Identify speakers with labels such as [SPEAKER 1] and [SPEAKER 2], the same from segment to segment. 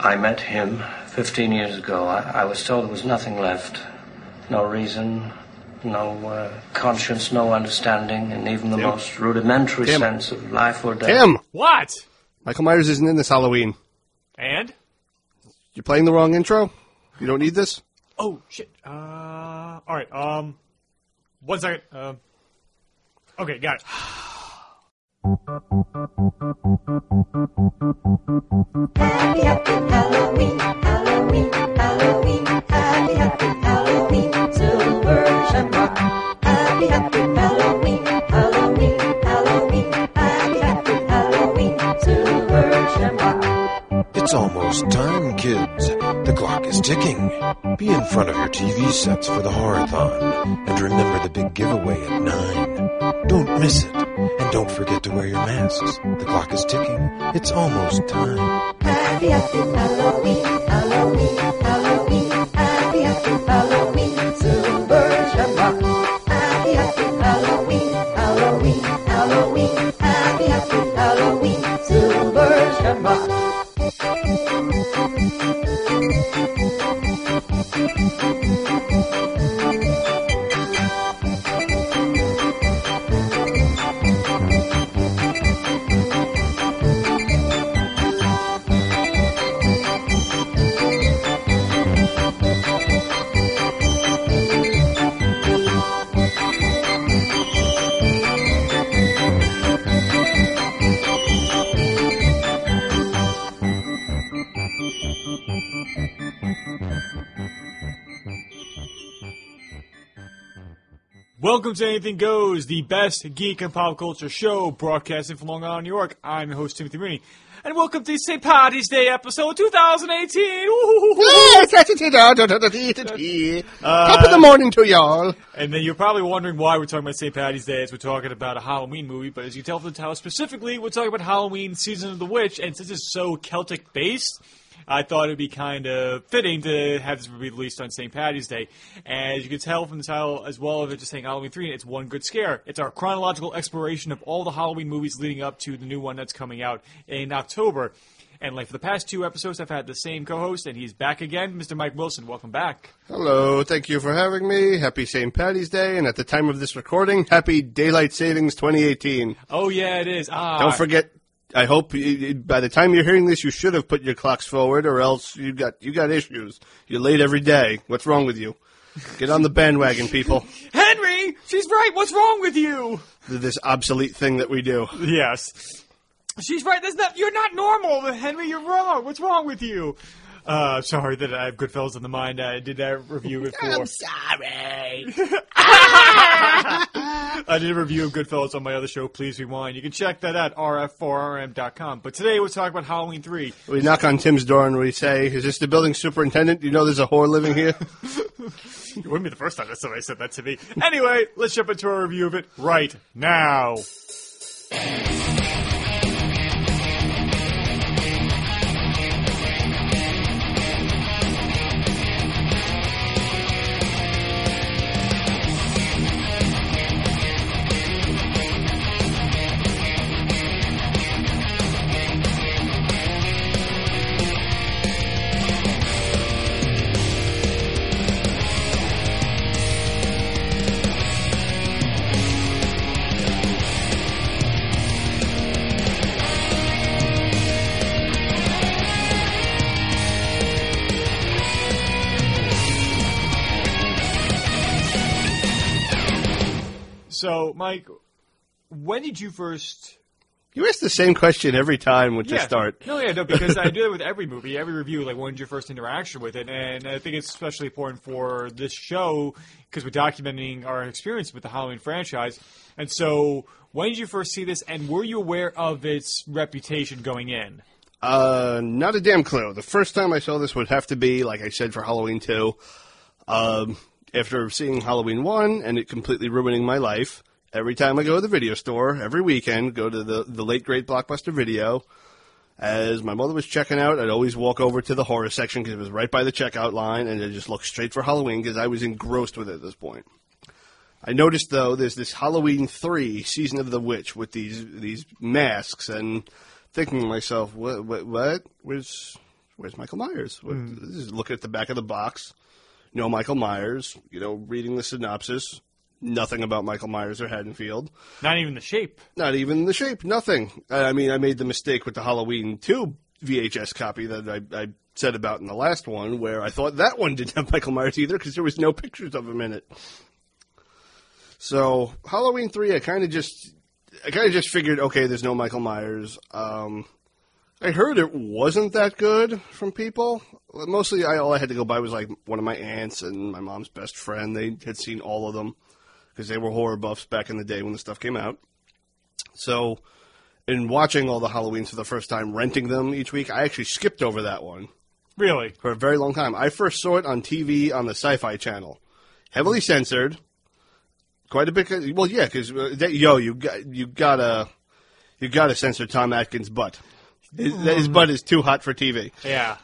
[SPEAKER 1] I met him 15 years ago. I, I was told there was nothing left. No reason, no uh, conscience, no understanding, and even the
[SPEAKER 2] Tim.
[SPEAKER 1] most rudimentary
[SPEAKER 2] Tim.
[SPEAKER 1] sense of life or death.
[SPEAKER 2] Tim!
[SPEAKER 3] What?
[SPEAKER 2] Michael Myers isn't in this Halloween.
[SPEAKER 3] And?
[SPEAKER 2] You're playing the wrong intro? You don't need this?
[SPEAKER 3] Oh shit. Uh, all right. Um, one second. Um, okay, got it.
[SPEAKER 4] Happy, happy Halloween, Halloween, Halloween. Happy, happy Halloween, Silver Shamrock. Happy, happy Halloween, Halloween, Halloween. Happy, happy Halloween, Silver Shamrock.
[SPEAKER 5] It's almost time, kids. The clock is ticking. Be in front of your TV sets for the horathon. And remember the big giveaway at 9. Don't miss it. And don't forget to wear your masks. The clock is ticking. It's almost time.
[SPEAKER 4] Happy, happy Halloween, Halloween, Halloween. Happy, happy Halloween, Silver Shamrock. Happy, happy Halloween, Halloween, Halloween. Happy, happy Halloween, Silver Shamrock.
[SPEAKER 3] Welcome to Anything Goes, the best geek and pop culture show broadcasting from Long Island, New York. I'm your host Timothy Rooney, and welcome to St. Patty's Day episode 2018. Woo-hoo-hoo-hoo.
[SPEAKER 2] Top of the morning to y'all.
[SPEAKER 3] and then you're probably wondering why we're talking about St. Patty's Day as we're talking about a Halloween movie, but as you can tell from the title, specifically we're talking about Halloween: Season of the Witch, and since it's so Celtic based. I thought it'd be kind of fitting to have this be released on St. Patty's Day. As you can tell from the title, as well as it just saying Halloween 3, it's one good scare. It's our chronological exploration of all the Halloween movies leading up to the new one that's coming out in October. And like for the past two episodes, I've had the same co host, and he's back again, Mr. Mike Wilson. Welcome back.
[SPEAKER 2] Hello, thank you for having me. Happy St. Patty's Day, and at the time of this recording, happy Daylight Savings 2018.
[SPEAKER 3] Oh, yeah, it is. Ah,
[SPEAKER 2] Don't forget. I hope you, by the time you're hearing this, you should have put your clocks forward, or else you got you got issues. You're late every day. What's wrong with you? Get on the bandwagon, people.
[SPEAKER 3] Henry, she's right. What's wrong with you?
[SPEAKER 2] this obsolete thing that we do.
[SPEAKER 3] Yes, she's right. That's not. You're not normal, Henry. You're wrong. What's wrong with you? Uh, sorry that I have Goodfellas in the mind. I did that review before.
[SPEAKER 2] sorry.
[SPEAKER 3] I did a review of Goodfellas on my other show, Please Rewind. You can check that at rf4rm.com. But today we're talking about Halloween 3.
[SPEAKER 2] We knock on Tim's door and we say, "Is this the building superintendent? You know, there's a whore living here."
[SPEAKER 3] It wouldn't be the first time that somebody said that to me. Anyway, let's jump into our review of it right now. So, Mike, when did you first
[SPEAKER 2] you ask the same question every time when you
[SPEAKER 3] yeah.
[SPEAKER 2] start.
[SPEAKER 3] No, yeah, no, because I do that with every movie, every review. Like, when's your first interaction with it? And I think it's especially important for this show because we're documenting our experience with the Halloween franchise. And so, when did you first see this? And were you aware of its reputation going in?
[SPEAKER 2] Uh, not a damn clue. The first time I saw this would have to be, like I said, for Halloween 2. Um, after seeing Halloween 1 and it completely ruining my life, every time I go to the video store, every weekend, go to the, the late great Blockbuster video, as my mother was checking out, I'd always walk over to the horror section because it was right by the checkout line, and I just looked straight for Halloween because I was engrossed with it at this point. I noticed though there's this Halloween three season of the witch with these these masks and thinking to myself what what what where's where's Michael Myers? What, Just looking at the back of the box, no Michael Myers. You know, reading the synopsis, nothing about Michael Myers or Haddonfield.
[SPEAKER 3] Not even the shape.
[SPEAKER 2] Not even the shape, nothing. I I mean, I made the mistake with the Halloween 2 VHS copy that I, I said about in the last one, where I thought that one didn't have Michael Myers either because there was no pictures of him in it. So Halloween 3, I kind of just, I kind of just figured, okay, there's no Michael Myers. Um, I heard it wasn't that good from people. Mostly, I, all I had to go by was like one of my aunts and my mom's best friend. They had seen all of them because they were horror buffs back in the day when the stuff came out. So, in watching all the Halloweens for the first time, renting them each week, I actually skipped over that one
[SPEAKER 3] Really?
[SPEAKER 2] for a very long time. I first saw it on TV on the Sci Fi Channel, heavily censored. Quite a bit. Well, yeah, because yo, you got you gotta you gotta censor Tom Atkins' butt. His, his butt is too hot for TV.
[SPEAKER 3] Yeah.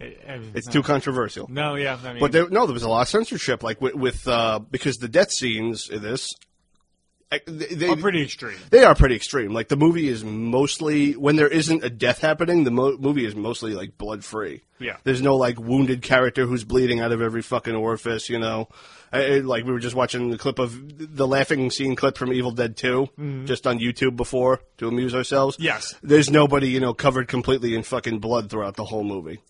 [SPEAKER 3] I- I mean,
[SPEAKER 2] It's
[SPEAKER 3] no.
[SPEAKER 2] too controversial.
[SPEAKER 3] No, yeah. I mean,
[SPEAKER 2] But there, no, there was a lot of censorship, like with, with uh, because the death scenes in this, I- they, they
[SPEAKER 3] are oh, pretty extreme.
[SPEAKER 2] they are pretty extreme. Like the movie is mostly when there isn't a death happening, the mo- movie is mostly like blood free.
[SPEAKER 3] Yeah.
[SPEAKER 2] there's no like wounded character who's bleeding out of every fucking orifice. You know, I, I- like we were just watching the clip of the laughing scene clip from Evil Dead 2 just on YouTube before to amuse ourselves.
[SPEAKER 3] Mm-hmm. Yes.
[SPEAKER 2] there's nobody you know covered completely in fucking blood throughout the whole movie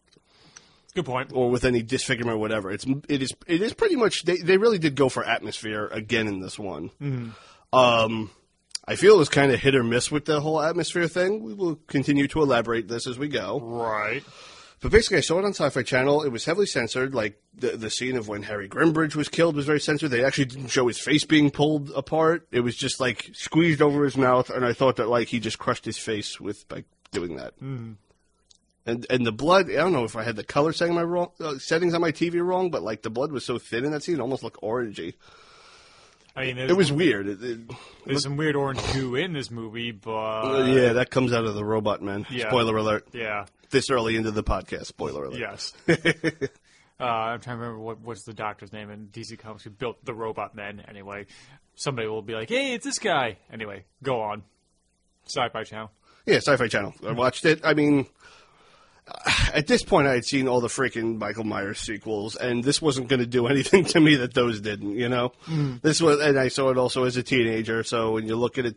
[SPEAKER 3] Good point.
[SPEAKER 2] or with any disfigurement or whatever. It's it is it is pretty much they, they really did go for atmosphere again in this one. Um, I feel it was kind of hit or miss with the whole atmosphere thing. We will continue to elaborate this as we go.
[SPEAKER 3] Right.
[SPEAKER 2] But basically, I saw it on Sci-Fi Channel. It was heavily censored. Like the the scene of when Harry Grimbridge was killed was very censored. They actually didn't show his face being pulled apart. It was just like squeezed over his mouth, and I thought that like he just crushed his face with by doing that. And and the blood, I don't know if I had the color setting my wrong uh, settings on my TV wrong, but like the blood was so thin in that scene, it almost looked orangey.
[SPEAKER 3] I mean, there's,
[SPEAKER 2] It was weird. It- it-
[SPEAKER 3] there's some weird orange goo in this movie, but
[SPEAKER 2] yeah, that comes out of the robot man.
[SPEAKER 3] Yeah.
[SPEAKER 2] Spoiler alert.
[SPEAKER 3] yeah,
[SPEAKER 2] This early into the podcast, spoiler alert.
[SPEAKER 3] yes. uh, I'm trying to remember what what's the doctor's name in DC Comics who built the Robot Men. Anyway, somebody will be like, "Hey, it's this guy." Anyway, go on. Sci-Fi Channel.
[SPEAKER 2] Yeah, Sci-Fi Channel. I watched it. I mean, at this point, I had seen all the freaking Michael Myers sequels, and this wasn't going to do anything to me that those didn't. You know, this was, and I saw it also as a teenager. So when you look at it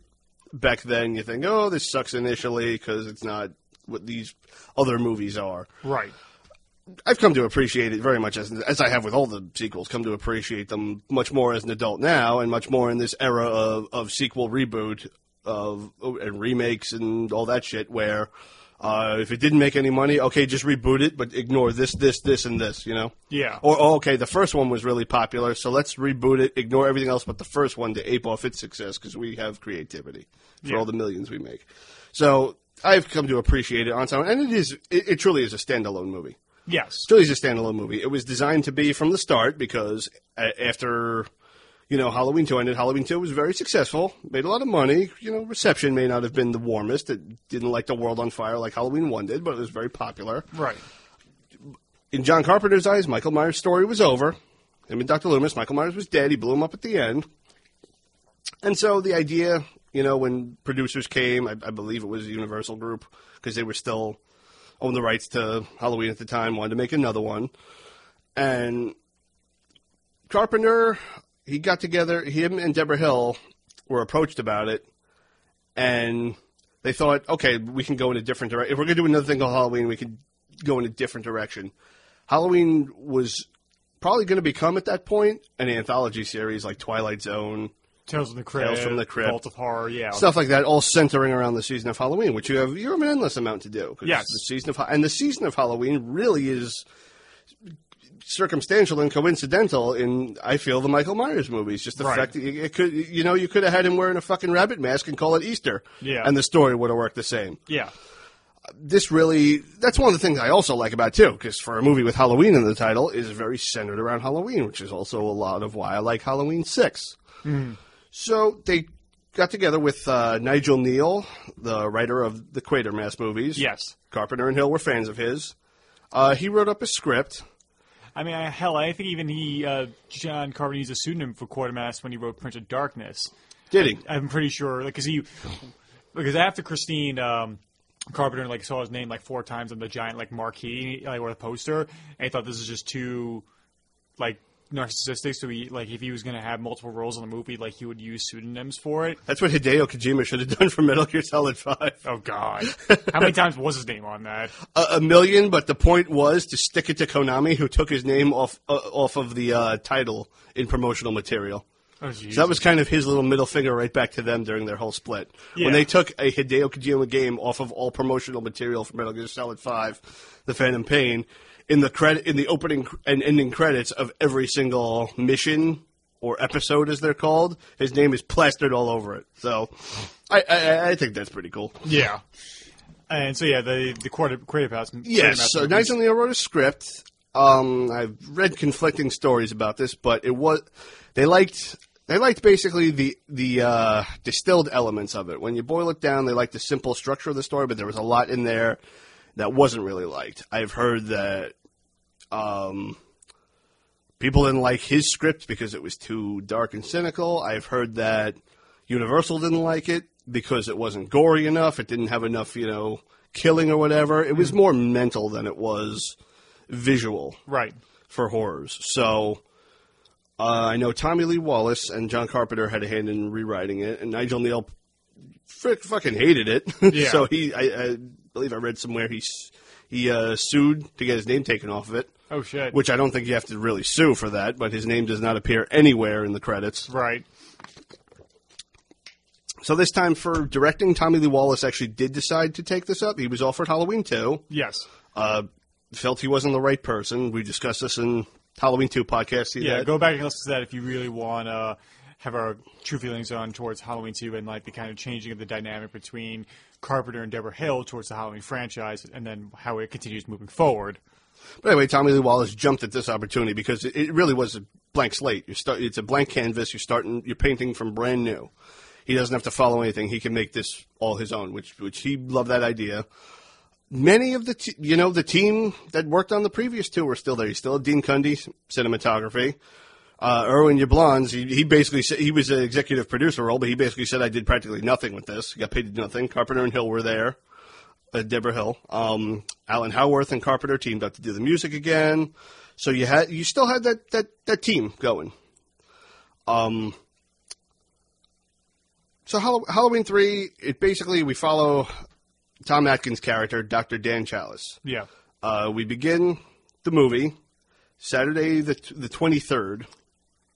[SPEAKER 2] back then, you think, "Oh, this sucks initially because it's not what these other movies are."
[SPEAKER 3] Right.
[SPEAKER 2] I've come to appreciate it very much as as I have with all the sequels. Come to appreciate them much more as an adult now, and much more in this era of of sequel reboot of and remakes and all that shit. Where uh, if it didn't make any money, okay, just reboot it, but ignore this, this, this, and this. You know?
[SPEAKER 3] Yeah.
[SPEAKER 2] Or oh, okay, the first one was really popular, so let's reboot it, ignore everything else but the first one to ape off its success because we have creativity for all the millions we make. So I've come to appreciate it on time, and it is it, it truly is a standalone movie.
[SPEAKER 3] Yes.
[SPEAKER 2] It's really just a standalone movie. It was designed to be from the start because a- after you know Halloween two ended, Halloween two was very successful, made a lot of money. You know, reception may not have been the warmest. It didn't light the world on fire like Halloween one did, but it was very popular.
[SPEAKER 3] Right.
[SPEAKER 2] In John Carpenter's eyes, Michael Myers' story was over. Him and Dr. Loomis, Michael Myers was dead. He blew him up at the end. And so the idea, you know, when producers came, I, I believe it was a Universal Group because they were still owned the rights to Halloween at the time, wanted to make another one. And Carpenter, he got together, him and Deborah Hill were approached about it, and they thought, okay, we can go in a different direction. If we're going to do another thing on Halloween, we could go in a different direction. Halloween was probably going to become, at that point, an anthology series like Twilight Zone,
[SPEAKER 3] Tales from the Crypt.
[SPEAKER 2] Tales from the Crypt.
[SPEAKER 3] Vault of Horror. Yeah.
[SPEAKER 2] stuff like that, all centering around the season of Halloween, which you have you have an endless amount to do. 'cause
[SPEAKER 3] Yes.
[SPEAKER 2] the season of Ha- and the season of Halloween really is circumstantial and coincidental in I feel the Michael Myers movies. Just the
[SPEAKER 3] Right.
[SPEAKER 2] fact that it it could you know you could have had him wearing a fucking rabbit mask and call it Easter,
[SPEAKER 3] Yeah.
[SPEAKER 2] and the story would have worked the same
[SPEAKER 3] Yeah.
[SPEAKER 2] this really that's one of the things I also like about it, too, because for a movie with Halloween in the title is very centered around Halloween, which is also a lot of why I like Halloween six. So they got together with uh, Nigel Neal, the writer of the Quatermass movies.
[SPEAKER 3] Yes.
[SPEAKER 2] Carpenter and Hill were fans of his. Uh, he wrote up a script.
[SPEAKER 3] I mean, I- hell, I think even he, uh, John Carpenter, used a pseudonym for Quatermass when he wrote Prince of Darkness.
[SPEAKER 2] Did he?
[SPEAKER 3] I'm pretty sure because he because after Christine um, Carpenter like saw his name like four times on the giant like marquee like, or the poster, and he thought this is just too like narcissistic. So he like if he was gonna have multiple roles in the movie, like he would use pseudonyms for it.
[SPEAKER 2] That's what Hideo Kojima should have done for Metal Gear Solid 5.
[SPEAKER 3] Oh God, how many times was his name on that?
[SPEAKER 2] A, a million, but the point was to stick it to Konami, who took his name off uh, off of the uh, title in promotional material.
[SPEAKER 3] Oh,
[SPEAKER 2] So that was kind of his little middle finger right back to them during their whole split.
[SPEAKER 3] Yeah.
[SPEAKER 2] When they took a Hideo Kojima game off of all promotional material for Metal Gear Solid Five, The Phantom Pain, in the credit in the opening cr- and ending credits of every single mission or episode, as they're called, his name is plastered all over it. So, I I, I think that's pretty cool.
[SPEAKER 3] yeah. And so yeah, the the quarter, creative house. creative
[SPEAKER 2] Yes,
[SPEAKER 3] house
[SPEAKER 2] so
[SPEAKER 3] movies.
[SPEAKER 2] Knights on Leo wrote a script. Um, I've read conflicting stories about this, but it was they liked they liked basically the the uh, distilled elements of it. When you boil it down, they liked the simple structure of the story, but there was a lot in there that wasn't really liked. I've heard that um, people didn't like his script because it was too dark and cynical. I've heard that Universal didn't like it because it wasn't gory enough. It didn't have enough, you know, killing or whatever. It was more mental than it was visual
[SPEAKER 3] right.
[SPEAKER 2] for horrors. So uh, I know Tommy Lee Wallace and John Carpenter had a hand in rewriting it, and Nigel Neal frick fucking hated it.
[SPEAKER 3] Yeah.
[SPEAKER 2] so he, I, I believe I read somewhere he s- he uh, sued to get his name taken off of it.
[SPEAKER 3] Oh shit.
[SPEAKER 2] Which I don't think you have to really sue for that, but his name does not appear anywhere in the credits.
[SPEAKER 3] right.
[SPEAKER 2] So this time for directing, Tommy Lee Wallace actually did decide to take this up. He was offered Halloween 2,
[SPEAKER 3] Yes.
[SPEAKER 2] uh, felt he wasn't the right person. We discussed this in Halloween 2 podcast. See
[SPEAKER 3] Yeah,
[SPEAKER 2] that?
[SPEAKER 3] go back and listen to that if you really want to have our true feelings on towards Halloween 2 and like the kind of changing of the dynamic between Carpenter and Deborah Hill towards the Halloween franchise and then how it continues moving forward.
[SPEAKER 2] But anyway, Tommy Lee Wallace jumped at this opportunity because it, it really was a blank slate. You're start, it's a blank canvas. You're starting. You're painting from brand new. He doesn't have to follow anything. He can make this all his own, which which he loved that idea. Many of the t- you know the team that worked on the previous two were still there. You still had Dean Cundy cinematography. Uh, Erwin Yablans, he, he basically said, he was an executive producer role, but he basically said I did practically nothing with this. Got paid to do nothing. Carpenter and Hill were there uh, Deborah Hill. Um, Alan Howarth and Carpenter teamed up to do the music again. So you had you still had that that, that team going. Um, so Hall- Halloween three, it basically we follow Tom Atkins' character, Doctor Dan Chalice.
[SPEAKER 3] Yeah.
[SPEAKER 2] Uh, we begin the movie Saturday the the twenty third.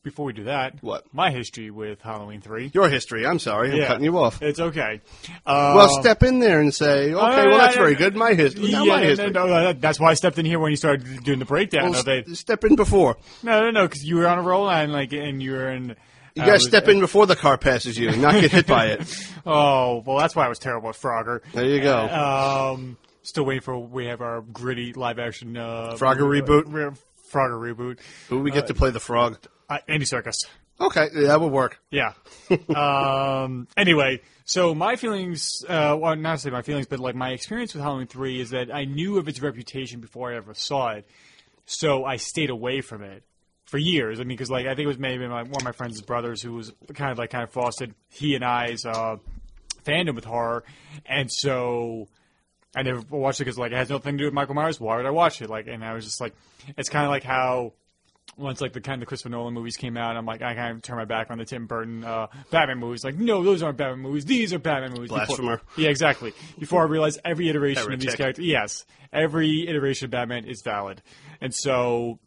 [SPEAKER 3] Before we do that,
[SPEAKER 2] What?
[SPEAKER 3] my history with Halloween 3.
[SPEAKER 2] Your history. I'm sorry, I'm
[SPEAKER 3] Yeah.
[SPEAKER 2] cutting you off.
[SPEAKER 3] It's okay. Uh,
[SPEAKER 2] well, step in there and say, okay,
[SPEAKER 3] no, no,
[SPEAKER 2] well, that's
[SPEAKER 3] no,
[SPEAKER 2] very
[SPEAKER 3] no.
[SPEAKER 2] good. My history.
[SPEAKER 3] yeah,
[SPEAKER 2] not my
[SPEAKER 3] no,
[SPEAKER 2] history.
[SPEAKER 3] no, no, that- that's why I stepped in here when you started doing the breakdown
[SPEAKER 2] Well,
[SPEAKER 3] of it.
[SPEAKER 2] s- step in before.
[SPEAKER 3] No, no, no, because you were on a roll and like, and you were in.
[SPEAKER 2] You gotta step in before the car passes you and not get hit by it.
[SPEAKER 3] Oh well, that's why I was terrible at Frogger.
[SPEAKER 2] There you go.
[SPEAKER 3] Um, still waiting for we have our gritty live action uh,
[SPEAKER 2] Frogger reboot?
[SPEAKER 3] re- Frogger reboot.
[SPEAKER 2] Who we get to play the frog?
[SPEAKER 3] Uh, Andy Circus.
[SPEAKER 2] Okay, yeah, that would work.
[SPEAKER 3] Yeah. um, anyway, so my feelings, uh, well, not say my feelings, but like my experience with Halloween 3 is that I knew of its reputation before I ever saw it, so I stayed away from it for years. I mean, because like I think it was maybe my, one of my friends' brothers who was kind of like kind of fostered he and I's uh, fandom with horror, and so I never watched it because like it has nothing to do with Michael Myers. Why would I watch it? Like, and I was just like, it's kind of like how once like the kind of the Christopher Nolan movies came out, I'm like I kind of turned my back on the Tim Burton uh, Batman movies. Like, no, those aren't Batman movies. These are Batman movies. Before-
[SPEAKER 2] Blasphemer.
[SPEAKER 3] yeah, exactly. Before I realized every iteration of these
[SPEAKER 2] Heretic.
[SPEAKER 3] characters, yes, every iteration of Batman is valid, and so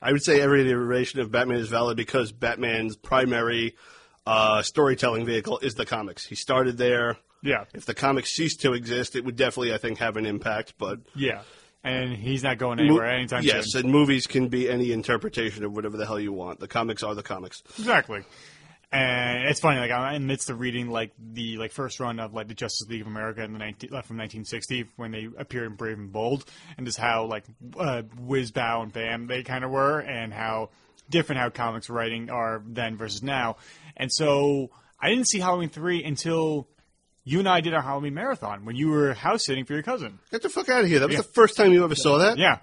[SPEAKER 2] I would say every iteration of Batman is valid because Batman's primary uh, storytelling vehicle is the comics. He started there.
[SPEAKER 3] yeah,
[SPEAKER 2] If the comics ceased to exist, it would definitely, I think, have an impact. But
[SPEAKER 3] yeah, and he's not going anywhere anytime
[SPEAKER 2] yes,
[SPEAKER 3] soon.
[SPEAKER 2] and movies can be any interpretation of whatever the hell you want. The comics are the comics.
[SPEAKER 3] exactly. And it's funny, like I'm in the midst of reading like the like first run of like the Justice League of America in the 19, uh, from 1960 when they appeared in Brave and Bold, and just how like uh, whiz bow and bam they kind of were, and how different how comics writing are then versus now. And so I didn't see Halloween three until you and I did our Halloween marathon when you were house sitting for your cousin.
[SPEAKER 2] Get the fuck out of here. That was the first time you ever saw that?
[SPEAKER 3] Yeah.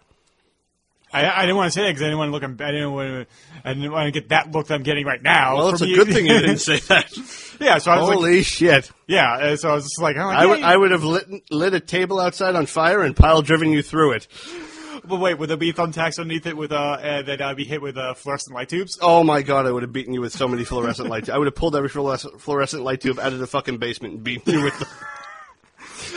[SPEAKER 3] I, I didn't want to say that because I didn't want to look. I didn't want to. I didn't want to get that look that I'm getting right now.
[SPEAKER 2] Well, it's
[SPEAKER 3] from
[SPEAKER 2] a
[SPEAKER 3] you.
[SPEAKER 2] good thing you didn't say that.
[SPEAKER 3] yeah. So I was like,
[SPEAKER 2] Holy shit.
[SPEAKER 3] yeah. uh, So I was just like, oh,
[SPEAKER 2] I would,
[SPEAKER 3] yeah.
[SPEAKER 2] I would have lit, lit a table outside on fire and pile driven you through it.
[SPEAKER 3] But wait, would there be thumbtacks underneath it with uh, uh that I'd be hit with uh, fluorescent light tubes?
[SPEAKER 2] Oh my god, I would have beaten you with so many fluorescent light. I would have pulled every fluores- fluorescent light tube out of the fucking basement and beaten you with them.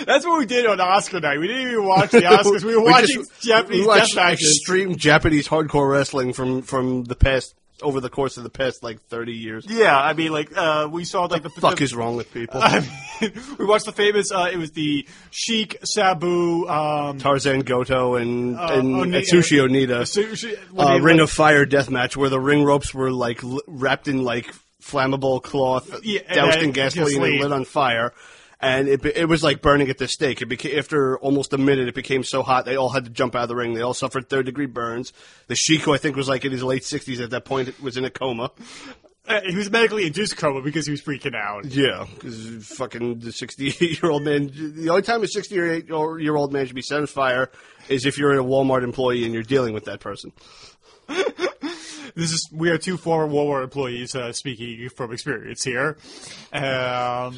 [SPEAKER 3] That's what we did on Oscar night. We didn't even watch the Oscars. We were watching
[SPEAKER 2] just-
[SPEAKER 3] Japanese
[SPEAKER 2] we watched
[SPEAKER 3] death matches.
[SPEAKER 2] extreme Japanese hardcore wrestling from from the past over the course of the past like thirty years.
[SPEAKER 3] Yeah, I mean, like uh, we saw like the,
[SPEAKER 2] Fuck
[SPEAKER 3] the-
[SPEAKER 2] is wrong with people?
[SPEAKER 3] we watched the famous. Uh, it was the Sheik Sabu. Um,
[SPEAKER 2] Tarzan Goto and
[SPEAKER 3] Uh,
[SPEAKER 2] and
[SPEAKER 3] Oni-
[SPEAKER 2] Atsushi Onita.
[SPEAKER 3] Su- Shi- when
[SPEAKER 2] uh,
[SPEAKER 3] they,
[SPEAKER 2] Ring
[SPEAKER 3] like-
[SPEAKER 2] of Fire death match where the ring ropes were like l- wrapped in like flammable cloth,
[SPEAKER 3] Yeah, and
[SPEAKER 2] doused
[SPEAKER 3] then
[SPEAKER 2] in gasoline and
[SPEAKER 3] gasoline.
[SPEAKER 2] lit on fire. And it, be- it was like burning at the stake. It became, after almost a minute, it became so hot they all had to jump out of the ring. They all suffered third degree burns. The Sheik, who I think was like in his late sixties at that point, was in a coma.
[SPEAKER 3] uh, he was medically induced coma because he was freaking out.
[SPEAKER 2] Yeah, because fucking the sixty-eight-year-old man. The only time a sixty-eight-year-old man should be set on fire is if you're a Walmart employee and you're dealing with that person.
[SPEAKER 3] This is we are two former Walmart employees uh, speaking from experience here. Um,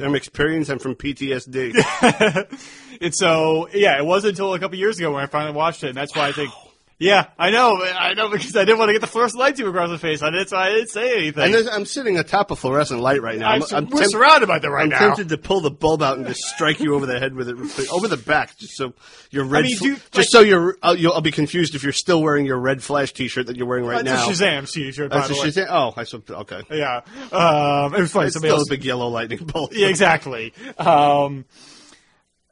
[SPEAKER 2] I'm experienced. I'm from PTSD.
[SPEAKER 3] and so yeah, it wasn't until a couple years ago when I finally watched it, and that's why I think. Yeah, I know, I know, because I didn't want to get the fluorescent light tube across the face. I didn't, so I didn't say anything.
[SPEAKER 2] And there's, I'm sitting atop a fluorescent light right now.
[SPEAKER 3] I'm,
[SPEAKER 2] I'm,
[SPEAKER 3] su-
[SPEAKER 2] I'm
[SPEAKER 3] we're
[SPEAKER 2] temp-
[SPEAKER 3] surrounded by them right
[SPEAKER 2] I'm
[SPEAKER 3] now.
[SPEAKER 2] tempted to pull the bulb out and just strike you over the head with it, real quick. over the back, just so your red.
[SPEAKER 3] mean,
[SPEAKER 2] fl-
[SPEAKER 3] dude,
[SPEAKER 2] just
[SPEAKER 3] like-
[SPEAKER 2] so you're, I'll, you'll, I'll be confused if you're still wearing your red flash T-shirt that you're wearing right now.
[SPEAKER 3] That's a Shazam t-shirt, by
[SPEAKER 2] That's a
[SPEAKER 3] the way.
[SPEAKER 2] Shazam. Oh, I sup- okay.
[SPEAKER 3] Yeah, um, it was funny.
[SPEAKER 2] It's
[SPEAKER 3] Somebody
[SPEAKER 2] still
[SPEAKER 3] else
[SPEAKER 2] a big yellow lightning bolt.
[SPEAKER 3] Yeah, exactly. Um,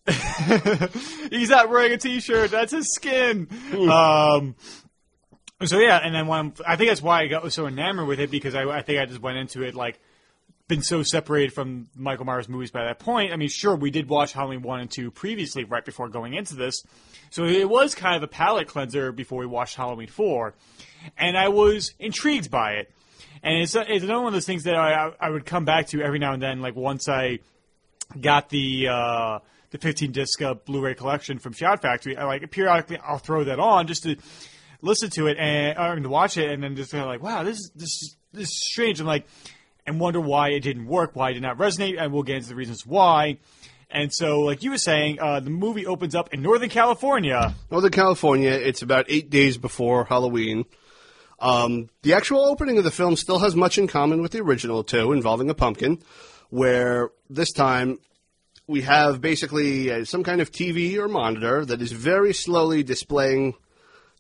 [SPEAKER 3] he's not wearing a T-shirt. That's his skin. Um, so yeah, and then when i think that's why I got so enamored with it because I, I think I just went into it like been so separated from Michael Myers movies by that point. I mean, sure, we did watch Halloween one and two previously, right before going into this, so it was kind of a palate cleanser before we watched Halloween four, and I was intrigued by it. And it's, it's another one of those things that I, I- I would come back to every now and then, like once I got the uh, the 15 disc uh, Blu-ray collection from Shout Factory. I, like periodically, I'll throw that on just to listen to it and or to watch it, and then just kind of like, wow, this is this is- this is strange. I'm like, and wonder why it didn't work, why it did not resonate, and we'll get into the reasons why. And so, like you were saying, uh, the movie opens up in Northern California.
[SPEAKER 2] Northern California. It's about eight days before Halloween. Um, the actual opening of the film still has much in common with the original too, involving a pumpkin, where this time we have basically uh, some kind of TV or monitor that is very slowly displaying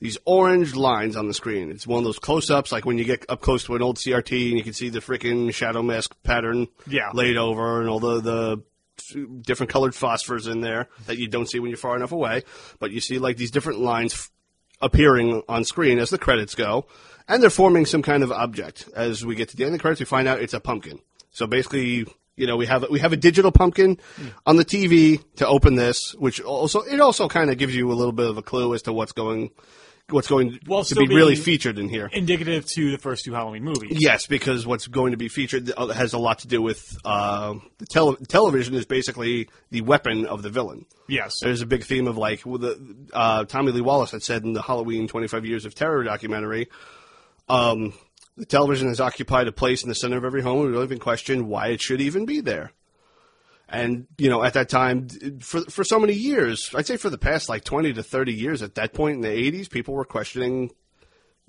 [SPEAKER 2] these orange lines on the screen. It's one of those close-ups, like when you get up close to an old CRT and you can see the freaking shadow mask pattern
[SPEAKER 3] Yeah.
[SPEAKER 2] laid over, and all the the different colored phosphors in there that you don't see when you're far enough away, but you see like these different lines f- appearing on screen as the credits go, and they're forming some kind of object. As we get to the end of the credits, we find out it's a pumpkin. So basically, you know, we have we have a digital pumpkin on the TV to open this, which also it also kind of gives you a little bit of a clue as to what's going what's going
[SPEAKER 3] While
[SPEAKER 2] to
[SPEAKER 3] still
[SPEAKER 2] be really
[SPEAKER 3] being-
[SPEAKER 2] featured in here.
[SPEAKER 3] Indicative to the first two Halloween movies.
[SPEAKER 2] Yes, because what's going to be featured uh, has a lot to do with uh, the tele- television is basically the weapon of the villain.
[SPEAKER 3] Yes.
[SPEAKER 2] There's a big theme of like well, the, uh, Tommy Lee Wallace had said in the Halloween 25 Years of Terror documentary. Um, the television has occupied a place in the center of every home. We don't even question why it should even be there. And you know, at that time, d- for for so many years, I'd say for the past like 20 to 30 years, at that point in the 80s, people were questioning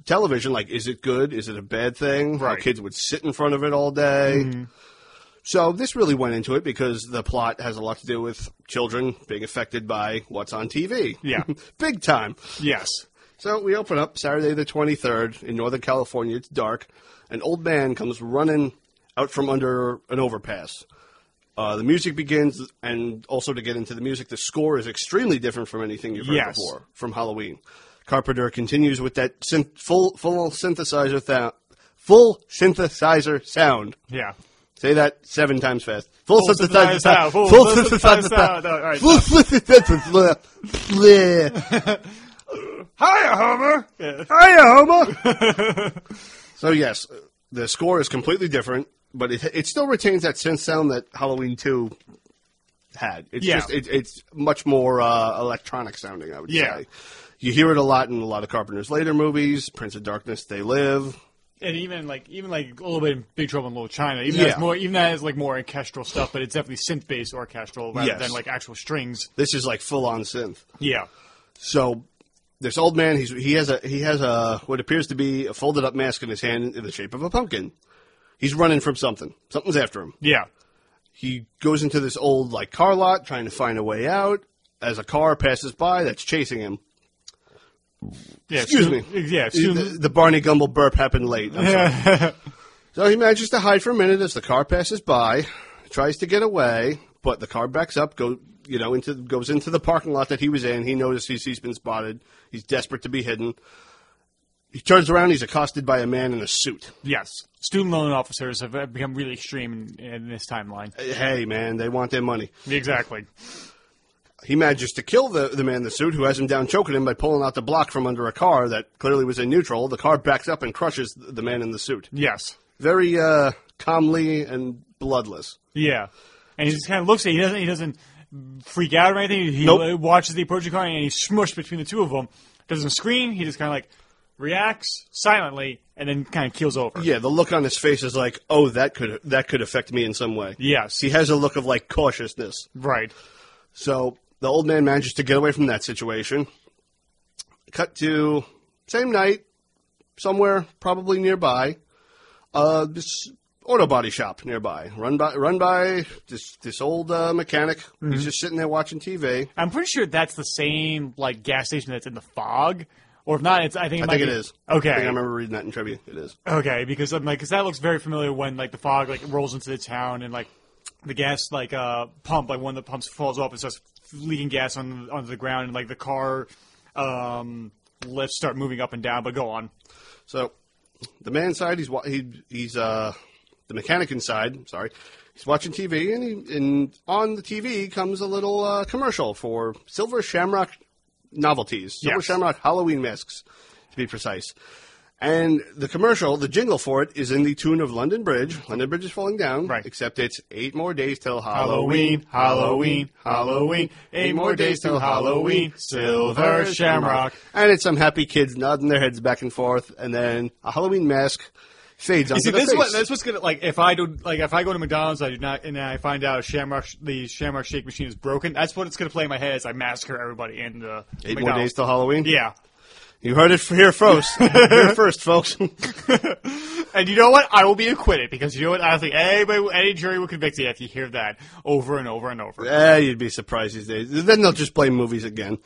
[SPEAKER 2] television. Like, is it good? Is it a bad thing? Our
[SPEAKER 3] Right.
[SPEAKER 2] kids would sit in front of it all day. So this really went into it because the plot has a lot to do with children being affected by what's on TV.
[SPEAKER 3] Yeah.
[SPEAKER 2] Big time.
[SPEAKER 3] Yes.
[SPEAKER 2] So we open up Saturday the 23rd in Northern California. It's dark. An old man comes running out from under an overpass. Uh, the music begins, and also to get into the music, the score is extremely different from anything you've heard
[SPEAKER 3] Yes.
[SPEAKER 2] before from Halloween. Carpenter continues with that synth- full full synthesizer sound, full synthesizer sound.
[SPEAKER 3] Yeah.
[SPEAKER 2] Say that seven times fast. Full
[SPEAKER 3] synthesizer
[SPEAKER 2] synthesizer sound.
[SPEAKER 3] sound. Full
[SPEAKER 2] Full
[SPEAKER 3] synthesizer
[SPEAKER 2] synthesizer
[SPEAKER 3] sound. All
[SPEAKER 2] sound.
[SPEAKER 3] right,
[SPEAKER 2] Full synthesizer. Bleh.
[SPEAKER 3] Hiya, Homer.
[SPEAKER 2] Hiya, Homer. So yes, the score is completely different, but it, it still retains that synth sound that Halloween Two had. It's
[SPEAKER 3] Yeah.
[SPEAKER 2] just it, it's much more uh, electronic sounding. I would
[SPEAKER 3] Yeah.
[SPEAKER 2] say. You hear it a lot in a lot of Carpenter's later movies, Prince of Darkness, They Live.
[SPEAKER 3] and even like even like a little bit in Big Trouble in Little China. Even
[SPEAKER 2] Yeah.
[SPEAKER 3] that's more even that is like more orchestral stuff, but it's definitely synth based orchestral rather
[SPEAKER 2] Yes.
[SPEAKER 3] than like actual strings.
[SPEAKER 2] This is like full on synth.
[SPEAKER 3] Yeah.
[SPEAKER 2] So this old man, he's he has a he has a what appears to be a folded up mask in his hand in the shape of a pumpkin. He's running from something. Something's after him.
[SPEAKER 3] Yeah.
[SPEAKER 2] He goes into this old like car lot trying to find a way out. As a car passes by that's chasing him.
[SPEAKER 3] Yeah.
[SPEAKER 2] Excuse
[SPEAKER 3] soon-
[SPEAKER 2] me.
[SPEAKER 3] Yeah.
[SPEAKER 2] The,
[SPEAKER 3] soon-
[SPEAKER 2] the Barney Gumble burp happened late. I'm sorry. So he manages to hide for a minute as the car passes by, tries to get away, but the car backs up, go you know into goes into the parking lot that he was in. He notices he's been spotted. He's desperate to be hidden. He turns around. He's accosted by a man in a suit.
[SPEAKER 3] yes. Student loan officers have uh, become really extreme in, in this timeline.
[SPEAKER 2] Hey man, they want their money.
[SPEAKER 3] Exactly.
[SPEAKER 2] He manages to kill the, the man in the suit who has him down choking him by pulling out the block from under a car that clearly was in neutral. The car backs up and crushes the the man in the suit.
[SPEAKER 3] Yes.
[SPEAKER 2] Very uh, calmly and bloodless.
[SPEAKER 3] Yeah. And he just kind of looks at. He doesn't. He doesn't freak out or anything. He
[SPEAKER 2] Nope.
[SPEAKER 3] watches the approaching car and he's smushed between the two of them. Doesn't scream. He just kind of like reacts silently and then kind of keels over.
[SPEAKER 2] Yeah, the look on his face is like, oh, that could that could affect me in some way.
[SPEAKER 3] Yes.
[SPEAKER 2] he has a look of like cautiousness.
[SPEAKER 3] Right.
[SPEAKER 2] So the old man manages to get away from that situation. Cut to same night, somewhere probably nearby, uh, this auto body shop nearby, run by run by this this old uh, mechanic.
[SPEAKER 3] Mm-hmm.
[SPEAKER 2] He's just sitting there watching TV.
[SPEAKER 3] I'm pretty sure that's the same like gas station that's in the fog, or if not, it's I think it
[SPEAKER 2] I
[SPEAKER 3] might
[SPEAKER 2] think it
[SPEAKER 3] be-
[SPEAKER 2] is. I think I
[SPEAKER 3] Okay,
[SPEAKER 2] remember reading that in trivia. It is.
[SPEAKER 3] okay, because I'm like, because that looks very familiar when like the fog like rolls into the town and like the gas like uh pump like one of the pumps falls off and starts leaking gas on onto the ground and like the car um lifts start moving up and down. But go on.
[SPEAKER 2] So the man inside, he's wa- he, he's uh, the mechanic inside. Sorry, he's watching TV, and he, and on the TV comes a little uh, commercial for Silver Shamrock novelties, Silver
[SPEAKER 3] Yes.
[SPEAKER 2] Shamrock Halloween masks, to be precise. And the commercial, the jingle for it, is in the tune of London Bridge. London Bridge is falling down.
[SPEAKER 3] Right.
[SPEAKER 2] Except it's eight more days till
[SPEAKER 3] Halloween, Halloween, Halloween. Eight more days till Halloween. Silver Shamrock.
[SPEAKER 2] And it's some happy kids nodding their heads back and forth, and then a Halloween mask fades onto
[SPEAKER 3] See,
[SPEAKER 2] the
[SPEAKER 3] this
[SPEAKER 2] face.
[SPEAKER 3] is what this what's gonna like. If I do, like, if I go to McDonald's, I do not, and I find out Shamrock the Shamrock Shake machine is broken. That's what it's gonna play in my head as I massacre everybody in the
[SPEAKER 2] Eight more days
[SPEAKER 3] McDonald's.
[SPEAKER 2] till Halloween.
[SPEAKER 3] Yeah,
[SPEAKER 2] you heard it f- here first. here first, folks.
[SPEAKER 3] and you know what? I will be acquitted because you know what? I think anybody, any jury will convict you if you hear that over and over and over.
[SPEAKER 2] eh, you'd be surprised these days. Then they'll just play movies again.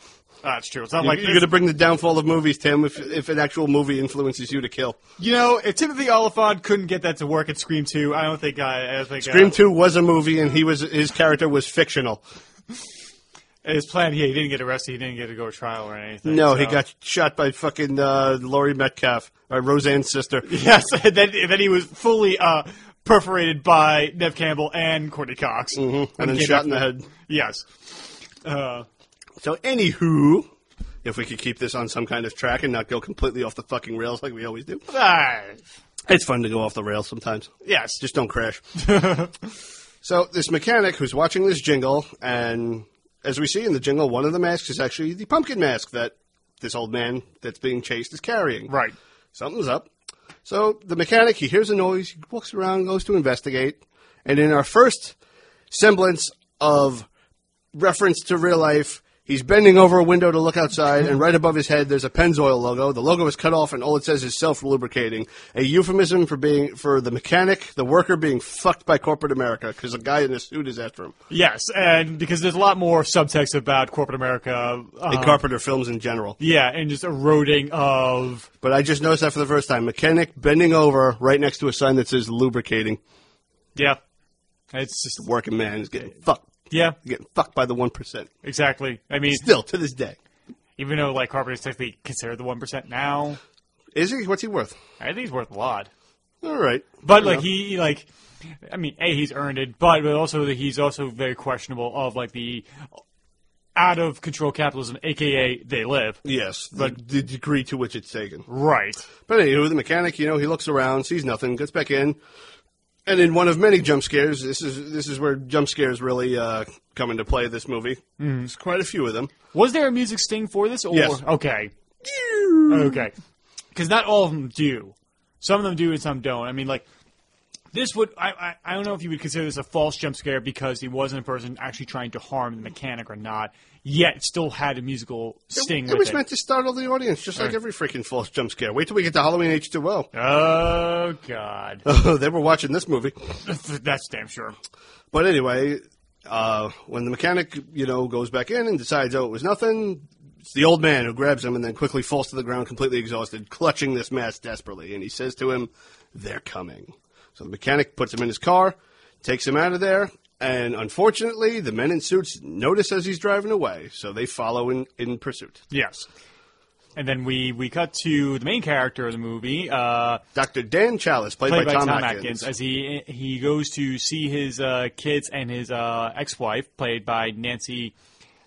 [SPEAKER 3] That's true. It's not
[SPEAKER 2] You're,
[SPEAKER 3] like
[SPEAKER 2] you're
[SPEAKER 3] this-
[SPEAKER 2] going to bring the downfall of movies, Tim, if if an actual movie influences you to kill.
[SPEAKER 3] you know, if Timothy Oliphant couldn't get that to work at Scream Two, I don't think I, I don't think
[SPEAKER 2] Scream
[SPEAKER 3] uh,
[SPEAKER 2] Two was a movie, and he was his character was fictional.
[SPEAKER 3] his plan. Yeah, he didn't get arrested. He didn't get to go to trial or anything.
[SPEAKER 2] No, he
[SPEAKER 3] so-
[SPEAKER 2] got shot by fucking uh, Laurie Metcalf, uh, Roseanne's sister.
[SPEAKER 3] Yes, and then, and then he was fully uh, perforated by Nev Campbell and Courtney Cox.
[SPEAKER 2] Mhm.
[SPEAKER 3] When
[SPEAKER 2] And then
[SPEAKER 3] he came
[SPEAKER 2] shot
[SPEAKER 3] back
[SPEAKER 2] in the head.
[SPEAKER 3] Yes. Uh,
[SPEAKER 2] So, anywho, if we could keep this on some kind of track and not go completely off the fucking rails like we always do,
[SPEAKER 3] ah,
[SPEAKER 2] it's fun to go off the rails sometimes.
[SPEAKER 3] yes.
[SPEAKER 2] Just don't crash. so this mechanic who's watching this jingle, and as we see in the jingle, one of the masks is actually the pumpkin mask that this old man that's being chased is carrying.
[SPEAKER 3] Right.
[SPEAKER 2] Something's up. So the mechanic, he hears a noise, he walks around, goes to investigate, and in our first semblance of reference to real life, he's bending over a window to look outside, and right above his head there's a Pennzoil logo. The logo is cut off, and all it says is self-lubricating, a euphemism for being for the mechanic, the worker being fucked by corporate America because a guy in a suit is after him.
[SPEAKER 3] Yes, and because there's a lot more subtext about corporate America.
[SPEAKER 2] In
[SPEAKER 3] Uh,
[SPEAKER 2] Carpenter films in general.
[SPEAKER 3] yeah, and just eroding of.
[SPEAKER 2] But I just noticed that for the first time. Mechanic bending over right next to a sign that says lubricating.
[SPEAKER 3] Yeah. It's just.
[SPEAKER 2] Working man is getting fucked.
[SPEAKER 3] Yeah,
[SPEAKER 2] getting fucked by the one percent.
[SPEAKER 3] exactly. I mean,
[SPEAKER 2] Still to this day,
[SPEAKER 3] even though, like, Carpenter's technically considered the 1% now,
[SPEAKER 2] is he? What's he worth?
[SPEAKER 3] I think he's worth a lot.
[SPEAKER 2] All right,
[SPEAKER 3] But like he he, like, I mean, a he's earned it, but but also that he's also very questionable of like the out of control capitalism, aka they live.
[SPEAKER 2] yes, but the degree to which it's taken.
[SPEAKER 3] Right.
[SPEAKER 2] But anywho, the mechanic, you know, he looks around, sees nothing, gets back in, And in one of many jump scares, this is this is where jump scares really uh, come into play. This movie, there's quite a few of them.
[SPEAKER 3] Was there a music sting for this? Or,
[SPEAKER 2] Yes.
[SPEAKER 3] Okay. Okay. Because not all of them do. Some of them do and some don't. I mean, like, this would. I, I, I don't know if you would consider this a false jump scare because he wasn't a person actually trying to harm the mechanic or not, yet still had a musical sting
[SPEAKER 2] It,
[SPEAKER 3] with
[SPEAKER 2] was
[SPEAKER 3] it.
[SPEAKER 2] meant to startle the audience, just like every freaking false jump scare. Wait till we get to Halloween H2O.
[SPEAKER 3] oh, God.
[SPEAKER 2] Oh, they were watching this movie.
[SPEAKER 3] That's damn sure.
[SPEAKER 2] But anyway, uh, when the mechanic, you know, goes back in and decides, oh, it was nothing, it's the old man who grabs him and then quickly falls to the ground, completely exhausted, clutching this mask desperately. And he says to him, they're coming. So the mechanic puts him in his car, takes him out of there, and unfortunately, the men in suits notice as he's driving away, so they follow in, in pursuit.
[SPEAKER 3] Yes. And then we, we cut to the main character of the movie, uh,
[SPEAKER 2] Dr. Dan Chalice, played,
[SPEAKER 3] played
[SPEAKER 2] by, Tom, Atkins.
[SPEAKER 3] as he he goes to see his uh, kids and his uh, ex-wife, played by Nancy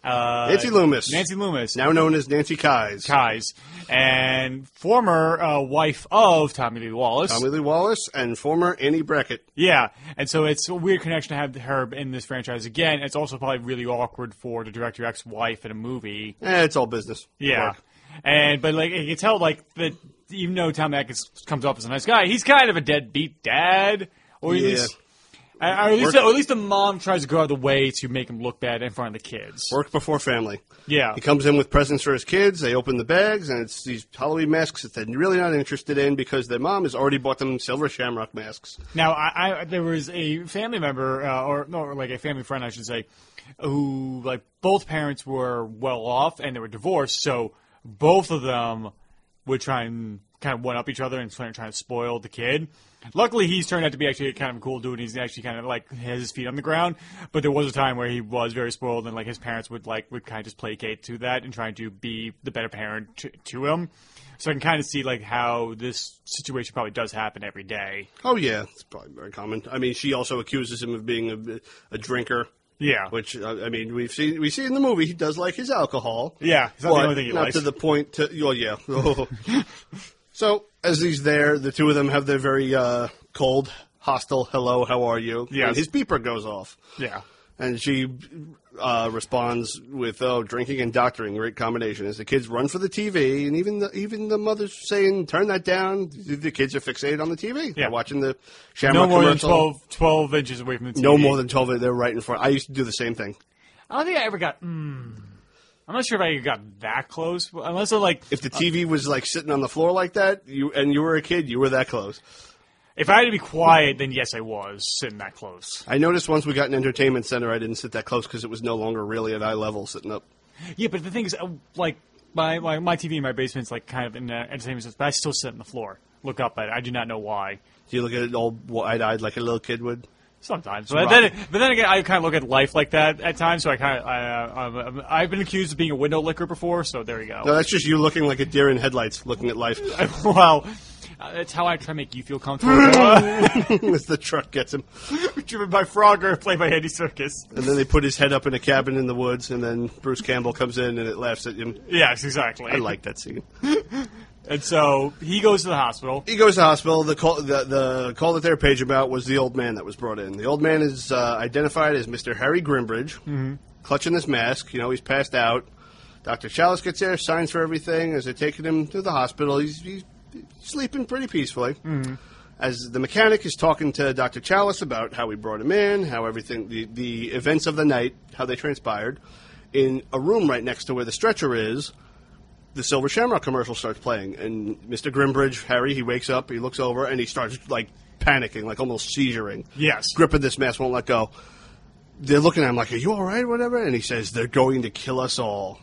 [SPEAKER 3] uh,
[SPEAKER 2] Nancy Loomis.
[SPEAKER 3] Nancy Loomis,
[SPEAKER 2] now known as Nancy Kies.
[SPEAKER 3] Kai's, and former uh, wife of Tommy Lee Wallace.
[SPEAKER 2] Tommy Lee Wallace and former Annie Brackett.
[SPEAKER 3] Yeah, and so it's a weird connection to have her in this franchise again. It's also probably really awkward for to direct your ex-wife in a movie.
[SPEAKER 2] Eh, it's all business.
[SPEAKER 3] Yeah,
[SPEAKER 2] Work.
[SPEAKER 3] and but like you can tell, like that even though Tom Atkins comes off as a nice guy, he's kind of a deadbeat dad, or at
[SPEAKER 2] Yeah.
[SPEAKER 3] least, or at
[SPEAKER 2] Work-
[SPEAKER 3] least, or at least the mom tries to go out of the way to make him look bad in front of the kids.
[SPEAKER 2] Work before family.
[SPEAKER 3] Yeah,
[SPEAKER 2] He comes in with presents for his kids. They open the bags, and it's these Halloween masks that they're really not interested in because their mom has already bought them silver shamrock masks.
[SPEAKER 3] Now, I, I there was a family member, uh, or no, or like a family friend, I should say, who like both parents were well off and they were divorced, so both of them would try and kind of one up each other and try trying to spoil the kid. Luckily, he's turned out to be actually kind of a cool dude. He's actually kind of like has his feet on the ground. But there was a time where he was very spoiled, and like his parents would like would kind of just placate to that and try to be the better parent to, to him. So I can kind of see like how this situation probably does happen every day.
[SPEAKER 2] Oh yeah, it's probably very common. I mean, she also accuses him of being a, a drinker,
[SPEAKER 3] Yeah.
[SPEAKER 2] which uh, I mean, we've seen we see in the movie he does like his alcohol.
[SPEAKER 3] yeah. It's not
[SPEAKER 2] But
[SPEAKER 3] the only thing he
[SPEAKER 2] not
[SPEAKER 3] likes.
[SPEAKER 2] to the point to well, yeah. so as he's there, the two of them have their very uh, cold, hostile "Hello, how are you?"
[SPEAKER 3] Yes.
[SPEAKER 2] And his beeper goes off.
[SPEAKER 3] yeah.
[SPEAKER 2] And she uh, responds with, "Oh, drinking and doctoring, great combination." As the kids run for the TV, and even the even the mother's saying, "Turn that down." The kids are fixated on the TV.
[SPEAKER 3] Yeah.
[SPEAKER 2] They're watching the
[SPEAKER 3] No
[SPEAKER 2] Shamrock
[SPEAKER 3] more than
[SPEAKER 2] commercial.
[SPEAKER 3] 12, 12 inches away from the TV.
[SPEAKER 2] No more than twelve. They're right in front. I used to do the same thing.
[SPEAKER 3] I don't think I ever got. Mm, I'm not sure if I got that close. Unless I like,
[SPEAKER 2] If the TV was like sitting on the floor like that, you and you were a kid, you were that close.
[SPEAKER 3] if I had to be quiet, then yes, I was sitting that close.
[SPEAKER 2] I noticed once we got an entertainment center, I didn't sit that close because it was no longer really at eye level sitting up.
[SPEAKER 3] Yeah, but the thing is, uh, like my my, my TV in my basement's like kind of in the entertainment sense, but I still sit on the floor, look up at it. I do not know why.
[SPEAKER 2] Do you look at it all wide-eyed like a little kid would?
[SPEAKER 3] Sometimes, but
[SPEAKER 2] rotten.
[SPEAKER 3] then, but then again, I kind of look at life like that at times. So I kind of, I, uh, I'm- I've been accused of being a window licker before. So there you go.
[SPEAKER 2] No, that's just you looking like a deer in headlights, looking at life.
[SPEAKER 3] well, uh, that's how I try to make you feel comfortable.
[SPEAKER 2] as the truck gets him.
[SPEAKER 3] Driven by Frogger, played by Andy Circus.
[SPEAKER 2] And then they put his head up in a cabin in the woods, and then Bruce Campbell comes in and it laughs at him.
[SPEAKER 3] Yes, exactly.
[SPEAKER 2] I like that scene.
[SPEAKER 3] And so he goes to the hospital.
[SPEAKER 2] He goes to the hospital. The call, the, the call that they're paging about was the old man that was brought in. The old man is uh, identified as Mr. Harry Grimbridge, clutching this mask. You know, he's passed out. Dr. Chalice gets there, signs for everything. As they're taking him to the hospital, he's, he's sleeping pretty peacefully. As the mechanic is talking to Dr. Chalice about how we brought him in, how everything, the, the events of the night, how they transpired, in a room right next to where the stretcher is, the Silver Shamrock commercial starts playing, and Mr. Grimbridge, Harry, he wakes up, he looks over, and he starts like panicking, like almost seizuring.
[SPEAKER 3] Yes.
[SPEAKER 2] Gripping this mask, won't let go. They're looking at him like, Are you alright? Whatever. And he says, They're going to kill us all.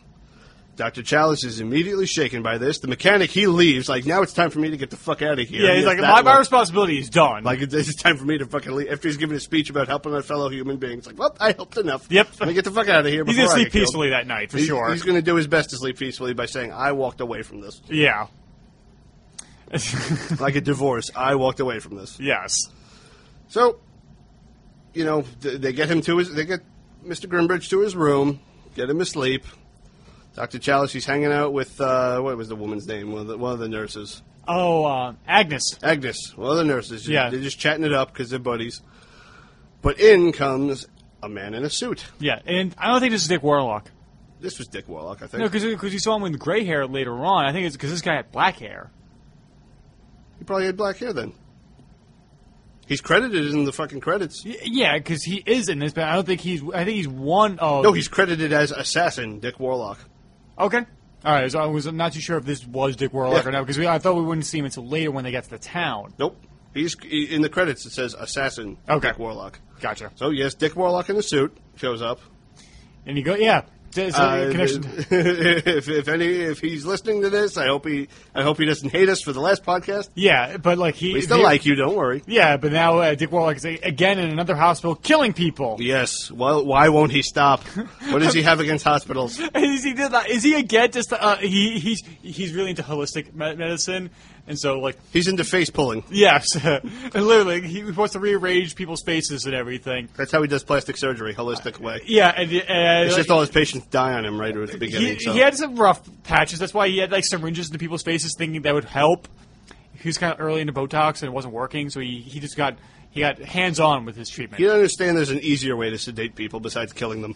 [SPEAKER 2] Dr. Chalice is immediately shaken by this. The mechanic, he leaves. Like, now it's time for me to get the fuck out of here.
[SPEAKER 3] Yeah, he's
[SPEAKER 2] Yes,
[SPEAKER 3] like,
[SPEAKER 2] that
[SPEAKER 3] my, my
[SPEAKER 2] look.
[SPEAKER 3] responsibility is done.
[SPEAKER 2] Like it's, it's time for me to fucking leave. After he's given a speech about helping my fellow human beings, like, well, I helped enough.
[SPEAKER 3] Yep.
[SPEAKER 2] Let me get the fuck out of here.
[SPEAKER 3] he's
[SPEAKER 2] before
[SPEAKER 3] gonna
[SPEAKER 2] I
[SPEAKER 3] sleep
[SPEAKER 2] get killed."
[SPEAKER 3] peacefully that night for
[SPEAKER 2] He's-
[SPEAKER 3] sure.
[SPEAKER 2] He's going to do his best to sleep peacefully by saying, "I walked away from this."
[SPEAKER 3] yeah.
[SPEAKER 2] like a divorce, I walked away from this.
[SPEAKER 3] yes.
[SPEAKER 2] So, you know, th- they get him to his. They get Mr. Grimbridge to his room, get him asleep. Dr. Chalice, she's hanging out with, uh, what was the woman's name? One of the, one of the nurses.
[SPEAKER 3] Oh, uh, Agnes.
[SPEAKER 2] Agnes, one of the nurses. Just-
[SPEAKER 3] Yeah.
[SPEAKER 2] They're just chatting it up because they're buddies. But in comes a man in a suit.
[SPEAKER 3] Yeah, and I don't think this is Dick Warlock.
[SPEAKER 2] This was Dick Warlock, I think.
[SPEAKER 3] No, because you saw him with gray hair later on. I think it's because this guy had black hair.
[SPEAKER 2] he probably had black hair then. He's credited in the fucking credits.
[SPEAKER 3] Y- Yeah, because he is in this, but I don't think he's. I think he's one of.
[SPEAKER 2] No, he's credited as assassin Dick Warlock.
[SPEAKER 3] okay. All right, so I was not too sure if this was Dick Warlock
[SPEAKER 2] Yeah.
[SPEAKER 3] or not because I thought we wouldn't see him until later when they got to the town.
[SPEAKER 2] Nope. He's he- in the credits. It says assassin
[SPEAKER 3] Okay.
[SPEAKER 2] Dick Warlock.
[SPEAKER 3] Gotcha.
[SPEAKER 2] So yes, Dick Warlock in a suit shows up.
[SPEAKER 3] And you go, yeah, so
[SPEAKER 2] Uh,
[SPEAKER 3] connection.
[SPEAKER 2] if, if any, if he's listening to this, I hope he, I hope he doesn't hate us for the last podcast.
[SPEAKER 3] yeah, but like he
[SPEAKER 2] We still
[SPEAKER 3] they-
[SPEAKER 2] like you. Don't worry.
[SPEAKER 3] Yeah, but now uh, Dick Warlock is uh, again in another hospital killing people.
[SPEAKER 2] Yes. Well, why won't he stop? What does he have against hospitals?
[SPEAKER 3] Is he did that- is he again just uh, he he's he's really into holistic me- medicine, and so like
[SPEAKER 2] He's into face pulling.
[SPEAKER 3] yes, and literally he wants to rearrange people's faces and everything.
[SPEAKER 2] That's how he does plastic surgery, holistic way.
[SPEAKER 3] Yeah, and, and
[SPEAKER 2] It's
[SPEAKER 3] like,
[SPEAKER 2] just all his patients die on him right at the
[SPEAKER 3] he,
[SPEAKER 2] beginning. So.
[SPEAKER 3] he had some rough patches. That's why he had like syringes into people's faces, thinking that would help. He was kind of early into Botox and it wasn't working, so he, he just got he got hands on with his treatment.
[SPEAKER 2] You don't understand there's an easier way to sedate people besides killing them.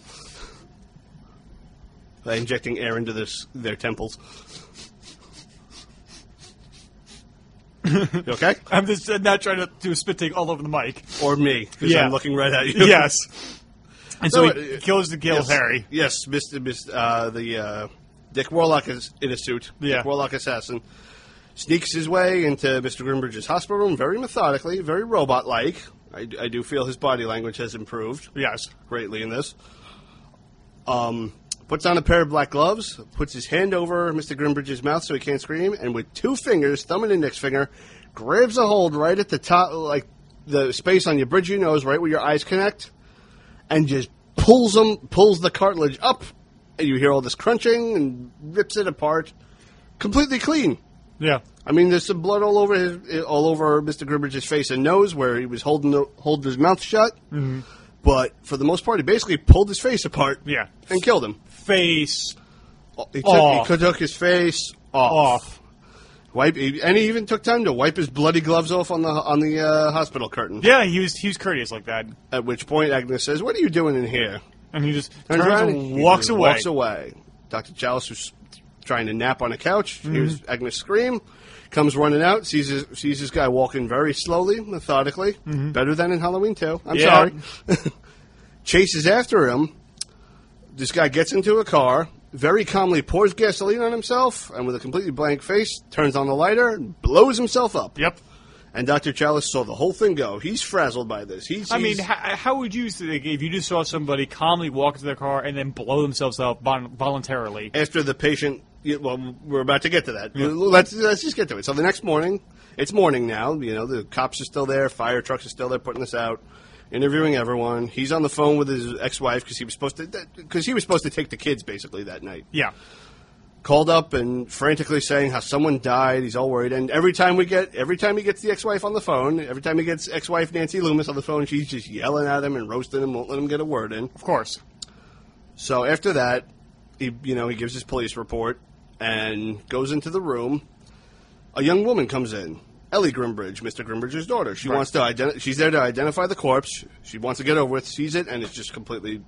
[SPEAKER 2] By injecting air into this, their temples. You okay?
[SPEAKER 3] I'm just uh, not trying to do a spit take all over the mic.
[SPEAKER 2] Or me, because
[SPEAKER 3] Yeah.
[SPEAKER 2] I'm looking right at you.
[SPEAKER 3] yes. And so
[SPEAKER 2] No,
[SPEAKER 3] he
[SPEAKER 2] uh,
[SPEAKER 3] kills the kills
[SPEAKER 2] yes.
[SPEAKER 3] Harry.
[SPEAKER 2] Yes, Mr. Mr. Uh, the uh, Dick Warlock is in a suit.
[SPEAKER 3] Yeah.
[SPEAKER 2] Dick Warlock assassin sneaks his way into Mr. Grimbridge's hospital room very methodically, very robot-like. I, I do feel his body language has improved. Yes, greatly in this. Um, puts on a pair of black gloves, puts his hand over Mr. Grimbridge's mouth so he can't scream, and with two fingers, thumb and index finger, grabs a hold right at the top, like the space on your bridge of your nose, right where your eyes connect and just pulls them, pulls the cartilage up, and you hear all this crunching and rips it apart, completely clean.
[SPEAKER 3] Yeah.
[SPEAKER 2] I mean, there's some blood all over his, all over Mister Grimbridge's face and nose where he was holding the, holding his mouth shut. Mm-hmm. But for the most part, he basically pulled his face apart,
[SPEAKER 3] Yeah.
[SPEAKER 2] and killed him.
[SPEAKER 3] Face
[SPEAKER 2] He took,
[SPEAKER 3] Off.
[SPEAKER 2] he took his face off.
[SPEAKER 3] off.
[SPEAKER 2] Wipe, and he even took time to wipe his bloody gloves off on the on the uh, hospital curtain.
[SPEAKER 3] Yeah, he was he was courteous like that.
[SPEAKER 2] At which point, Agnes says, "What are you doing in here?"
[SPEAKER 3] And he just
[SPEAKER 2] Turns
[SPEAKER 3] turns
[SPEAKER 2] around
[SPEAKER 3] and
[SPEAKER 2] he
[SPEAKER 3] walks
[SPEAKER 2] just
[SPEAKER 3] away.
[SPEAKER 2] Walks away. Dr. Chalice was trying to nap on a couch. Hears
[SPEAKER 3] Mm-hmm.
[SPEAKER 2] Agnes scream, comes running out, sees his, sees this guy walking very slowly, methodically, better than in Halloween 2. I'm
[SPEAKER 3] Mm-hmm. Yeah.
[SPEAKER 2] sorry. Chases after him. This guy gets into a car, very calmly pours gasoline on himself, and with a completely blank face, turns on the lighter and blows himself up.
[SPEAKER 3] Yep.
[SPEAKER 2] And Dr. Chalice saw the whole thing go. He's frazzled by this. He's,
[SPEAKER 3] I mean,
[SPEAKER 2] he's-
[SPEAKER 3] how, how would you think if you just saw somebody calmly walk into their car and then blow themselves up von- voluntarily?
[SPEAKER 2] after the patient. yeah, Well, we're about to get to that. Let's let's just get to it. So the next morning, it's morning now. You know, the cops are still there, fire trucks are still there, putting this out, interviewing everyone. He's on the phone with his ex-wife because he was supposed to because he was supposed to take the kids basically that night.
[SPEAKER 3] Yeah.
[SPEAKER 2] Called up and frantically saying how someone died. He's all worried. And every time we get every time he gets the ex-wife on the phone, every time he gets ex-wife Nancy Loomis on the phone, she's just yelling at him and roasting him, won't let him get a word in.
[SPEAKER 3] Of course.
[SPEAKER 2] So after that, he you know he gives his police report and goes into the room. A young woman comes in, Ellie Grimbridge, Mr. Grimbridge's daughter. She wants to identi- She's there to identify the corpse. She wants to get over with, sees it, and is just completely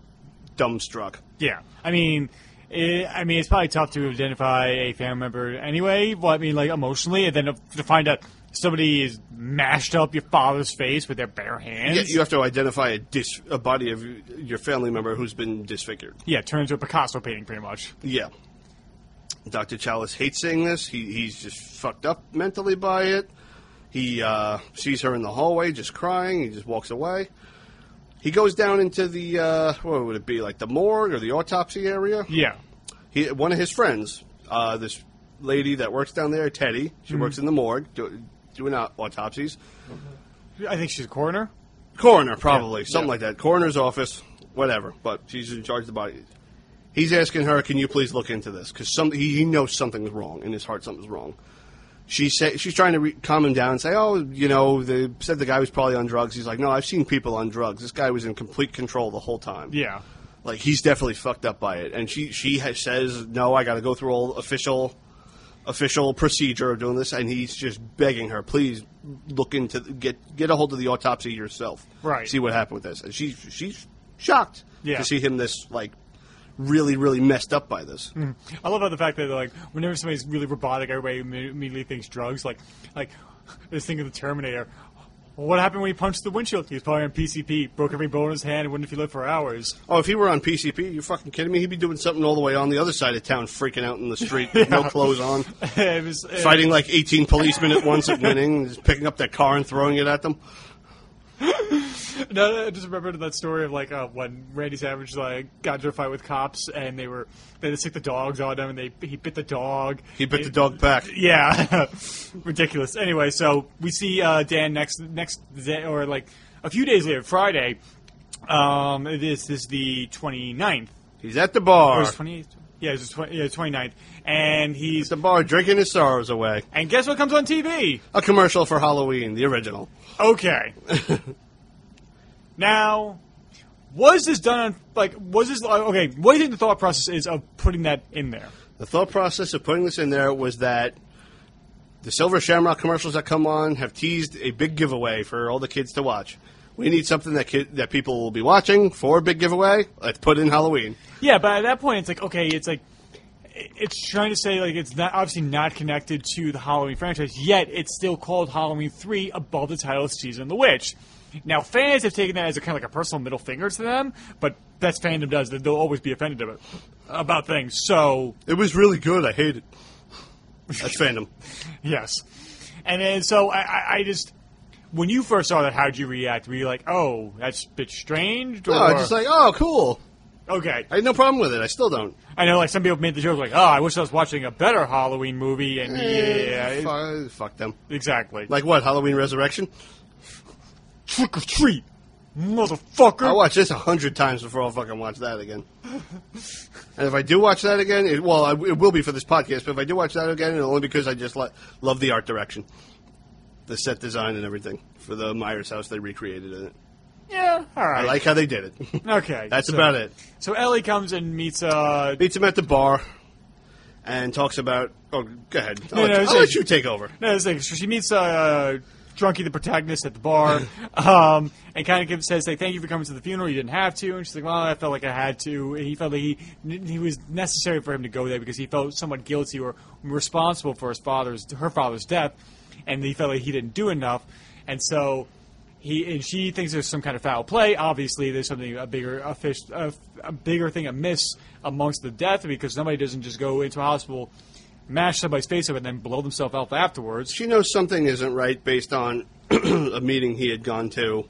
[SPEAKER 2] dumbstruck.
[SPEAKER 3] Yeah. I mean, eh, I mean, it's probably tough to identify a family member anyway. Well, I mean, like emotionally, and then to find out somebody is mashed up your father's face with their bare hands.
[SPEAKER 2] Yet you have to identify a dis- a body of your family member who's been disfigured.
[SPEAKER 3] yeah, it turns into a Picasso painting pretty much.
[SPEAKER 2] Yeah. Dr. Chalice hates seeing this. He, he's just fucked up mentally by it. He uh, sees her in the hallway just crying. He just walks away. He goes down into the, uh, what would it be, like the morgue or the autopsy area?
[SPEAKER 3] Yeah.
[SPEAKER 2] He, one of his friends, uh, this lady that works down there, Teddy, she works in the morgue do, doing au- autopsies.
[SPEAKER 3] I think she's a coroner.
[SPEAKER 2] Coroner, probably. Something
[SPEAKER 3] Yeah.
[SPEAKER 2] like that. Coroner's office, whatever. But she's in charge of the body. He's asking her, can you please look into this? Because he, he knows something's wrong. In his heart, something's wrong. She say, she's trying to re- calm him down and say, oh, you know, they said the guy was probably on drugs. He's like, no, I've seen people on drugs. This guy was in complete control the whole time.
[SPEAKER 3] Yeah.
[SPEAKER 2] like he's definitely fucked up by it. And she she has, says, "No, I got to go through all official official procedure of doing this." And he's just begging her, "Please look into get get a hold of the autopsy yourself,
[SPEAKER 3] Right.
[SPEAKER 2] See what happened with this." And she she's shocked
[SPEAKER 3] Yeah.
[SPEAKER 2] to see him this like really really messed up by this.
[SPEAKER 3] I love how the fact that like whenever somebody's really robotic, everybody imme- immediately thinks drugs. Like like this thing of the Terminator. What happened when he punched the windshield? He was probably on PCP, broke every bone in his hand, and wouldn't if he lived for hours.
[SPEAKER 2] Oh, if he were on PCP, you fucking kidding me? He'd be doing something all the way on the other side of town, freaking out in the street, with no clothes on,
[SPEAKER 3] it was uh,
[SPEAKER 2] fighting like 18 policemen at once and winning, just picking up their car and throwing it at them.
[SPEAKER 3] No, no, I just remembered that story of like uh, when Randy Savage like got into a fight with cops, and they were they just took the dogs on him, and they he bit the dog.
[SPEAKER 2] He bit
[SPEAKER 3] It-
[SPEAKER 2] the dog back.
[SPEAKER 3] Yeah, ridiculous. Anyway, so we see uh, Dan next next day, or like a few days later, Friday. Um, this is the 29th.
[SPEAKER 2] He's at the bar.
[SPEAKER 3] Or is it 28th? Yeah, it's 20, yeah, 29th. And
[SPEAKER 2] At
[SPEAKER 3] he's
[SPEAKER 2] the bar, drinking his sorrows away.
[SPEAKER 3] and guess what comes on TV?
[SPEAKER 2] A commercial for Halloween, the original.
[SPEAKER 3] Okay. now, was this done on like was this like, okay? What do you think the thought process is of putting that in there?
[SPEAKER 2] The thought process of putting this in there was that the Silver Shamrock commercials that come on have teased a big giveaway for all the kids to watch. We need something that kid, that people will be watching for a big giveaway. Let's put in Halloween.
[SPEAKER 3] Yeah, but at that point, it's like okay, it's like i- it's trying to say like it's not obviously not connected to the Halloween franchise, yet it's still called Halloween Three above the title of Season of the Witch. Now, fans have taken that as a kind of like a personal middle finger to them, but that's fandom does. that They'll always be offended about about things. So
[SPEAKER 2] It was really good. I hate it. That's fandom.
[SPEAKER 3] Yes. And then, so I, I, I just, when you first saw that, how'd you react? Were you like, oh, that's a bit strange?
[SPEAKER 2] No,
[SPEAKER 3] Or-
[SPEAKER 2] it's just like, oh, cool.
[SPEAKER 3] okay.
[SPEAKER 2] I had no problem with it. I still don't.
[SPEAKER 3] I know, like, some people made the joke, like, oh, I wish I was watching a better Halloween movie. And yeah,
[SPEAKER 2] Eh,
[SPEAKER 3] it-
[SPEAKER 2] fu- fuck them.
[SPEAKER 3] exactly.
[SPEAKER 2] Like what? Halloween Resurrection?
[SPEAKER 3] trick or treat, motherfucker.
[SPEAKER 2] I watched this a hundred times before I'll fucking watch that again. and if I do watch that again, it, well, I, it will be for this podcast. But if I do watch that again, it's only because I just lo- love the art direction, the set design, and everything for the Myers house they recreated in it.
[SPEAKER 3] yeah, all right.
[SPEAKER 2] I like how they did it.
[SPEAKER 3] Okay.
[SPEAKER 2] That's
[SPEAKER 3] so-
[SPEAKER 2] about it.
[SPEAKER 3] So Ellie comes and meets, uh,
[SPEAKER 2] Meets him at the bar, and talks about. Oh, go ahead. I'll,
[SPEAKER 3] No,
[SPEAKER 2] let,
[SPEAKER 3] no,
[SPEAKER 2] you-
[SPEAKER 3] it's
[SPEAKER 2] I'll let
[SPEAKER 3] just-
[SPEAKER 2] you take over.
[SPEAKER 3] No, it's like, so she meets uh, Drunky, the protagonist, at the bar, um, and kind of gives, says, like, thank you for coming to the funeral. You didn't have to. And she's like, well, I felt like I had to. And he felt like he, he was necessary for him to go there because he felt somewhat guilty or responsible for his father's, her father's death, and he felt like he didn't do enough. And so he and she thinks there's some kind of foul play. Obviously, there's something a bigger a fish a, a bigger thing amiss amongst the death because somebody doesn't just go into a hospital, mash somebody's face up, and then blow themselves up afterwards.
[SPEAKER 2] she knows something isn't right based on a meeting he had gone to,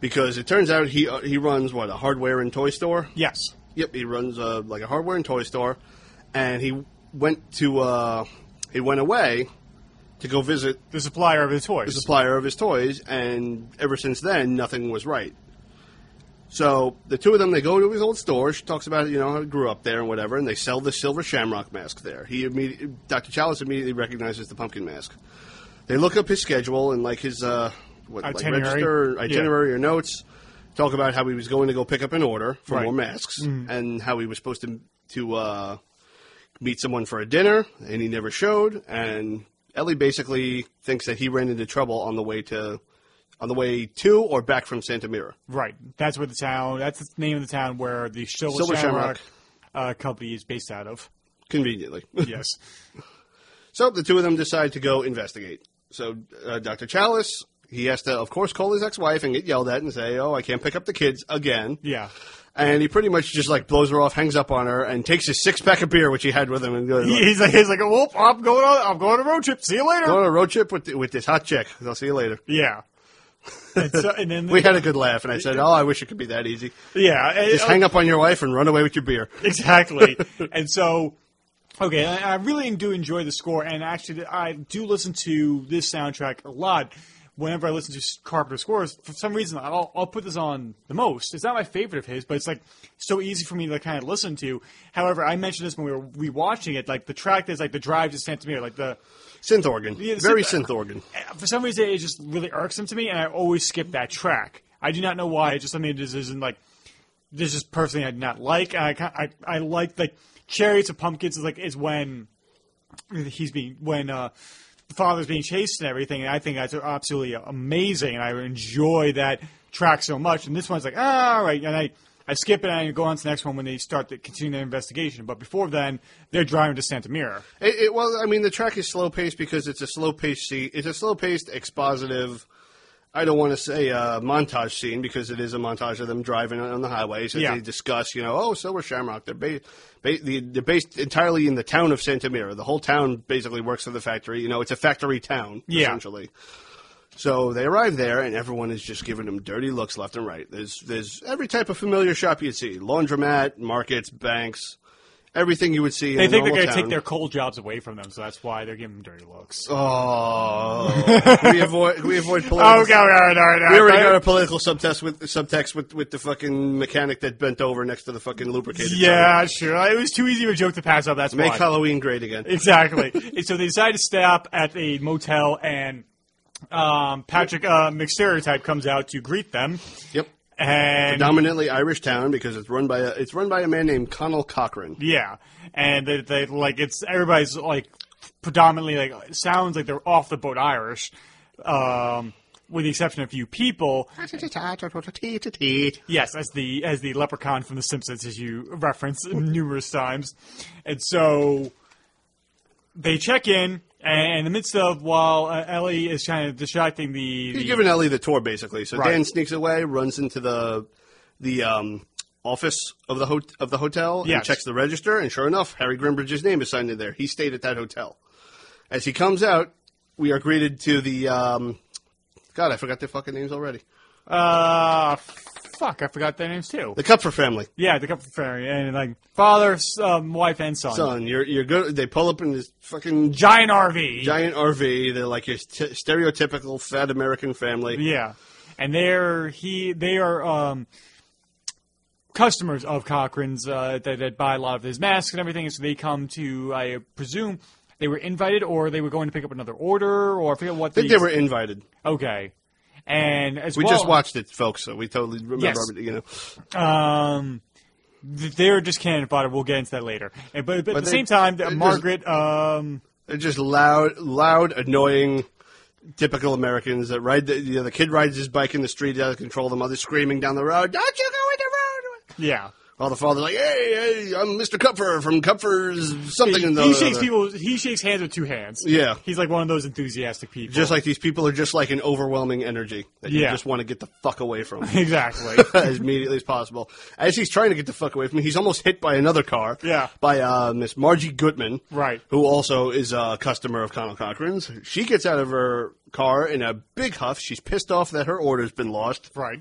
[SPEAKER 2] because it turns out he uh, he runs what a hardware and toy store.
[SPEAKER 3] Yes.
[SPEAKER 2] Yep, he runs uh, like a hardware and toy store, and he went to uh, he went away to go visit
[SPEAKER 3] The supplier of his toys.
[SPEAKER 2] the supplier of his toys, and ever since then, nothing was right. So the two of them, they go to his old store. She talks about you know how he grew up there and whatever, and they sell the silver shamrock mask there. He immediately, Dr. Chalice immediately recognizes the pumpkin mask. They look up his schedule and like his uh, what, like
[SPEAKER 3] Itinerary.
[SPEAKER 2] register
[SPEAKER 3] Yeah.
[SPEAKER 2] itinerary or notes. Talk about how he was going to go pick up an order for
[SPEAKER 3] Right. Mm-hmm.
[SPEAKER 2] more masks, and how he was supposed to to uh, meet someone for a dinner, and he never showed. And Ellie basically thinks that he ran into trouble on the way to, on the way to or back from Santa Mira.
[SPEAKER 3] right. That's where the town. That's the name of the town where the Silver,
[SPEAKER 2] Silver
[SPEAKER 3] Shamrock,
[SPEAKER 2] Shamrock.
[SPEAKER 3] Uh, company is based out of.
[SPEAKER 2] Conveniently,
[SPEAKER 3] Yes.
[SPEAKER 2] so the two of them decide to go investigate. So uh, Dr. Chalice, he has to, of course, call his ex-wife and get yelled at and say, "Oh, I can't pick up the kids again."
[SPEAKER 3] yeah.
[SPEAKER 2] And he pretty much just like blows her off, hangs up on her, and takes his six-pack of beer which he had with him and goes.
[SPEAKER 3] He- He's like, he's like, well, I'm going on. I'm going on a road trip. See you later.
[SPEAKER 2] Go on a road trip with with this hot chick. I'll see you later.
[SPEAKER 3] yeah. and, so, and then
[SPEAKER 2] We had a good laugh, and I said, "Oh, I wish it could be that easy."
[SPEAKER 3] yeah. and-
[SPEAKER 2] Just hang up on your wife and run away with your beer.
[SPEAKER 3] exactly. and so, okay, I, I really do enjoy the score, and actually, I do listen to this soundtrack a lot. Whenever I listen to s- Carpenter scores, for some reason, I'll, I'll put this on the most. It's not my favorite of his, but it's like so easy for me to kind of listen to. However, I mentioned this when we were rewatching it. Like the track that's like the drive to Santa Mira, like the
[SPEAKER 2] Synth organ,
[SPEAKER 3] Yeah, the
[SPEAKER 2] very
[SPEAKER 3] synth-
[SPEAKER 2] synth organ.
[SPEAKER 3] for some reason it just really irks him to me, and I always skip that track. I do not know why. It's just something that just isn't like this is personally I did not like. I ki- I, I like like chariots of pumpkins is like is when he's being when uh the father's being chased and everything. And I think that's absolutely amazing, and I enjoy that track so much. And this one's like ah, all right, and I. I skip it and I go on to the next one when they start to continue their investigation. But before then, they're driving to Santa Mira.
[SPEAKER 2] It, it, well, I mean, the track is slow paced because it's a slow paced scene. It's a slow paced expositive. I don't want to say uh, montage scene because it is a montage of them driving on the highways and
[SPEAKER 3] Yeah.
[SPEAKER 2] they discuss, you know, oh, Silver Shamrock. They're, ba- ba- the, they're based entirely in the town of Santa Mira. The whole town basically works for the factory. You know, it's a factory town,
[SPEAKER 3] Yeah.
[SPEAKER 2] essentially. So they arrive there, and everyone is just giving them dirty looks left and right. There's there's every type of familiar shop you'd see: laundromat, markets, banks, everything you would see.
[SPEAKER 3] They
[SPEAKER 2] in
[SPEAKER 3] think
[SPEAKER 2] a normal
[SPEAKER 3] they're going to take
[SPEAKER 2] town.
[SPEAKER 3] their coal jobs away from them, so that's why they're giving them dirty looks.
[SPEAKER 2] Oh, can we avoid can we avoid political.
[SPEAKER 3] all right, all right.
[SPEAKER 2] Oh, We already got a political subtext with subtext with, with the fucking mechanic that bent over next to the fucking lubricated. car.
[SPEAKER 3] Yeah, sure. It was too easy of a joke to pass up. That's
[SPEAKER 2] make
[SPEAKER 3] why.
[SPEAKER 2] Halloween great again.
[SPEAKER 3] Exactly. And so they decide to stop at a motel, and um, Patrick uh, McStereotype comes out to greet them.
[SPEAKER 2] yep,
[SPEAKER 3] And
[SPEAKER 2] dominantly Irish town because it's run by a, it's run by a man named Connell Cochran.
[SPEAKER 3] yeah, and they, they like it's everybody's like predominantly like it sounds like they're off the boat Irish, um, with the exception of a few people. Yes, as the as the leprechaun from The Simpsons, as you reference numerous times, and so they check in, and in the midst of while uh, Ellie is kind of distracting the,
[SPEAKER 2] He's
[SPEAKER 3] the-
[SPEAKER 2] giving Ellie the tour basically. So
[SPEAKER 3] Right.
[SPEAKER 2] Dan sneaks away, runs into the the um, office of the ho- of the hotel, and
[SPEAKER 3] Yes.
[SPEAKER 2] checks the register. And sure enough, Harry Grimbridge's name is signed in there. He stayed at that hotel. As he comes out, we are greeted to the um, God. I forgot their fucking names already.
[SPEAKER 3] uh, fuck, I forgot their names too.
[SPEAKER 2] The Cupfer family.
[SPEAKER 3] yeah, the couple fairy and like father, s- um, wife, and son.
[SPEAKER 2] Son, you're you're good. They pull up in this fucking gi-
[SPEAKER 3] Giant RV.
[SPEAKER 2] giant RV. They're like your st- stereotypical fat American family.
[SPEAKER 3] Yeah, and they're he they are um, customers of Cochran's uh, that, that buy a lot of his masks and everything. So they come to I presume they were invited or they were going to pick up another order or I forget what.
[SPEAKER 2] I think they were invited.
[SPEAKER 3] okay. And as
[SPEAKER 2] We
[SPEAKER 3] well,
[SPEAKER 2] just watched it, folks, so we totally remember.
[SPEAKER 3] Yes.
[SPEAKER 2] everything, You know,
[SPEAKER 3] Um, th- they were just canon fodder. We'll get into that later. And, but, but, at the
[SPEAKER 2] they-
[SPEAKER 3] same time,
[SPEAKER 2] they
[SPEAKER 3] that
[SPEAKER 2] just-
[SPEAKER 3] Margaret. um,
[SPEAKER 2] They're just loud, loud, annoying, typical Americans that ride. The, you know, the kid rides his bike in the street out of control. The mother screaming down the road, "Don't you go in the road!"
[SPEAKER 3] yeah.
[SPEAKER 2] While the father's like, "Hey, hey, I'm Mr. Cupfer from Cupfer's something." and the
[SPEAKER 3] he
[SPEAKER 2] other."
[SPEAKER 3] shakes people. He shakes hands with two hands.
[SPEAKER 2] Yeah.
[SPEAKER 3] he's like one of those enthusiastic people.
[SPEAKER 2] Just like these people are just like an overwhelming energy that you
[SPEAKER 3] Yeah.
[SPEAKER 2] just want to get the fuck away from.
[SPEAKER 3] exactly.
[SPEAKER 2] as immediately as possible. As he's trying to get the fuck away from me, he's almost hit by another car.
[SPEAKER 3] Yeah.
[SPEAKER 2] By uh, Miss Margie Goodman.
[SPEAKER 3] Right.
[SPEAKER 2] Who also is a customer of Connell Cochran's. She gets out of her car in a big huff. She's pissed off that her order's been lost.
[SPEAKER 3] right.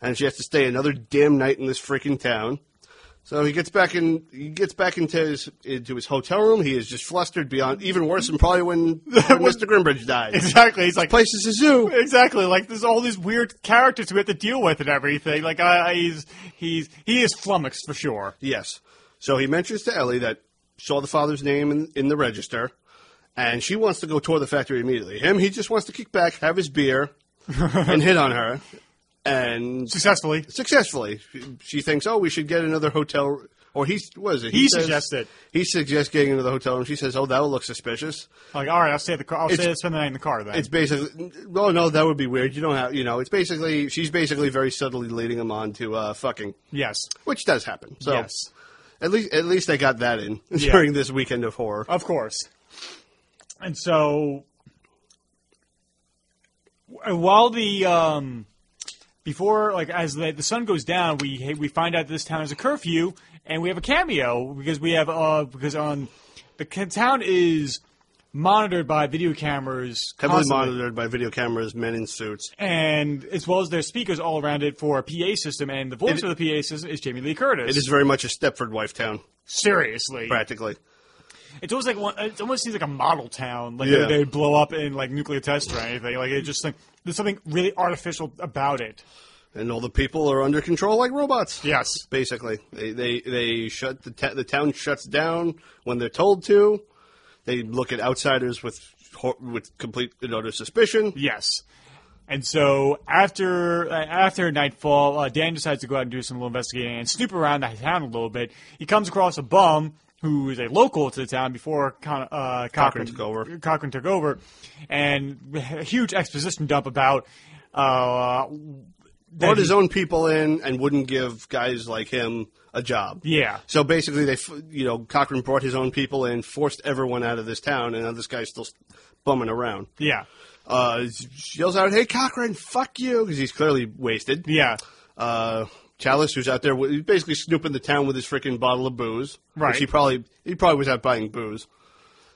[SPEAKER 2] And she has to stay another damn night in this freaking town. So he gets back in. He gets back into his into his hotel room. He is just flustered beyond, even worse than probably when, when Mr. Grimbridge died. This
[SPEAKER 3] Exactly. He's like
[SPEAKER 2] place is a zoo.
[SPEAKER 3] exactly like there's all these weird characters we have to deal with and everything. Like I, I he's he's he is flummoxed for sure.
[SPEAKER 2] Yes. So he mentions to Ellie that saw the father's name in, in the register, and she wants to go tour the factory immediately. Him, he just wants to kick back, have his beer, and hit on her, and
[SPEAKER 3] Successfully.
[SPEAKER 2] successfully. She- She thinks, oh, we should get another hotel. Or he was it?
[SPEAKER 3] He suggested.
[SPEAKER 2] He suggests getting into the hotel room. She says, "Oh, that would look suspicious."
[SPEAKER 3] Like, all right, I'll stay at the car I'll
[SPEAKER 2] It's-
[SPEAKER 3] stay spend the night in the car then.
[SPEAKER 2] It's basically, oh no, that would be weird. You don't have, you know. It's basically, she's basically very subtly leading him on to uh, fucking,
[SPEAKER 3] yes.
[SPEAKER 2] which does happen. So
[SPEAKER 3] yes.
[SPEAKER 2] at least, at least they got that in
[SPEAKER 3] Yeah.
[SPEAKER 2] during this weekend of horror.
[SPEAKER 3] Of course. And so w- while the um before like as the, the sun goes down, we we find out this town has a curfew and we have a cameo because we have uh because on the ca- town is monitored by video cameras
[SPEAKER 2] heavily
[SPEAKER 3] constantly,
[SPEAKER 2] monitored by video cameras, men in suits.
[SPEAKER 3] and as well as their speakers all around it for a PA system and the voice
[SPEAKER 2] It-
[SPEAKER 3] of the PA system is Jamie Lee Curtis.
[SPEAKER 2] It is very much a Stepford wife town,
[SPEAKER 3] seriously
[SPEAKER 2] practically.
[SPEAKER 3] It's almost like one, it almost seems like a model town. Like
[SPEAKER 2] Yeah.
[SPEAKER 3] they, they blow up in like nuclear tests or anything. Like it just like there's something really artificial about it.
[SPEAKER 2] And all the people are under control like robots.
[SPEAKER 3] Yes.
[SPEAKER 2] Basically, they they, they shut the ta- the town shuts down when they're told to. They look at outsiders with hor- with complete and utter suspicion.
[SPEAKER 3] Yes. And so after uh, after nightfall, uh, Dan decides to go out and do some little investigating and snoop around the town a little bit. He comes across a bum who is a local to the town before Con- uh, Cochran
[SPEAKER 2] took over.
[SPEAKER 3] Cochran took over, and a huge exposition dump about. Uh, that
[SPEAKER 2] brought
[SPEAKER 3] he-
[SPEAKER 2] his own people in and wouldn't give guys like him a job.
[SPEAKER 3] Yeah.
[SPEAKER 2] So basically, they, f- you know, Cochran brought his own people in, forced everyone out of this town, and now this guy's still s- bumming around.
[SPEAKER 3] Yeah.
[SPEAKER 2] Uh, she yells out, "Hey, Cochran, fuck you!" because he's clearly wasted.
[SPEAKER 3] Yeah.
[SPEAKER 2] Uh, Chalice, who's out there, wi- he's basically snooping the town with his freaking bottle of booze.
[SPEAKER 3] Right.
[SPEAKER 2] Which he probably he probably was out buying booze.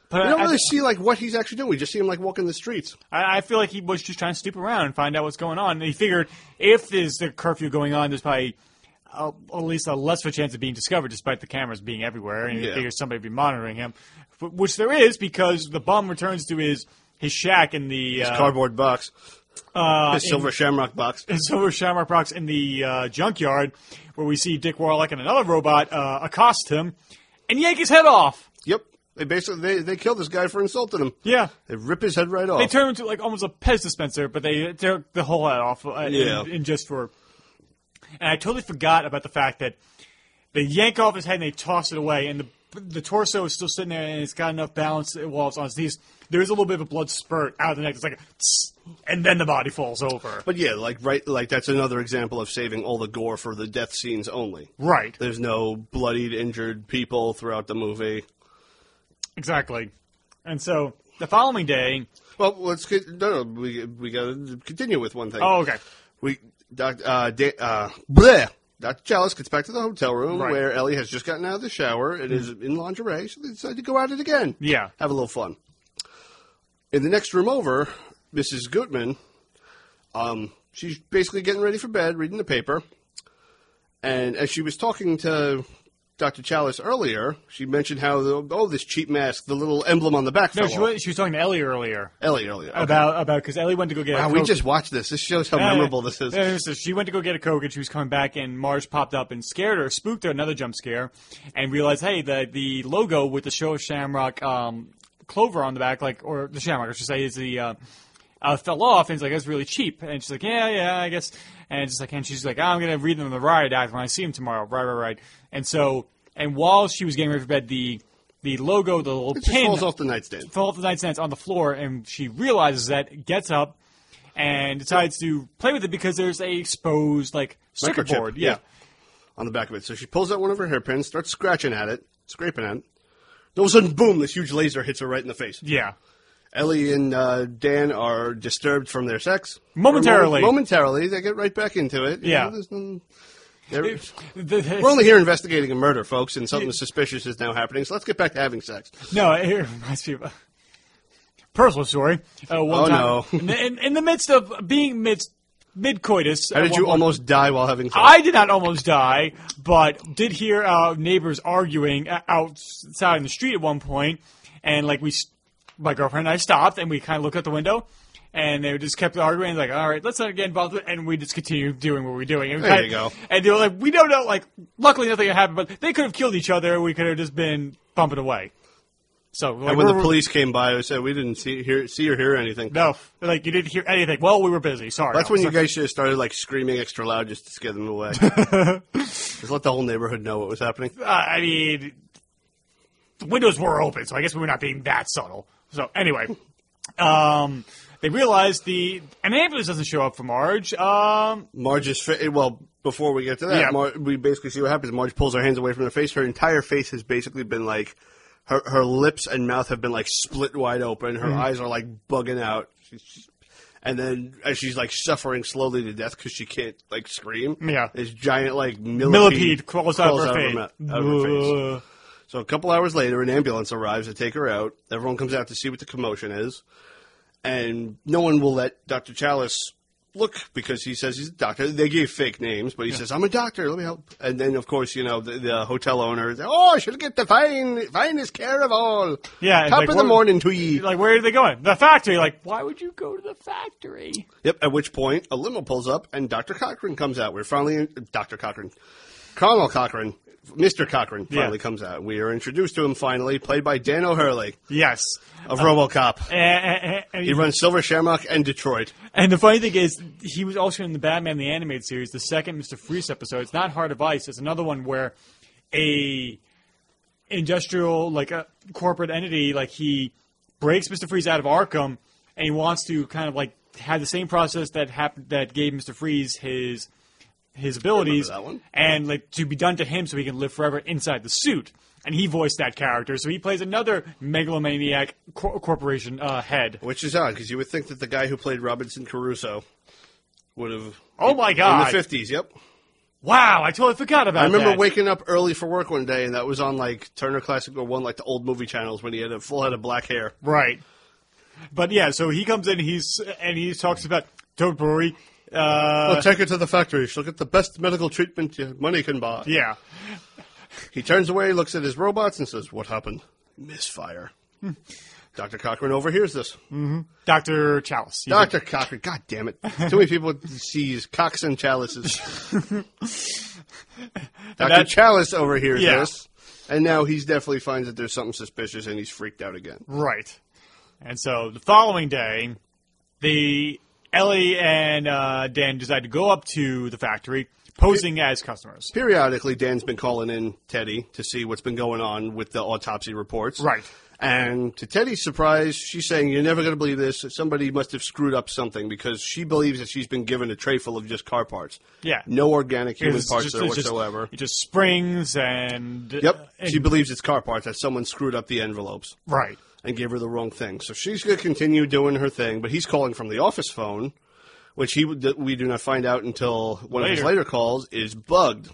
[SPEAKER 3] But
[SPEAKER 2] We don't
[SPEAKER 3] I-
[SPEAKER 2] really see like what he's actually doing. We just see him like walking the streets.
[SPEAKER 3] I, I feel like he was just trying to snoop around and find out what's going on. And he figured if there's the curfew going on, there's probably uh at least a less of a chance of being discovered, despite the cameras being everywhere. And he
[SPEAKER 2] Yeah.
[SPEAKER 3] figures somebody would be monitoring him, wh- which there is because the bum returns to his his shack in the uh,
[SPEAKER 2] Cardboard box,
[SPEAKER 3] uh,
[SPEAKER 2] his silver shamrock box.
[SPEAKER 3] in, silver shamrock box in the uh, junkyard, where we see Dick Warlock and another robot uh, accost him and yank his head off.
[SPEAKER 2] Yep. They basically they, they kill this guy for insulting him.
[SPEAKER 3] Yeah.
[SPEAKER 2] They rip his head right off.
[SPEAKER 3] They turn him into like almost a Pez dispenser, but they took the whole head off. Uh,
[SPEAKER 2] Yeah.
[SPEAKER 3] yeah. And just for, and I totally forgot about the fact that they yank off his head and they toss it away, and the the torso is still sitting there, and it's got enough balance while it's on its knees. There is a little bit of a blood spurt out of the neck. It's like, a tss, and then the body falls over.
[SPEAKER 2] but yeah, like right, like that's another example of saving all the gore for the death scenes only.
[SPEAKER 3] right.
[SPEAKER 2] There's no bloodied, injured people throughout the movie.
[SPEAKER 3] Exactly. And so the following day.
[SPEAKER 2] Well, let's get no, no we we gotta continue with one thing.
[SPEAKER 3] Oh, okay.
[SPEAKER 2] we doc, uh, da, uh, bleh. Dr. Chalice gets back to the hotel room
[SPEAKER 3] Right. Mm-hmm.
[SPEAKER 2] where Ellie has just gotten out of the shower and is in lingerie, so they decide to go at it again.
[SPEAKER 3] Yeah.
[SPEAKER 2] Have a little fun. In the next room over, Mrs. Gutman, um, she's basically getting ready for bed, reading the paper. And as she was talking to Dr. Chalice earlier, she mentioned how, the, oh, this cheap mask, the little emblem on the back
[SPEAKER 3] No,
[SPEAKER 2] fell
[SPEAKER 3] she
[SPEAKER 2] off.
[SPEAKER 3] was, she was talking to Ellie earlier
[SPEAKER 2] Ellie earlier. Okay.
[SPEAKER 3] about about because Ellie went to go get. a
[SPEAKER 2] Wow, we
[SPEAKER 3] Coke.
[SPEAKER 2] just watched this. This shows how
[SPEAKER 3] Yeah,
[SPEAKER 2] memorable this is.
[SPEAKER 3] yeah, so she went to go get a Coke, and she was coming back, and Marge popped up and scared her, spooked her, another jump scare, and realized, hey, the the logo with the show of Shamrock um, Clover on the back, like, or the Shamrock, I should say, is the. Uh, uh, fell off, and it's like, that's really cheap. And she's like, yeah, yeah, I guess. And it's just like, and she's like, I'm going to read them the riot act when I see him tomorrow. Right, right, right. And so, and while she was getting ready for bed, the the logo, the little
[SPEAKER 2] It just
[SPEAKER 3] pin
[SPEAKER 2] falls off the nightstand.
[SPEAKER 3] fell off the nightstand on the floor, and she realizes that, gets up, and decides to play with it because there's a exposed like circuit
[SPEAKER 2] Microchip,
[SPEAKER 3] board. Yeah.
[SPEAKER 2] on the back of it. So she pulls out one of her hairpins, starts scratching at it, scraping at it. All of a sudden, boom! This huge laser hits her right in the face.
[SPEAKER 3] yeah,
[SPEAKER 2] Ellie and uh, Dan are disturbed from their sex
[SPEAKER 3] Momentarily.
[SPEAKER 2] For a moment- momentarily, they get right back into it. You
[SPEAKER 3] Yeah.
[SPEAKER 2] know, there's no- they're-
[SPEAKER 3] The- the-
[SPEAKER 2] we're only here investigating a murder, folks, and something suspicious is now happening. So let's get back to having sex.
[SPEAKER 3] no, it reminds me of a personal story. Uh, one
[SPEAKER 2] Oh,
[SPEAKER 3] time,
[SPEAKER 2] no.
[SPEAKER 3] in, the- in, in the midst of being midst mid coitus,
[SPEAKER 2] How did you almost die while having sex?
[SPEAKER 3] I did not almost die, but did hear uh, neighbors arguing o- outside in the street at one point, and like we, s- my girlfriend and I stopped, and we kind of looked out the window, and they just kept arguing, like, all right, let's not get involved, with it," and we just continued doing what we were doing. And we
[SPEAKER 2] There
[SPEAKER 3] kinda-
[SPEAKER 2] you go.
[SPEAKER 3] And they were like, we don't know, like, luckily nothing happened, but they could have killed each other, we could have just been bumping away. So like,
[SPEAKER 2] and when the
[SPEAKER 3] we're-
[SPEAKER 2] police came by, I said we didn't see hear, see or hear anything.
[SPEAKER 3] no, like you didn't hear anything. Well, we were busy. Sorry.
[SPEAKER 2] That's when you
[SPEAKER 3] officer.
[SPEAKER 2] guys should have started like screaming extra loud just to scare them away. just let the whole neighborhood know what was happening.
[SPEAKER 3] Uh, I mean, the windows were open, so I guess we were not being that subtle. So anyway, um, they realized the an ambulance doesn't show up for Marge. Um,
[SPEAKER 2] Marge's fa- well, before we get to that,
[SPEAKER 3] Yeah.
[SPEAKER 2] Mar- we basically see what happens. Marge pulls her hands away from her face. Her entire face has basically been like her her lips and mouth have been like split wide open.
[SPEAKER 3] Mm-hmm.
[SPEAKER 2] Her eyes are like bugging out. She's, she's- and then as she's like suffering slowly to death because she can't like scream.
[SPEAKER 3] Yeah.
[SPEAKER 2] this giant like millipede,
[SPEAKER 3] millipede crawls out of her
[SPEAKER 2] crawls
[SPEAKER 3] face.
[SPEAKER 2] mou- out of her face.
[SPEAKER 3] Uh,
[SPEAKER 2] So a couple hours later, an ambulance arrives to take her out. Everyone comes out to see what the commotion is, and no one will let Doctor Chalice look because he says he's a doctor. They gave fake names, but he says I'm a doctor. Let me help. And then, of course, you know the, the hotel owner. is, Oh, I should get the fine finest care of all.
[SPEAKER 3] Yeah,
[SPEAKER 2] top
[SPEAKER 3] like,
[SPEAKER 2] of the
[SPEAKER 3] we're-
[SPEAKER 2] morning to ye.
[SPEAKER 3] Like, where are they going? The factory. Like, why would you go to the factory?
[SPEAKER 2] Yep. At which point, a limo pulls up and Doctor Cochran comes out. We're finally in, Doctor Cochran, Colonel Cochran. Mr. Cochran finally
[SPEAKER 3] Yeah.
[SPEAKER 2] comes out. We are introduced to him finally, played by Dan O'Hurley
[SPEAKER 3] Yes.
[SPEAKER 2] of RoboCop.
[SPEAKER 3] Eh, eh, eh,
[SPEAKER 2] He runs Silver Shamrock and Detroit.
[SPEAKER 3] And the funny thing is, he was also in the Batman the Animated Series, the second Mister Freeze episode. It's not Heart of Ice. It's another one where a industrial, like a corporate entity, like he breaks Mister Freeze out of Arkham, and he wants to kind of like have the same process that happened that gave Mister Freeze his his abilities,
[SPEAKER 2] that one.
[SPEAKER 3] and like to be done to him so he can live forever inside the suit. And he voiced that character, so he plays another megalomaniac cor- corporation uh, head.
[SPEAKER 2] Which is odd because you would think that the guy who played Robinson Crusoe would have.
[SPEAKER 3] Oh my
[SPEAKER 2] In the
[SPEAKER 3] God.
[SPEAKER 2] fifties, yep.
[SPEAKER 3] Wow, I totally forgot about
[SPEAKER 2] I remember
[SPEAKER 3] that.
[SPEAKER 2] waking up early for work one day, and that was on like Turner Classic or one like the old movie channels when he had a full head of black hair.
[SPEAKER 3] Right. But yeah, so he comes in, he's and he talks about don't worry. Uh,
[SPEAKER 2] I'll take her to the factory. She'll get the best medical treatment your money can buy.
[SPEAKER 3] yeah.
[SPEAKER 2] He turns away, looks at his robots, and says, "What happened? Hmm. Misfire." Doctor Cochran overhears this.
[SPEAKER 3] Dr. Chalice. He's
[SPEAKER 2] Doctor Cochran, god damn it! Too many people sees cocks and chalices. Doctor
[SPEAKER 3] that-
[SPEAKER 2] Chalice overhears
[SPEAKER 3] Yeah.
[SPEAKER 2] this, and now he's definitely finds that there's something suspicious, and he's freaked out again.
[SPEAKER 3] like, right. And so the following day, the Ellie and uh, Dan decide to go up to the factory posing as customers.
[SPEAKER 2] periodically Dan's been calling in Teddy to see what's been going on with the autopsy reports.
[SPEAKER 3] Right.
[SPEAKER 2] And to Teddy's surprise, she's saying, You're never going to believe this. Somebody must have screwed up something because she believes that she's been given a tray full of just car parts.
[SPEAKER 3] Yeah.
[SPEAKER 2] No organic human
[SPEAKER 3] It's
[SPEAKER 2] parts
[SPEAKER 3] just-
[SPEAKER 2] there
[SPEAKER 3] it's just-
[SPEAKER 2] whatsoever.
[SPEAKER 3] it just springs and uh,
[SPEAKER 2] yep.
[SPEAKER 3] and-
[SPEAKER 2] she believes it's car parts, that someone screwed up the envelopes
[SPEAKER 3] right.
[SPEAKER 2] and gave her the wrong thing. So she's going to continue doing her thing, but he's calling from the office phone, which he would- that we do not find out until one of his
[SPEAKER 3] Later.
[SPEAKER 2] later calls is bugged.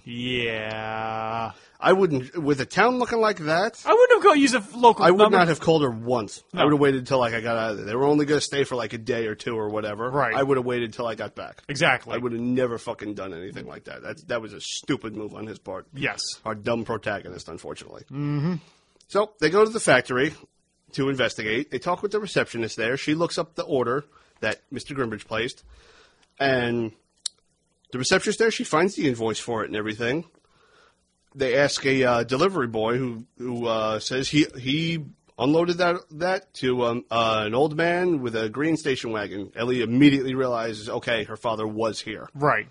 [SPEAKER 3] Yeah.
[SPEAKER 2] I wouldn't, with a town looking like that,
[SPEAKER 3] I wouldn't have go use a local.
[SPEAKER 2] I would
[SPEAKER 3] number.
[SPEAKER 2] not have called her once. I
[SPEAKER 3] No.
[SPEAKER 2] would have waited until like I got out of there. They were only going to stay for like a day or two or whatever.
[SPEAKER 3] Right.
[SPEAKER 2] I would have waited until I got back.
[SPEAKER 3] Exactly.
[SPEAKER 2] I would have never fucking done anything like that. That that was a stupid move on his part.
[SPEAKER 3] Yes.
[SPEAKER 2] Our dumb protagonist, unfortunately. Mm-hmm. So they go to the factory to investigate. They talk with the receptionist there. She looks up the order that Mr. Grimbridge placed, and the receptionist there she finds the invoice for it and everything. They ask a uh, delivery boy who who uh, says he he unloaded that that to um, uh, an old man with a green station wagon. Ellie immediately realizes, okay, her father was here
[SPEAKER 3] Right.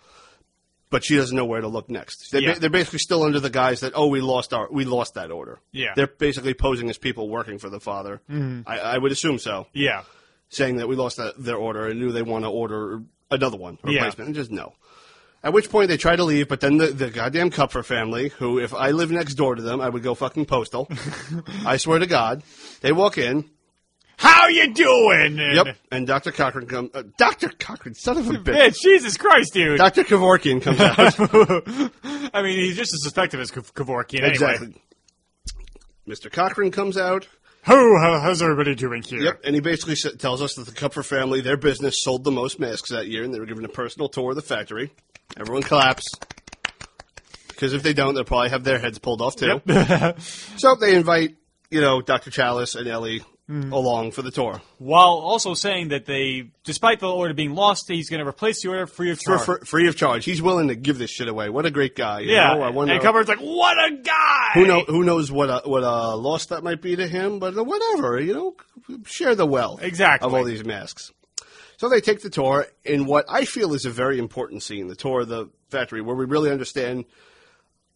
[SPEAKER 2] but she doesn't know where to look next. They,
[SPEAKER 3] Yeah.
[SPEAKER 2] They're basically still under the guise that oh we lost our we lost that order.
[SPEAKER 3] Yeah.
[SPEAKER 2] they're basically posing as people working for the father. I, I would assume so,
[SPEAKER 3] Yeah.
[SPEAKER 2] saying that we lost that, their order and knew they want to order another one a
[SPEAKER 3] Yeah.
[SPEAKER 2] replacement. And just no. At which point they try to leave, but then the, the goddamn Cupfer family, who if I lived next door to them, I would go fucking postal. I swear to God, they walk in.
[SPEAKER 3] How you doing? And-
[SPEAKER 2] Yep, and Doctor Cochran comes. Uh, Doctor Cochran, son of a bitch.
[SPEAKER 3] Bitch, Jesus Christ, dude.
[SPEAKER 2] Doctor Kevorkian comes out.
[SPEAKER 3] I mean, he's just as effective as Kev- Kevorkian. anyway.
[SPEAKER 2] Exactly. Mr. Cochran comes out.
[SPEAKER 3] Ho, ho, how's everybody doing here?
[SPEAKER 2] Yep, and he basically s- tells us that the Kupfer family, their business, sold the most masks that year, and they were given a personal tour of the factory. Everyone claps. Because if they don't, they'll probably have their heads pulled off, too. so they invite, you know, Dr. Chalice and Ellie
[SPEAKER 3] Hmm.
[SPEAKER 2] along for the tour.
[SPEAKER 3] While also saying that they, despite the order being lost, he's going to replace the order free of
[SPEAKER 2] For,
[SPEAKER 3] charge.
[SPEAKER 2] for- free of charge. He's willing to give this shit away. What a great guy. you
[SPEAKER 3] yeah.
[SPEAKER 2] know? I wonder-
[SPEAKER 3] and Cupboard's like, what a guy!
[SPEAKER 2] who, know, who knows what a, what a loss that might be to him, but whatever, you know, share the wealth
[SPEAKER 3] Exactly.
[SPEAKER 2] of all these masks. So they take the tour in what I feel is a very important scene, the tour of the factory, where we really understand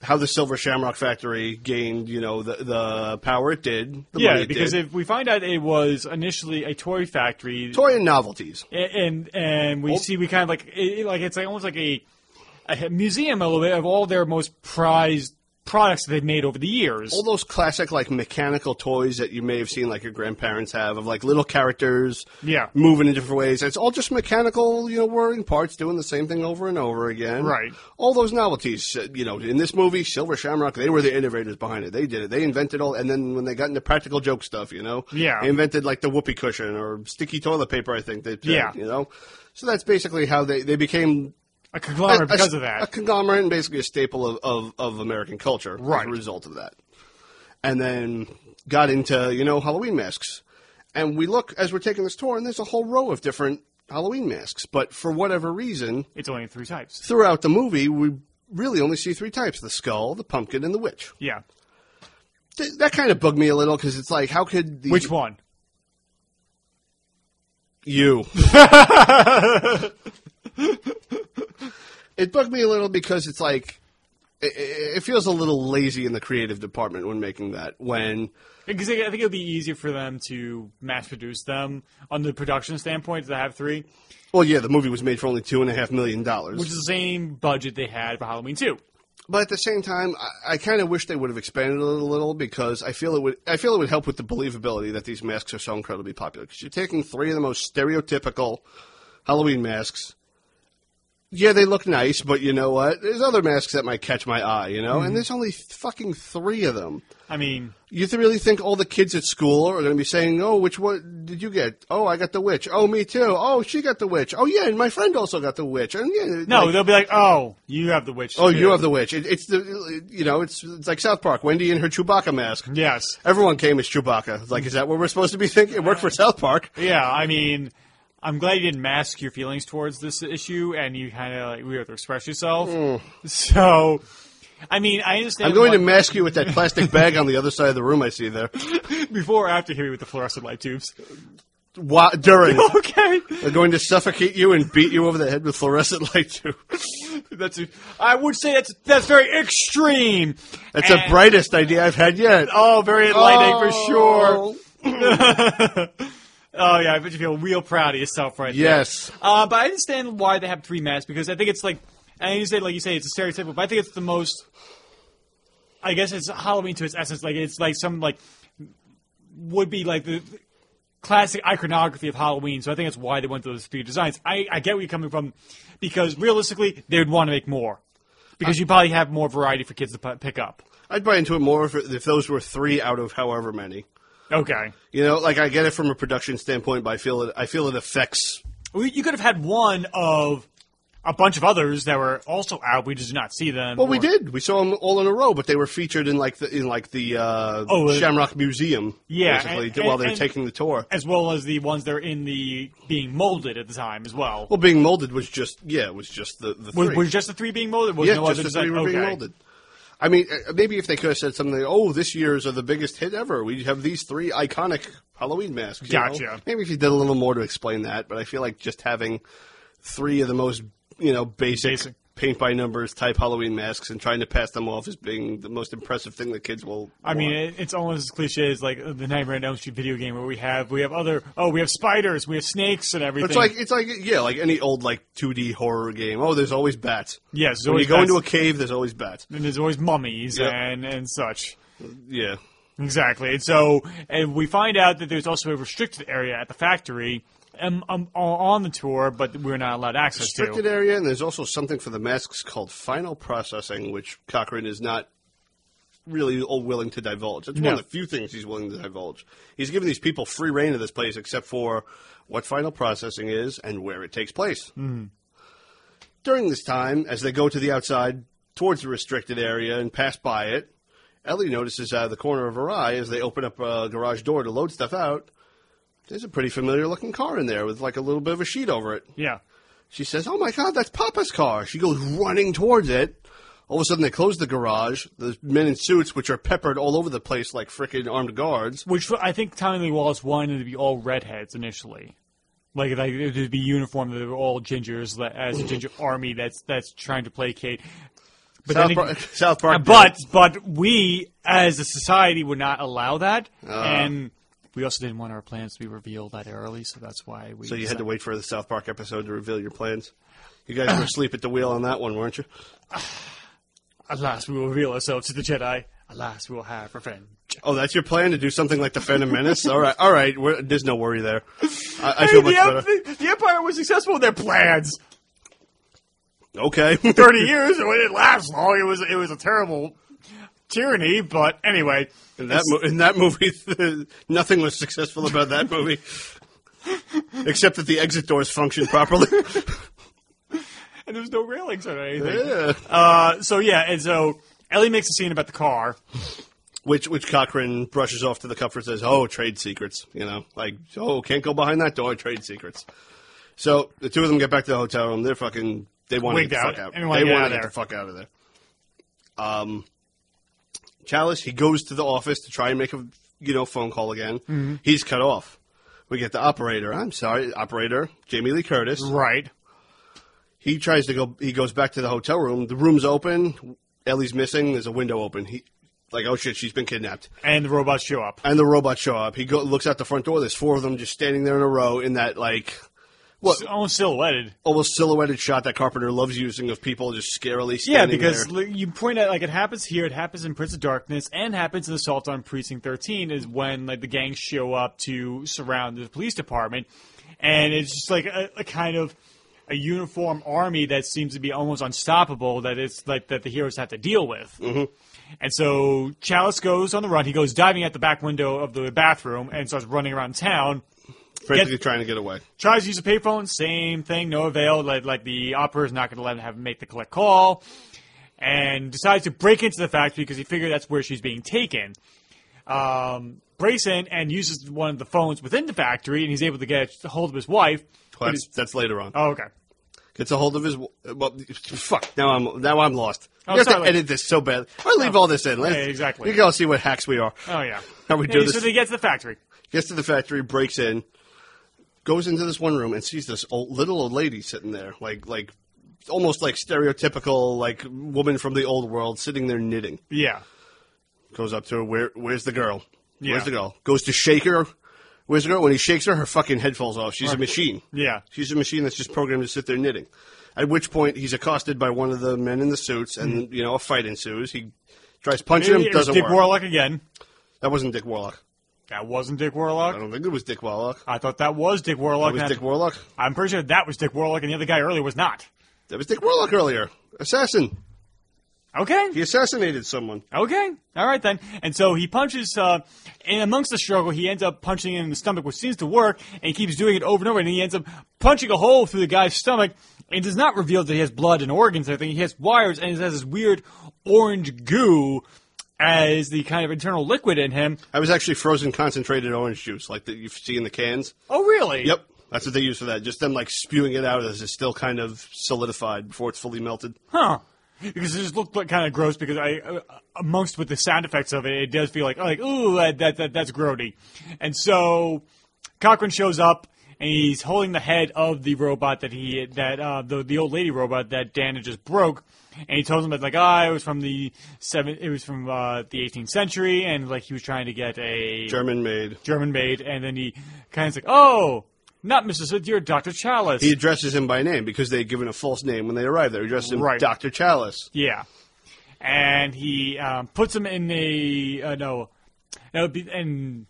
[SPEAKER 2] how the Silver Shamrock Factory gained, you know, the, the power it did. The money
[SPEAKER 3] Yeah,
[SPEAKER 2] it
[SPEAKER 3] because
[SPEAKER 2] did.
[SPEAKER 3] if we find out it was initially a toy factory,
[SPEAKER 2] toy and novelties.
[SPEAKER 3] a- and and
[SPEAKER 2] Oh.
[SPEAKER 3] we see we kind of like it, it- like it's like almost like a, a museum a little bit of all their most prized products that they've made over the years.
[SPEAKER 2] all those classic like mechanical toys that you may have seen like your grandparents have of like little characters
[SPEAKER 3] Yeah.
[SPEAKER 2] moving in different ways it's all just mechanical you know whirring parts doing the same thing over and over again
[SPEAKER 3] Right.
[SPEAKER 2] all those novelties uh, you know in this movie silver shamrock they were the innovators behind it they did it they invented all and then when they got into practical joke stuff you know
[SPEAKER 3] Yeah.
[SPEAKER 2] they invented like the whoopee cushion or sticky toilet paper i think they did,
[SPEAKER 3] Yeah.
[SPEAKER 2] you know so that's basically how they, they became
[SPEAKER 3] a conglomerate
[SPEAKER 2] a- a-
[SPEAKER 3] because of
[SPEAKER 2] A
[SPEAKER 3] that.
[SPEAKER 2] conglomerate and basically a staple of, of, of American culture as
[SPEAKER 3] Right.
[SPEAKER 2] a result of that. And then got into, you know, Halloween masks. And we look as we're taking this tour, and there's a whole row of different Halloween masks. But for whatever reason,
[SPEAKER 3] It's only three types.
[SPEAKER 2] throughout the movie, we really only see three types the skull, the pumpkin, and the witch.
[SPEAKER 3] Yeah.
[SPEAKER 2] Th- that kind of bugged me a little because it's like, how could the.
[SPEAKER 3] Which one?
[SPEAKER 2] You. it bugged me a little because it's like. It, it feels a little lazy in the creative department when making that. When
[SPEAKER 3] Because I I think it'll be easier for them to mass produce them on the production standpoint to have three,
[SPEAKER 2] Well, yeah, the movie was made for only two and a half million dollars.
[SPEAKER 3] which is the same budget they had for Halloween two.
[SPEAKER 2] but at the same time, I, I kind of wish they would have expanded it a little because I feel it would. I feel it would help with the believability that these masks are so incredibly popular. Because you're taking three of the most stereotypical Halloween masks. Yeah, they look nice, but you know what? There's other masks that might catch my eye, you know. And there's only fucking three of them.
[SPEAKER 3] I mean,
[SPEAKER 2] You th- really think all the kids at school are going to be saying, "Oh, which one did you get? Oh, I got the witch. Oh, me too. Oh, she got the witch. Oh, yeah, and my friend also got the witch." And yeah,
[SPEAKER 3] no,
[SPEAKER 2] like-
[SPEAKER 3] they'll be like, "Oh, you have the witch."
[SPEAKER 2] Oh,
[SPEAKER 3] too."
[SPEAKER 2] you have the witch. It, it's the you know it's it's like South Park. Wendy in her Chewbacca mask.
[SPEAKER 3] Yes.
[SPEAKER 2] Everyone came as Chewbacca. It's Like, is that what we're supposed to be thinking? It worked for South Park.
[SPEAKER 3] Yeah, I mean, I'm glad you didn't mask your feelings towards this issue, and you kind of like, we have to express yourself. So, I mean, I understand.
[SPEAKER 2] Mm. I'm going to
[SPEAKER 3] why-
[SPEAKER 2] mask you with that plastic bag on the other side of the room. I see there.
[SPEAKER 3] before or after hit me with the fluorescent light tubes.
[SPEAKER 2] Why, during
[SPEAKER 3] okay,
[SPEAKER 2] they're going to suffocate you and beat you over the head with fluorescent light tubes.
[SPEAKER 3] that's a, I would say that's that's very extreme.
[SPEAKER 2] That's the
[SPEAKER 3] And-
[SPEAKER 2] brightest idea I've had yet.
[SPEAKER 3] Oh, very enlightening for sure.
[SPEAKER 2] Oh.
[SPEAKER 3] Oh yeah, I bet you feel real proud of yourself right there.
[SPEAKER 2] Yes.
[SPEAKER 3] Uh, but I understand why they have three masks because I think it's like, and you say like you say it's a stereotypical, but I think it's the most. I guess it's Halloween to its essence. Like it's like some like would be like the classic iconography of Halloween. So I think that's why they went to those three designs. I, I get where you're coming from because realistically they'd want to make more because you probably have more variety for kids to p- pick up.
[SPEAKER 2] I'd buy into it more if, if those were three out of however many.
[SPEAKER 3] Okay.
[SPEAKER 2] You know, like I get it from a production standpoint, but I feel it. I feel it affects
[SPEAKER 3] Well, you could have had one of a bunch of others that were also out. We just did not see them.
[SPEAKER 2] Well, we
[SPEAKER 3] Or-
[SPEAKER 2] did. We saw them all in a row, but they were featured in like the in like the uh,
[SPEAKER 3] Oh, uh,
[SPEAKER 2] Shamrock Museum,
[SPEAKER 3] Yeah,
[SPEAKER 2] basically,
[SPEAKER 3] and-
[SPEAKER 2] while
[SPEAKER 3] and-
[SPEAKER 2] they're
[SPEAKER 3] and-
[SPEAKER 2] taking the tour.
[SPEAKER 3] as well as the ones that are in the being molded at the time as well.
[SPEAKER 2] Well, being molded was just yeah, it was just the the
[SPEAKER 3] was,
[SPEAKER 2] three.
[SPEAKER 3] was just the three being molded? Was
[SPEAKER 2] yeah,
[SPEAKER 3] no
[SPEAKER 2] just
[SPEAKER 3] other
[SPEAKER 2] the
[SPEAKER 3] design?
[SPEAKER 2] three were being
[SPEAKER 3] Okay.
[SPEAKER 2] molded. I mean, uh, maybe if they could have said something, oh, this year's are the biggest hit ever. We have these three iconic Halloween masks. you know?
[SPEAKER 3] Gotcha.
[SPEAKER 2] Maybe if you did a little more to explain that, but I feel like just having three of the most you know basic.
[SPEAKER 3] Basic.
[SPEAKER 2] Paint by numbers type Halloween masks and trying to pass them off as being the most impressive thing that kids will.
[SPEAKER 3] I mean,
[SPEAKER 2] want.
[SPEAKER 3] it, it's almost as cliche as like the Nightmare on Elm Street video game where we have we have other oh we have spiders, we have snakes and everything.
[SPEAKER 2] It's like it's like yeah, like any old like 2D horror game. Oh, there's always bats.
[SPEAKER 3] yes,
[SPEAKER 2] When you go into a cave, there's always bats.
[SPEAKER 3] and there's always mummies
[SPEAKER 2] Yep.
[SPEAKER 3] and and such.
[SPEAKER 2] Yeah.
[SPEAKER 3] Exactly. And so and we find out that there's also a restricted area at the factory um, um, on the tour, but we're not allowed access
[SPEAKER 2] Restricted
[SPEAKER 3] to.
[SPEAKER 2] area, and there's also something for the masks called final processing, which Cochrane is not really all willing to divulge. It's one
[SPEAKER 3] No.
[SPEAKER 2] of the few things he's willing to divulge. He's giving these people free reign of this place, except for what final processing is and where it takes place. During this time, as they go to the outside towards the restricted area and pass by it, Ellie notices out of the corner of her eye as they open up a garage door to load stuff out. There's a pretty familiar looking car in there with like a little bit of a sheet over it.
[SPEAKER 3] Yeah.
[SPEAKER 2] She says, "Oh my God, that's Papa's car!" She goes running towards it. All of a sudden, they close the garage. The men in suits, which are peppered all over the place like frickin' armed guards,
[SPEAKER 3] Which I think Tommy Lee Wallace wanted to be all redheads initially, like like it would be uniform that they were all gingers le- as a ginger army that's that's trying to placate. But
[SPEAKER 2] South,
[SPEAKER 3] then
[SPEAKER 2] Park,
[SPEAKER 3] ag-
[SPEAKER 2] South Park.
[SPEAKER 3] but but we as a society would not allow that,
[SPEAKER 2] Uh-huh.
[SPEAKER 3] and we also didn't want our plans to be revealed that early, so that's why we.
[SPEAKER 2] so you had to wait for the South Park episode to reveal your plans. You guys were asleep at the wheel on that one, weren't you?
[SPEAKER 3] Alas, we will reveal ourselves to the Jedi. Alas, we will have revenge.
[SPEAKER 2] Oh, that's your plan to do something like the Phantom Menace. all right, all right. We're, there's no worry there. I, I feel
[SPEAKER 3] Hey,
[SPEAKER 2] much
[SPEAKER 3] the,
[SPEAKER 2] better.
[SPEAKER 3] em- the Empire was successful in their plans.
[SPEAKER 2] Okay.
[SPEAKER 3] Thirty years, it didn't last long. It was it was a terrible tyranny, but anyway.
[SPEAKER 2] In that, mo- in that movie, nothing was successful about that movie, except that the exit doors functioned properly.
[SPEAKER 3] and there's no railings or anything.
[SPEAKER 2] Yeah.
[SPEAKER 3] Uh, so yeah, and so Ellie makes a scene about the car.
[SPEAKER 2] Which which Cochrane brushes off to the cover and says, "Oh, trade secrets." You know, like, "Oh, can't go behind that door. Trade secrets." So the two of them get back to the hotel room. They're fucking. They want to
[SPEAKER 3] Wigged
[SPEAKER 2] get the
[SPEAKER 3] out
[SPEAKER 2] fuck out.
[SPEAKER 3] and
[SPEAKER 2] They
[SPEAKER 3] wanna
[SPEAKER 2] want
[SPEAKER 3] get
[SPEAKER 2] to
[SPEAKER 3] out of
[SPEAKER 2] get
[SPEAKER 3] there.
[SPEAKER 2] the fuck out of there. Um, Chalice, he goes to the office to try and make a you know phone call again.
[SPEAKER 3] Mm-hmm.
[SPEAKER 2] He's cut off. We get the operator. I'm sorry, operator Jamie Lee Curtis.
[SPEAKER 6] Right.
[SPEAKER 2] He tries to go. He goes back to the hotel room. The room's open. Ellie's missing. There's a window open. He like, oh shit, she's been kidnapped.
[SPEAKER 6] And the robots show up.
[SPEAKER 2] And the robots show up. He go, looks out the front door. There's four of them just standing there in a row in that like what
[SPEAKER 3] It's almost silhouetted.
[SPEAKER 2] almost silhouetted shot that Carpenter loves using of people just scarily
[SPEAKER 3] Yeah,
[SPEAKER 2] standing
[SPEAKER 3] because
[SPEAKER 2] there.
[SPEAKER 3] li- you point out like it happens here, it happens in Prince of Darkness, and happens in Assault on Precinct 13 is when like the gangs show up to surround the police department, and it's just like a, a kind of a uniform army that seems to be almost unstoppable that it's like that the heroes have to deal with.
[SPEAKER 2] Mm-hmm.
[SPEAKER 3] And so Chalice goes on the run. He goes diving out the back window of the bathroom and starts running around town
[SPEAKER 2] frantically trying to get away.
[SPEAKER 3] tries to use a payphone, same thing, no avail. Like like the operator's not going to let him have make the collect call, and decides to break into the factory because he figured that's where she's being taken. Um, breaks in and uses one of the phones within the factory, and he's able to get a hold of his wife. but
[SPEAKER 2] Well, that's,
[SPEAKER 3] he's-
[SPEAKER 2] that's later on.
[SPEAKER 3] oh, okay.
[SPEAKER 2] Gets a hold of his. w- Well, fuck. Now I'm now I'm lost.
[SPEAKER 3] Oh,
[SPEAKER 2] I have to
[SPEAKER 3] sorry.
[SPEAKER 2] edit this so bad. I leave all this in. Let's,
[SPEAKER 3] Yeah, exactly.
[SPEAKER 2] You go see what hacks we are.
[SPEAKER 3] Oh yeah.
[SPEAKER 2] How we
[SPEAKER 3] Yeah,
[SPEAKER 2] do this-
[SPEAKER 3] So they get to the factory.
[SPEAKER 2] Gets to the factory, breaks in, goes into this one room, and sees this old, little old lady sitting there, like like almost like stereotypical like woman from the old world, sitting there knitting.
[SPEAKER 3] Yeah.
[SPEAKER 2] goes up to her. Where, where's the girl?
[SPEAKER 3] Yeah.
[SPEAKER 2] Where's the girl? Goes to shake her. Where's the girl? When he shakes her, her fucking head falls off. She's a machine.
[SPEAKER 3] Yeah.
[SPEAKER 2] She's a machine that's just programmed to sit there knitting. At which point, he's accosted by one of the men in the suits, and you know a fight ensues. He tries punching him,
[SPEAKER 3] Hmm. It was
[SPEAKER 2] doesn't
[SPEAKER 3] Dick
[SPEAKER 2] work.
[SPEAKER 3] Warlock again.
[SPEAKER 2] That wasn't Dick Warlock.
[SPEAKER 3] That wasn't Dick
[SPEAKER 2] I
[SPEAKER 3] Warlock.
[SPEAKER 2] don't think it was Dick Warlock.
[SPEAKER 3] I thought that was Dick
[SPEAKER 2] That
[SPEAKER 3] Warlock.
[SPEAKER 2] was
[SPEAKER 3] and
[SPEAKER 2] Dick Warlock.
[SPEAKER 3] I'm pretty sure that was Dick Warlock, and the other guy earlier was not.
[SPEAKER 2] That was Dick Warlock earlier. Assassin.
[SPEAKER 3] Okay.
[SPEAKER 2] He assassinated someone.
[SPEAKER 3] Okay, all right then. And so he punches, uh, and amongst the struggle, he ends up punching him in the stomach, which seems to work, and he keeps doing it over and over, and he ends up punching a hole through the guy's stomach. It does not reveal that he has blood and organs and everything. He has wires, and he has this weird orange goo as the kind of internal liquid in him.
[SPEAKER 2] I was actually frozen concentrated orange juice, like that you see in the cans.
[SPEAKER 3] Oh, really?
[SPEAKER 2] Yep. That's what they use for that. Just them like spewing it out as it's still kind of solidified before it's fully melted.
[SPEAKER 3] Huh. Because it just looked like kind of gross. Because I, uh, amongst with the sound effects of it, it does feel like like ooh that that, that that's grody. And so Cochrane shows up and he's holding the head of the robot that he that uh, the the old lady robot that Dana just broke. And he tells him that like ah it was from the seven it was from uh, the 18th century and like he was trying to get a
[SPEAKER 2] German made.
[SPEAKER 3] German maid and then he kind of's like oh not Mrs. Smith, you're Dr. Chalice
[SPEAKER 2] He addresses him by name because they had given a false name when they arrived there. He addressed him
[SPEAKER 3] Right.
[SPEAKER 2] Dr. Chalice.
[SPEAKER 3] Yeah, and he um, puts him in a uh, no, no, be, and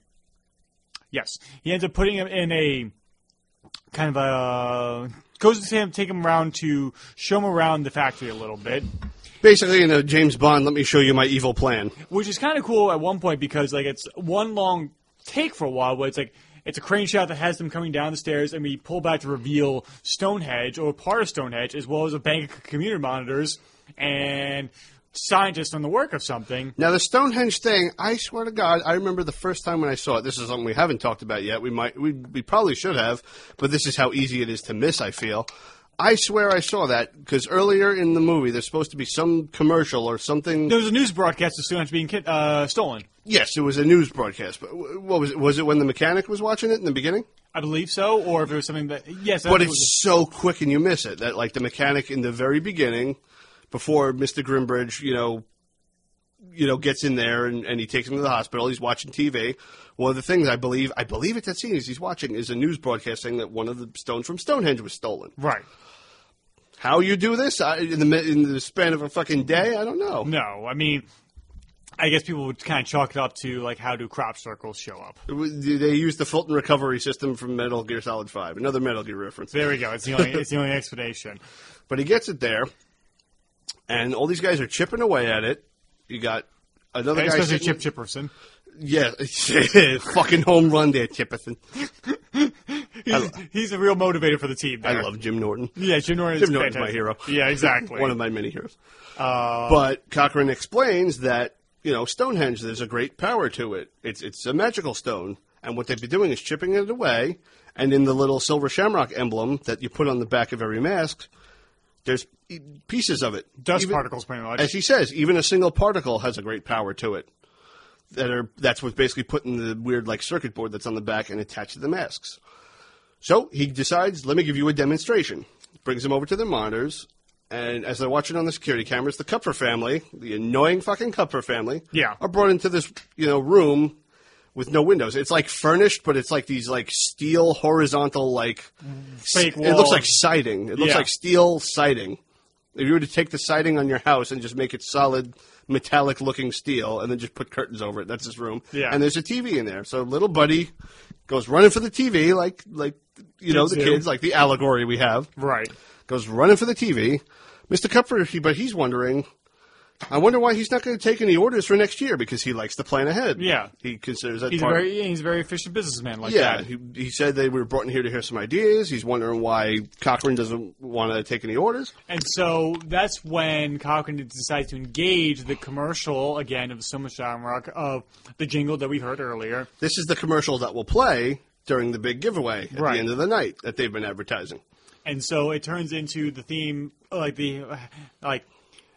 [SPEAKER 3] yes, he ends up putting him in a kind of a goes to him, take him around to show him around the factory a little bit,
[SPEAKER 2] Basically, in a James Bond, let me show you my evil plan.
[SPEAKER 3] which is kind of cool at one point because like it's one long take for a while where it's like. It's a crane shot that has them coming down the stairs, and we pull back to reveal Stonehenge or part of Stonehenge, as well as a bank of computer monitors and scientists on the work of something.
[SPEAKER 2] Now, the Stonehenge thing, I swear to God, I remember the first time when I saw it. This is something we haven't talked about yet. We might, we, we probably should have, but this is how easy it is to miss, I feel. I swear I saw that because earlier in the movie, there's supposed to be some commercial or something.
[SPEAKER 3] There was a news broadcast of Stonehenge being kid- uh, stolen.
[SPEAKER 2] Yes, it was a news broadcast, but wh- what was it? Was it when the mechanic was watching it in the beginning?
[SPEAKER 3] I believe so, or if it was something that yes, I
[SPEAKER 2] But
[SPEAKER 3] think it
[SPEAKER 2] it's so quick and you miss it that like the mechanic in the very beginning, before Mister Grimbridge, you know, you know, gets in there and, and he takes him to the hospital. He's watching TV. One of the things I believe, I believe at that scene is he's watching is a news broadcast saying that one of the stones from Stonehenge was stolen.
[SPEAKER 3] was, right.
[SPEAKER 2] How you do this I, in the mi- in the span of a fucking day? I don't know.
[SPEAKER 3] No, I mean, I guess people would kind of chalk it up to like how do crop circles show up?
[SPEAKER 2] It was- They used the Fulton recovery system from Metal Gear Solid Five. Another Metal Gear reference.
[SPEAKER 3] There we go. It's the only it's the only explanation.
[SPEAKER 2] But he gets it there, and all these guys are chipping away at it. You got another guy.
[SPEAKER 3] Especially
[SPEAKER 2] sitting-
[SPEAKER 3] Chip Chipperson.
[SPEAKER 2] Yeah, fucking home run there, Chipperson.
[SPEAKER 3] He's, he's a real motivator for the team.
[SPEAKER 2] I
[SPEAKER 3] there.
[SPEAKER 2] love Jim Norton.
[SPEAKER 3] Yeah, Jim Norton.
[SPEAKER 2] Jim
[SPEAKER 3] is
[SPEAKER 2] Norton's my
[SPEAKER 3] fantastic.
[SPEAKER 2] hero.
[SPEAKER 3] Yeah, exactly. Uh,
[SPEAKER 2] One of my many heroes. but Cochrane explains that you know Stonehenge, there's a great power to it. It's it's a magical stone, and what they've been doing is chipping it away. And in the little silver shamrock emblem that you put on the back of every mask, There's e- pieces of it.
[SPEAKER 3] Dust
[SPEAKER 2] Even-
[SPEAKER 3] particles, pretty much.
[SPEAKER 2] As he says, even a single particle has a great power to it. That are that's what's basically put in the weird like circuit board that's on the back and attached to the masks. So he decides, let me give you a demonstration. Brings him over to the monitors, and as they're watching on the security cameras, the Cupfer family, the annoying fucking Cupfer family,
[SPEAKER 3] Yeah.
[SPEAKER 2] are brought into this you know room with no windows. It's like furnished, but it's like these like steel horizontal like
[SPEAKER 3] Fake
[SPEAKER 2] It looks
[SPEAKER 3] walls.
[SPEAKER 2] like siding. It looks
[SPEAKER 3] Yeah.
[SPEAKER 2] like steel siding. If you were to take the siding on your house and just make it solid metallic looking steel and then just put curtains over it, that's his room.
[SPEAKER 3] Yeah.
[SPEAKER 2] And there's a TV in there. So little buddy goes running for the TV like like you know,
[SPEAKER 3] Kids
[SPEAKER 2] the
[SPEAKER 3] do.
[SPEAKER 2] kids, like the allegory we have.
[SPEAKER 3] Right.
[SPEAKER 2] Goes running for the TV. Mr. Cupfer, he, but he's wondering I wonder why he's not going to take any orders for next year because he likes to plan ahead.
[SPEAKER 3] Yeah.
[SPEAKER 2] He considers that
[SPEAKER 3] He's a
[SPEAKER 2] part
[SPEAKER 3] very yeah, he's a very efficient businessman like
[SPEAKER 2] yeah,
[SPEAKER 3] that.
[SPEAKER 2] he, he said they were brought in here to hear some ideas. He's wondering why Cochrane doesn't want to take any orders.
[SPEAKER 3] And so that's when Cochran decides to engage the commercial again of Summer Shamrock of the jingle that we heard earlier.
[SPEAKER 2] This is the commercial that will play during the big giveaway at
[SPEAKER 3] Right.
[SPEAKER 2] the end of the night that they've been advertising.
[SPEAKER 3] and so it turns into the theme like the like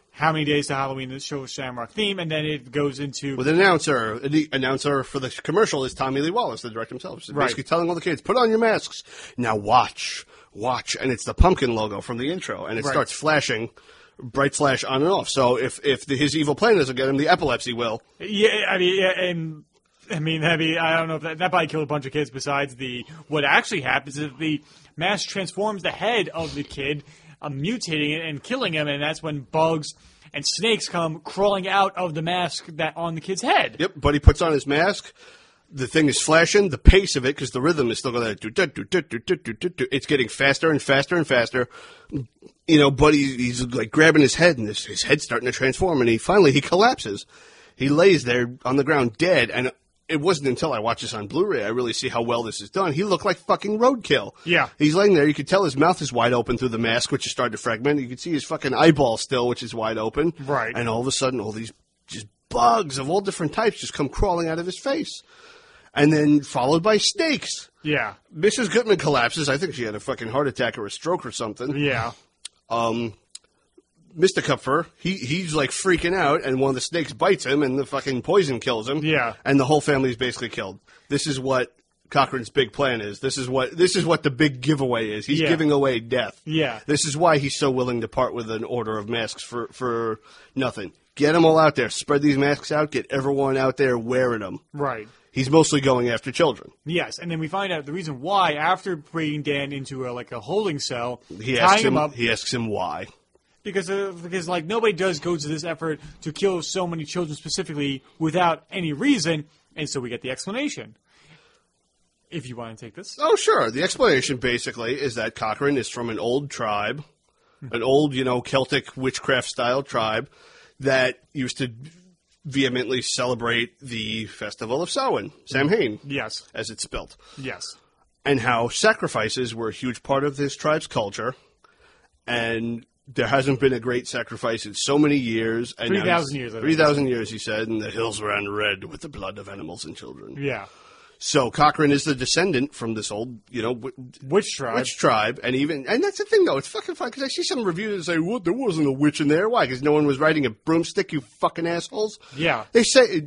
[SPEAKER 3] how many days to Halloween the show Shamrock theme, and then it goes into
[SPEAKER 2] With an announcer, the announcer for the commercial is Tommy Lee Wallace, the director himself. So
[SPEAKER 3] Right.
[SPEAKER 2] Basically telling all the kids, put on your masks. Now watch, watch. And it's the pumpkin logo from the intro, and it
[SPEAKER 3] Right.
[SPEAKER 2] starts flashing. Bright flash on and off. So if if the, his evil plan doesn't get him, the epilepsy will.
[SPEAKER 3] yeah. I mean, yeah, and I mean, that'd be, I don't know if that, that probably killed a bunch of kids. Besides the what actually happens is the mask transforms the head of the kid, uh, mutating it and killing him, and that's when bugs and snakes come crawling out of the mask that on the kid's head.
[SPEAKER 2] Yep, Buddy puts on his mask. The thing is flashing. The pace of it, because the rhythm is still going to do do do do do do do do. It's getting faster and faster and faster. You know, Buddy, he's like grabbing his head, and his, his head's starting to transform. And he finally he collapses. He lays there on the ground dead. And it wasn't until I watched this on Blu-ray I really see how well this is done. He looked like fucking roadkill.
[SPEAKER 3] Yeah.
[SPEAKER 2] he's laying there. You could tell his mouth is wide open through the mask, which is starting to fragment. You could see his fucking eyeball still, which is wide open.
[SPEAKER 3] Right.
[SPEAKER 2] And all of a sudden, all these just bugs of all different types just come crawling out of his face. And then followed by snakes.
[SPEAKER 3] Yeah,
[SPEAKER 2] Mrs. Goodman collapses. I think she had a fucking heart attack or a stroke or something.
[SPEAKER 3] yeah.
[SPEAKER 2] Mr. Kupfer, he, he's like freaking out, and one of the snakes bites him, and the fucking poison kills him.
[SPEAKER 3] Yeah.
[SPEAKER 2] And the whole family's basically killed. This is what Cochrane's big plan is. This is what this is what the big giveaway is. He's
[SPEAKER 3] Yeah.
[SPEAKER 2] giving away death.
[SPEAKER 3] Yeah.
[SPEAKER 2] This is why he's so willing to part with an order of masks for, for nothing. Get them all out there. Spread these masks out. Get everyone out there wearing them.
[SPEAKER 3] Right.
[SPEAKER 2] He's mostly going after children.
[SPEAKER 3] Yes, and then we find out the reason why after bringing Dan into a, like a holding cell,
[SPEAKER 2] He
[SPEAKER 3] tying
[SPEAKER 2] asks
[SPEAKER 3] him,
[SPEAKER 2] him.
[SPEAKER 3] up
[SPEAKER 2] He asks him why.
[SPEAKER 3] because uh, because like nobody does go to this effort to kill so many children specifically without any reason, and so we get the explanation. If you want to take this,
[SPEAKER 2] Oh, sure. The explanation basically is that Cochrane is from an old tribe,
[SPEAKER 3] Hmm.
[SPEAKER 2] an old, you know, Celtic witchcraft style tribe that used to vehemently celebrate the festival of Samhain, Samhain,
[SPEAKER 3] yes,
[SPEAKER 2] as it's spelt,
[SPEAKER 3] yes,
[SPEAKER 2] and how sacrifices were a huge part of this tribe's culture, and there hasn't been a great sacrifice in so many years. and now he's-
[SPEAKER 3] 3,000 years, I think.
[SPEAKER 2] 3,000 years, he said, and the hills ran red with the blood of animals and children.
[SPEAKER 3] yeah,
[SPEAKER 2] So Cochrane is the descendant from this old, you know, wi-
[SPEAKER 3] which tribe?
[SPEAKER 2] witch tribe, and even and that's the thing though. It's fucking fun because I see some reviews that say, "Well, there wasn't a witch in there. Why? Because no one was riding a broomstick. You fucking assholes."
[SPEAKER 3] Yeah.
[SPEAKER 2] they say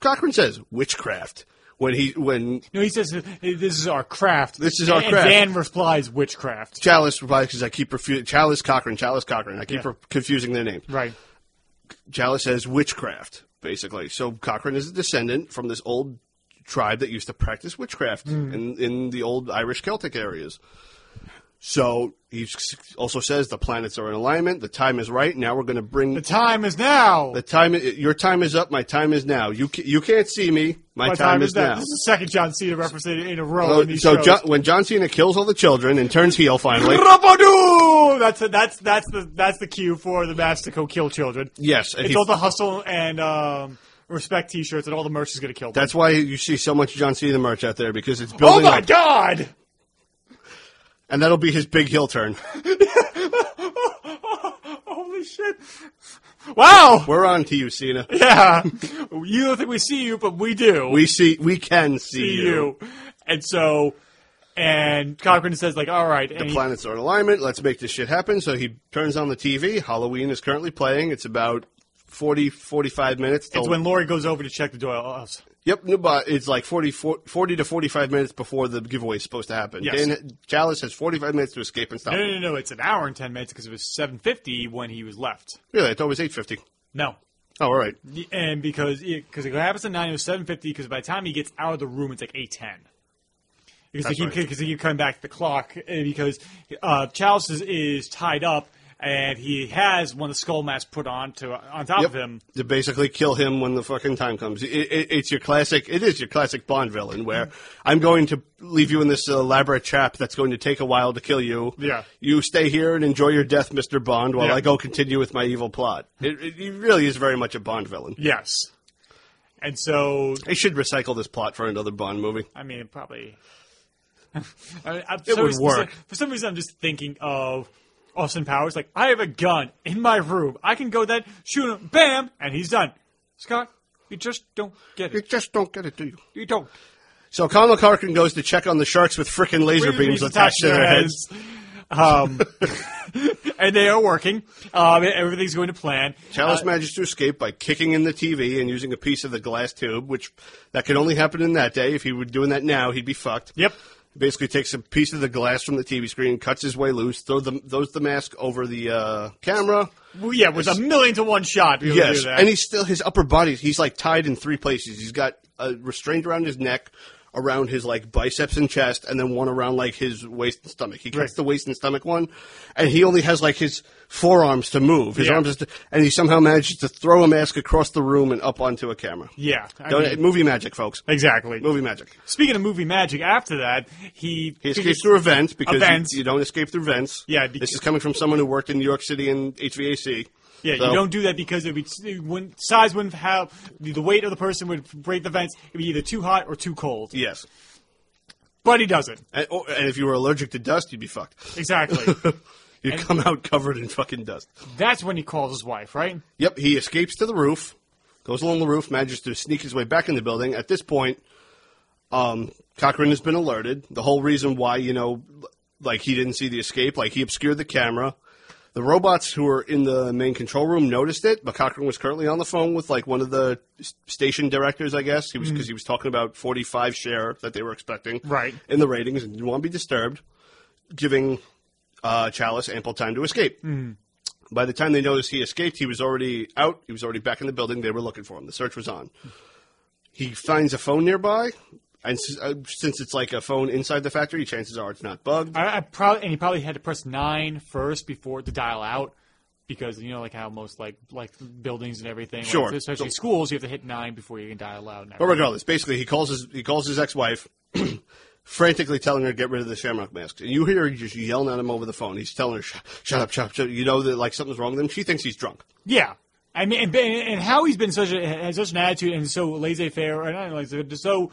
[SPEAKER 2] Cochrane says witchcraft when he when
[SPEAKER 3] no, he says "Hey, this is our craft.
[SPEAKER 2] This is our
[SPEAKER 3] and
[SPEAKER 2] craft.
[SPEAKER 3] Dan replies, witchcraft.
[SPEAKER 2] Chalice replies because I keep refu- Chalice Cochrane, Chalice Cochrane. I keep
[SPEAKER 3] Yeah.
[SPEAKER 2] re- confusing their names.
[SPEAKER 3] Right.
[SPEAKER 2] Chalice says witchcraft basically. So Cochrane is a descendant from this old tribe that used to practice witchcraft
[SPEAKER 3] Hmm.
[SPEAKER 2] in in the old Irish Celtic areas. So he s- also says the planets are in alignment. The time is right. Now we're going to bring
[SPEAKER 3] The time is now.
[SPEAKER 2] The time, your time is up. My time is now. You ca- you can't see me. My,
[SPEAKER 3] My
[SPEAKER 2] time, is, now.
[SPEAKER 3] This is the second John Cena reference in in a row.
[SPEAKER 2] So,
[SPEAKER 3] in these
[SPEAKER 2] so
[SPEAKER 3] shows.
[SPEAKER 2] John, when John Cena kills all the children and turns heel finally,
[SPEAKER 3] Rabadoo! That's that's that's the that's the cue for the match to go kill children.
[SPEAKER 2] yes, and
[SPEAKER 3] it's
[SPEAKER 2] he-
[SPEAKER 3] all the hustle and um, respect T-shirts, and all the merch is gonna kill them.
[SPEAKER 2] that's why you see so much John Cena merch out there because it's
[SPEAKER 3] oh
[SPEAKER 2] building
[SPEAKER 3] my
[SPEAKER 2] up,
[SPEAKER 3] god!
[SPEAKER 2] and that'll be his big heel turn.
[SPEAKER 3] Holy shit! Wow!
[SPEAKER 2] We're on to you, Cena.
[SPEAKER 3] Yeah, you don't think we see you, but we do.
[SPEAKER 2] We see, we can see,
[SPEAKER 3] see you. And so And Cochran says, like, all right. And
[SPEAKER 2] The
[SPEAKER 3] he-
[SPEAKER 2] planets are in alignment. Let's make this shit happen. So he turns on the TV. Halloween is currently playing. It's about 40, 45 minutes. till-
[SPEAKER 3] it's when Lori goes over to check the "Oh, Doyle house.
[SPEAKER 2] Yep, no, but it's like 40, 40 to 45 minutes before the giveaway is supposed to happen.
[SPEAKER 3] Yes.
[SPEAKER 2] Dan Chalice has 45 minutes to escape and stop.
[SPEAKER 3] No,
[SPEAKER 2] him.
[SPEAKER 3] no, no, no. It's an hour and 10 minutes because it was 7.50 when he was left.
[SPEAKER 2] Really, I thought it was 8.50.
[SPEAKER 3] No.
[SPEAKER 2] Oh, all right.
[SPEAKER 3] And because because it happens oh at 9, it was 7.50 because by the time he gets out of the room, it's like 8.10. Because they,
[SPEAKER 2] That's
[SPEAKER 3] keep,
[SPEAKER 2] right.
[SPEAKER 3] because they keep coming back to the clock uh, because uh, Chalice is, is tied up and he has one of the skull masks put on to on top of him.
[SPEAKER 2] To basically kill him when the fucking time comes. It, it, it's your classic. It is your classic Bond villain, where I'm going to leave you in this elaborate trap that's going to take a while to kill you.
[SPEAKER 3] Yeah.
[SPEAKER 2] You stay here and enjoy your death, Mister Bond, while
[SPEAKER 3] Yeah.
[SPEAKER 2] I go continue with my evil plot. It, it, he really is very much a Bond villain.
[SPEAKER 3] Yes. And so,
[SPEAKER 2] They should recycle this plot for another Bond movie.
[SPEAKER 3] I mean, it probably. I mean,
[SPEAKER 2] It would work.
[SPEAKER 3] For some reason, I'm just thinking of Austin Powers. Like, I have a gun in my room. I can go that, shoot him, bam, and he's done. Scott, you just don't get
[SPEAKER 2] You
[SPEAKER 3] it.
[SPEAKER 2] just don't get it, do you?
[SPEAKER 3] You don't.
[SPEAKER 2] So Connell Carkin goes to check on the sharks with frickin' laser beams attached to their heads.
[SPEAKER 3] Um, and they are working. Um, everything's going to plan.
[SPEAKER 2] Chalice managed to escape by kicking in the TV and using a piece of the glass tube, which that could only happen in that day. If he were doing that now, he'd be fucked.
[SPEAKER 3] Yep.
[SPEAKER 2] Basically, takes a piece of the glass from the TV screen, cuts his way loose, throw the, throws the mask over the uh, camera.
[SPEAKER 3] Well, yeah, with a million to one shot. we would do
[SPEAKER 2] Yes,
[SPEAKER 3] that.
[SPEAKER 2] and he's still his upper body. He's like tied in three places. He's got a restraint around his neck, around his like biceps and chest, and then one around like his waist and stomach. He cuts
[SPEAKER 3] Right.
[SPEAKER 2] the waist and stomach one, and he only has like his forearms to move. His
[SPEAKER 3] Yeah.
[SPEAKER 2] arms, is to, and he somehow manages to throw a mask across the room and up onto a camera.
[SPEAKER 3] yeah. I
[SPEAKER 2] Don't- e-
[SPEAKER 3] mean,
[SPEAKER 2] movie magic, folks.
[SPEAKER 3] exactly.
[SPEAKER 2] Movie magic.
[SPEAKER 3] Speaking of movie magic, after that, he
[SPEAKER 2] He escapes through a vent because you-
[SPEAKER 3] vent.
[SPEAKER 2] You, don't escape through vents.
[SPEAKER 3] Yeah,
[SPEAKER 2] this
[SPEAKER 3] because-
[SPEAKER 2] is coming from someone who worked in New York City in HVAC.
[SPEAKER 3] Yeah,
[SPEAKER 2] So-
[SPEAKER 3] you don't do that because it would it wouldn't- size wouldn't have the weight of the person would break the vents. It'd be either too hot or too cold.
[SPEAKER 2] Yes,
[SPEAKER 3] But he doesn't
[SPEAKER 2] and, or, and if you were allergic to dust, you'd be fucked.
[SPEAKER 3] exactly.
[SPEAKER 2] You come out covered in fucking dust.
[SPEAKER 3] That's when he calls his wife, right?
[SPEAKER 2] Yep, he escapes to the roof, goes along the roof, manages to sneak his way back in the building. At this point, um, Cochrane has been alerted. The whole reason why, you know, like he didn't see the escape, like he obscured the camera. The robots who were in the main control room noticed it, but Cochrane was currently on the phone with like one of the s- station directors, I guess. He was because he was talking about 45 share that they were expecting,
[SPEAKER 3] Right.
[SPEAKER 2] in the ratings, and didn't want to be disturbed, giving uh, Chalice ample time to escape. By the time they noticed he escaped, he was already out. He was already back in the building. They were looking for him. The search was on. He finds a phone nearby, and s- uh, since it's like a phone inside the factory, chances are it's not bugged.
[SPEAKER 3] I, I probably and he probably had to press nine first before to dial out because you know like how most like like buildings and everything, like,
[SPEAKER 2] Sure.
[SPEAKER 3] especially schools, you have to hit nine before you can dial out. And
[SPEAKER 2] But regardless, basically, he calls his he calls his ex wife, frantically telling her to get rid of the shamrock masks. And you hear her just yelling at him over the phone. He's telling her, "Shut, shut up, shut up, shut up." You know that like something's wrong with him. She thinks he's drunk.
[SPEAKER 3] Yeah. I mean, and, and how he's been such a has such an attitude and so laissez-faire, or not laissez-faire, just so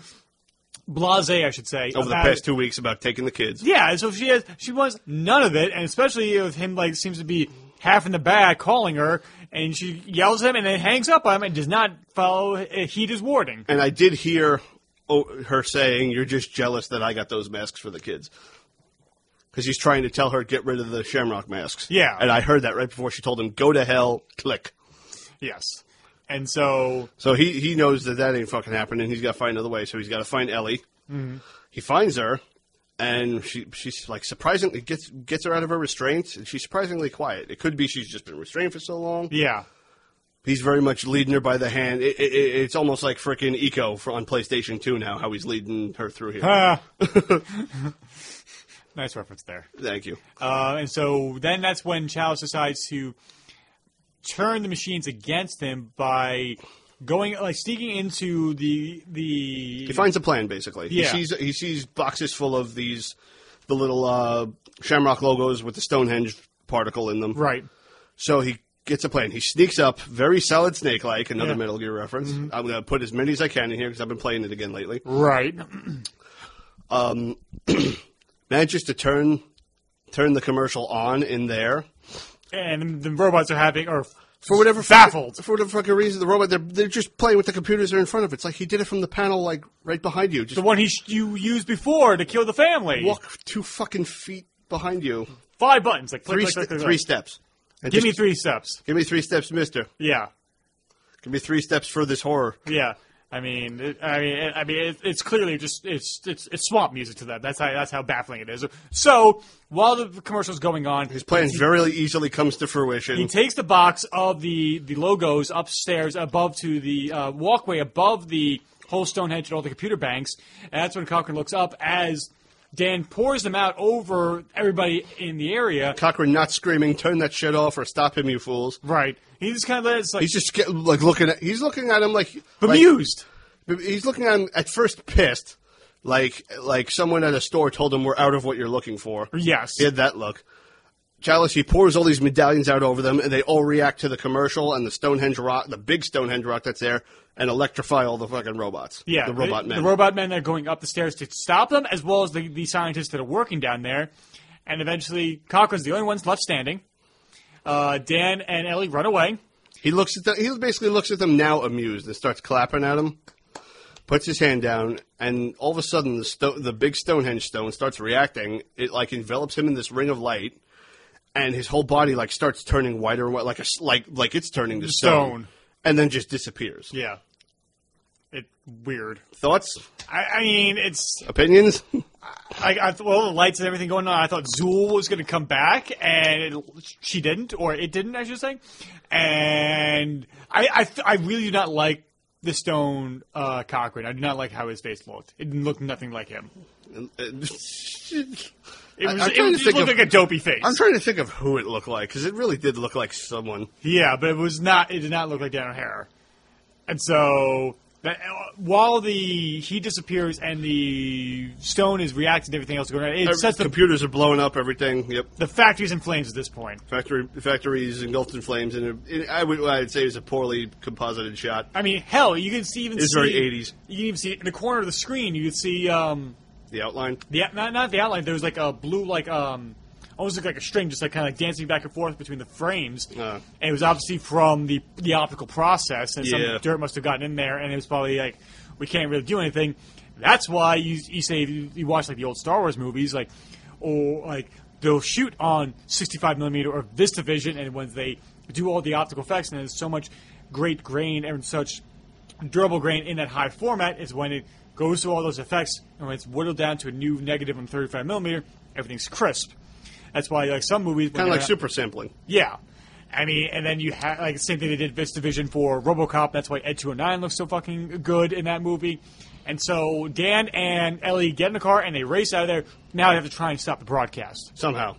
[SPEAKER 3] blasé, I should say,
[SPEAKER 2] Over the
[SPEAKER 3] about-
[SPEAKER 2] past two weeks, about taking the kids.
[SPEAKER 3] Yeah, so she has she wants none of it, and especially with him like seems to be half in the bag calling her, and she yells at him and then hangs up on him and does not follow uh, heed his warning.
[SPEAKER 2] And I did hear oh, her saying, "You're just jealous that I got those masks for the kids," because he's trying to tell her get rid of the shamrock masks.
[SPEAKER 3] Yeah.
[SPEAKER 2] and I heard that right before she told him, "Go to hell." Click.
[SPEAKER 3] Yes, and so
[SPEAKER 2] So he he knows that that ain't fucking happening. He's got to find another way. So he's got to find Ellie.
[SPEAKER 3] Mm-hmm.
[SPEAKER 2] He finds her, and she she's like surprisingly gets gets her out of her restraints, and she's surprisingly quiet. It could be she's just been restrained for so long.
[SPEAKER 3] yeah,
[SPEAKER 2] He's very much leading her by the hand. It, it, it- it's almost like freaking Eco for, on PlayStation Two now. How he's leading her through here.
[SPEAKER 3] uh, nice reference there.
[SPEAKER 2] Thank you.
[SPEAKER 3] Uh, and so then that's when Chalice decides to turn the machines against him by going like sneaking into the the
[SPEAKER 2] He finds a plan basically. He
[SPEAKER 3] Yeah.
[SPEAKER 2] sees he sees boxes full of these the little uh, Shamrock logos with the Stonehenge particle in them.
[SPEAKER 3] right
[SPEAKER 2] So he gets a plan. He sneaks up, very solid snake like, another
[SPEAKER 3] Yeah. Mm-hmm.
[SPEAKER 2] Metal Gear reference. I'm going to put as many as I can in here because I've been playing it again lately.
[SPEAKER 3] right
[SPEAKER 2] Manages to turn turn the commercial on in there.
[SPEAKER 3] and the robots are having or
[SPEAKER 2] for whatever
[SPEAKER 3] Baffled.
[SPEAKER 2] fucking, for whatever fucking reason, the robot they're they're just playing with the computers that are in front of it. It's like he did it from the panel, like right behind you. Just
[SPEAKER 3] The one he sh- you used before to kill the family.
[SPEAKER 2] walk two fucking feet behind you,
[SPEAKER 3] Five buttons. Like click,
[SPEAKER 2] three
[SPEAKER 3] click,
[SPEAKER 2] st-
[SPEAKER 3] click, click,
[SPEAKER 2] three
[SPEAKER 3] click.
[SPEAKER 2] steps. And
[SPEAKER 3] Give
[SPEAKER 2] just-
[SPEAKER 3] me three steps.
[SPEAKER 2] give me three steps, Mister.
[SPEAKER 3] Yeah,
[SPEAKER 2] Give me three steps for this horror.
[SPEAKER 3] yeah. I mean, it, I mean, it, I mean, it, it's clearly just it's, it's it's swamp music to them. That's how that's how baffling it is. So while the commercial's going on,
[SPEAKER 2] His plan very easily comes to fruition.
[SPEAKER 3] He takes the box of the the logos upstairs above to the uh, walkway above the whole Stonehenge and all the computer banks. And that's when Cochran looks up as Dan pours them out over everybody in the area.
[SPEAKER 2] Cochran not screaming, turn that shit off or stop him, you fools.
[SPEAKER 3] Right. He just kind of lets like
[SPEAKER 2] He's just get, like looking at. He's looking at him like
[SPEAKER 3] bemused.
[SPEAKER 2] like- he's looking at him at first pissed, like like someone at a store told him we're out of what you're looking for.
[SPEAKER 3] yes.
[SPEAKER 2] He had that look. Chalice, he pours all these medallions out over them, and they all react to the commercial and the Stonehenge rock, the big Stonehenge rock that's there, and electrify all the fucking robots.
[SPEAKER 3] yeah,
[SPEAKER 2] the robot men.
[SPEAKER 3] The robot men that are going up the stairs to stop them, as well as the, the scientists that are working down there. And eventually, Cochran's the only ones left standing. Uh, Dan and Ellie run away.
[SPEAKER 2] He looks at them. He basically looks at them now, amused, and starts clapping at them. Puts his hand down, and all of a sudden, the sto- the big Stonehenge stone starts reacting. It like envelops him in this ring of light, and his whole body like starts turning whiter and white, like a s- like like it's turning to stone,
[SPEAKER 3] Stone.
[SPEAKER 2] and then just disappears.
[SPEAKER 3] Yeah. It weird.
[SPEAKER 2] Thoughts,
[SPEAKER 3] I, I mean, it's
[SPEAKER 2] opinions.
[SPEAKER 3] I, I th- well, the lights and everything going on. I thought Zool was going to come back, and it, she didn't, or it didn't, I should say. And I, I, th- I really do not like the Stone uh, Cochrane. I do not like how his face looked. It looked nothing like him. It
[SPEAKER 2] I-
[SPEAKER 3] was,
[SPEAKER 2] I'm
[SPEAKER 3] it
[SPEAKER 2] trying to
[SPEAKER 3] was- just
[SPEAKER 2] think
[SPEAKER 3] looked
[SPEAKER 2] of-
[SPEAKER 3] like a dopey face.
[SPEAKER 2] I'm trying to think of who it looked like because it really did look like someone.
[SPEAKER 3] Yeah, but it was not. It did not look like Dan O'Hara. And so, that, uh, while the he disappears and the stone is reacting to everything else going on, it sets the
[SPEAKER 2] computers are blowing up everything. Yep.
[SPEAKER 3] the factory's in flames at this point.
[SPEAKER 2] Factory factories engulfed in flames, and it, it, I would I'd say it was a poorly composited shot.
[SPEAKER 3] I mean, hell, you can see even
[SPEAKER 2] It's
[SPEAKER 3] see
[SPEAKER 2] very 80s.
[SPEAKER 3] You can even see in the corner of the screen. You can see um
[SPEAKER 2] The outline.
[SPEAKER 3] the out- not not the outline. There was like a blue like um almost looked like a string, just like kind of like dancing back and forth between the frames.
[SPEAKER 2] Uh.
[SPEAKER 3] and it was obviously from the the optical process, and
[SPEAKER 2] Yeah.
[SPEAKER 3] some dirt must have gotten in there, and it was probably like we can't really do anything. That's why you you say if you, you watch like the old Star Wars movies, like or like they'll shoot on 65 millimeter of this division, and when they do all the optical effects, and there's so much great grain and such durable grain in that high format is when it goes through all those effects and when it's whittled down to a new negative on 35 millimeter, everything's crisp. That's why like some movies when
[SPEAKER 2] Kind of like
[SPEAKER 3] they're-
[SPEAKER 2] super sampling.
[SPEAKER 3] yeah. I mean, and then you have like the same thing they did Vista Division for RoboCop. That's why Ed 209 looks so fucking good in that movie. And so Dan and Ellie get in the car and they race out of there. Now they have to try and stop the broadcast.
[SPEAKER 2] somehow.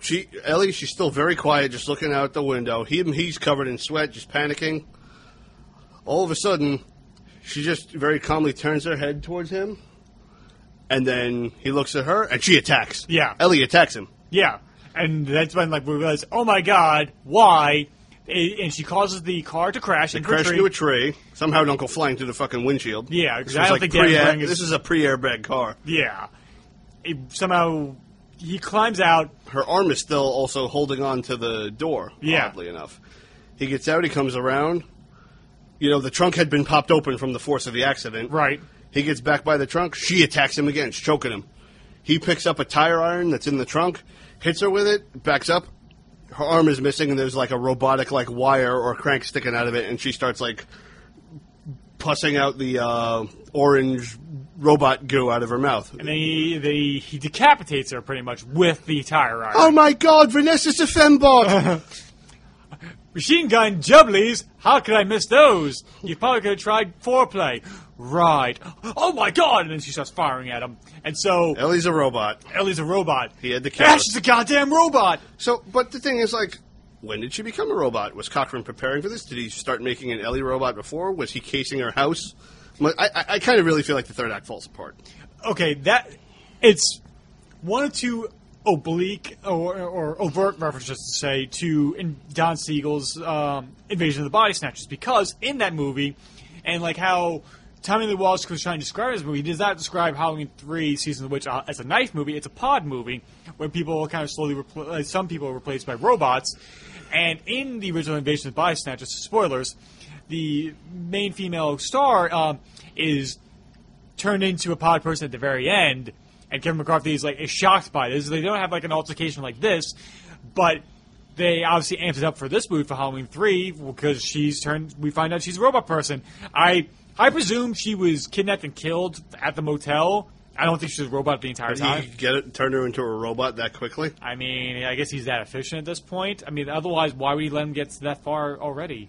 [SPEAKER 2] She Ellie, she's still very quiet, just looking out the window. He he's covered in sweat, just panicking. All of a sudden, she just very calmly turns her head towards him, and then he looks at her, and she attacks.
[SPEAKER 3] Yeah.
[SPEAKER 2] Ellie attacks him.
[SPEAKER 3] Yeah, and that's when like we realize, oh my god, why? A- And she causes the car to crash and
[SPEAKER 2] Crash into a tree. Somehow, don't go flying through the fucking windshield.
[SPEAKER 3] Yeah, 'cause
[SPEAKER 2] This
[SPEAKER 3] I
[SPEAKER 2] was
[SPEAKER 3] don't
[SPEAKER 2] like
[SPEAKER 3] think
[SPEAKER 2] pre-
[SPEAKER 3] Dan Lang is-
[SPEAKER 2] this is a pre-airbag car.
[SPEAKER 3] Yeah. It somehow he climbs out.
[SPEAKER 2] her arm is still also holding on to the door.
[SPEAKER 3] Yeah.
[SPEAKER 2] Oddly enough, he gets out. He comes around. You know, the trunk had been popped open from the force of the accident.
[SPEAKER 3] Right.
[SPEAKER 2] He gets back by the trunk. She attacks him again, choking him. He picks up a tire iron that's in the trunk, hits her with it, backs up. Her arm is missing, and there's like a robotic like wire or crank sticking out of it, and she starts like pussing out the uh, orange robot goo out of her mouth.
[SPEAKER 3] And then he, they, he decapitates her pretty much with the tire iron.
[SPEAKER 2] Oh my God, Vanessa's a fembot!
[SPEAKER 3] Machine gun jubblies? How could I miss those? You probably could have tried foreplay. Right. Oh my god! And then she starts firing at him. And so
[SPEAKER 2] Ellie's a robot.
[SPEAKER 3] Ellie's a robot.
[SPEAKER 2] He had to kill her.
[SPEAKER 3] Yeah, she's a goddamn robot.
[SPEAKER 2] So, but the thing is, like, when did she become a robot? Was Cochran preparing for this? Did he start making an Ellie robot before? Was he casing her house? Well, I, I, I kind of really feel like the third act falls apart.
[SPEAKER 3] okay, that it's one or two oblique or, or overt references to say to in Don Siegel's um, Invasion of the Body Snatchers because in that movie, and like how Tommy Lee Wallace was trying to describe this movie. He does not describe Halloween Three: Season of the Witch uh, as a knife movie. It's a pod movie where people kind of slowly repl- uh, some people are replaced by robots. And in the original Invasion of the Body Snatchers, spoilers, the main female star um, is turned into a pod person at the very end, and Kevin McCarthy is like is shocked by this. They don't have like an altercation like this, but they obviously amped it up for this movie for Halloween three because she's turned. We find out she's a robot person. I I presume she was kidnapped and killed at the motel. I don't think she was a robot the entire
[SPEAKER 2] You
[SPEAKER 3] time.
[SPEAKER 2] could get it, turn her into a robot that quickly.
[SPEAKER 3] I mean, I guess he's that efficient at this point. I mean, otherwise, why would he let him get that far already?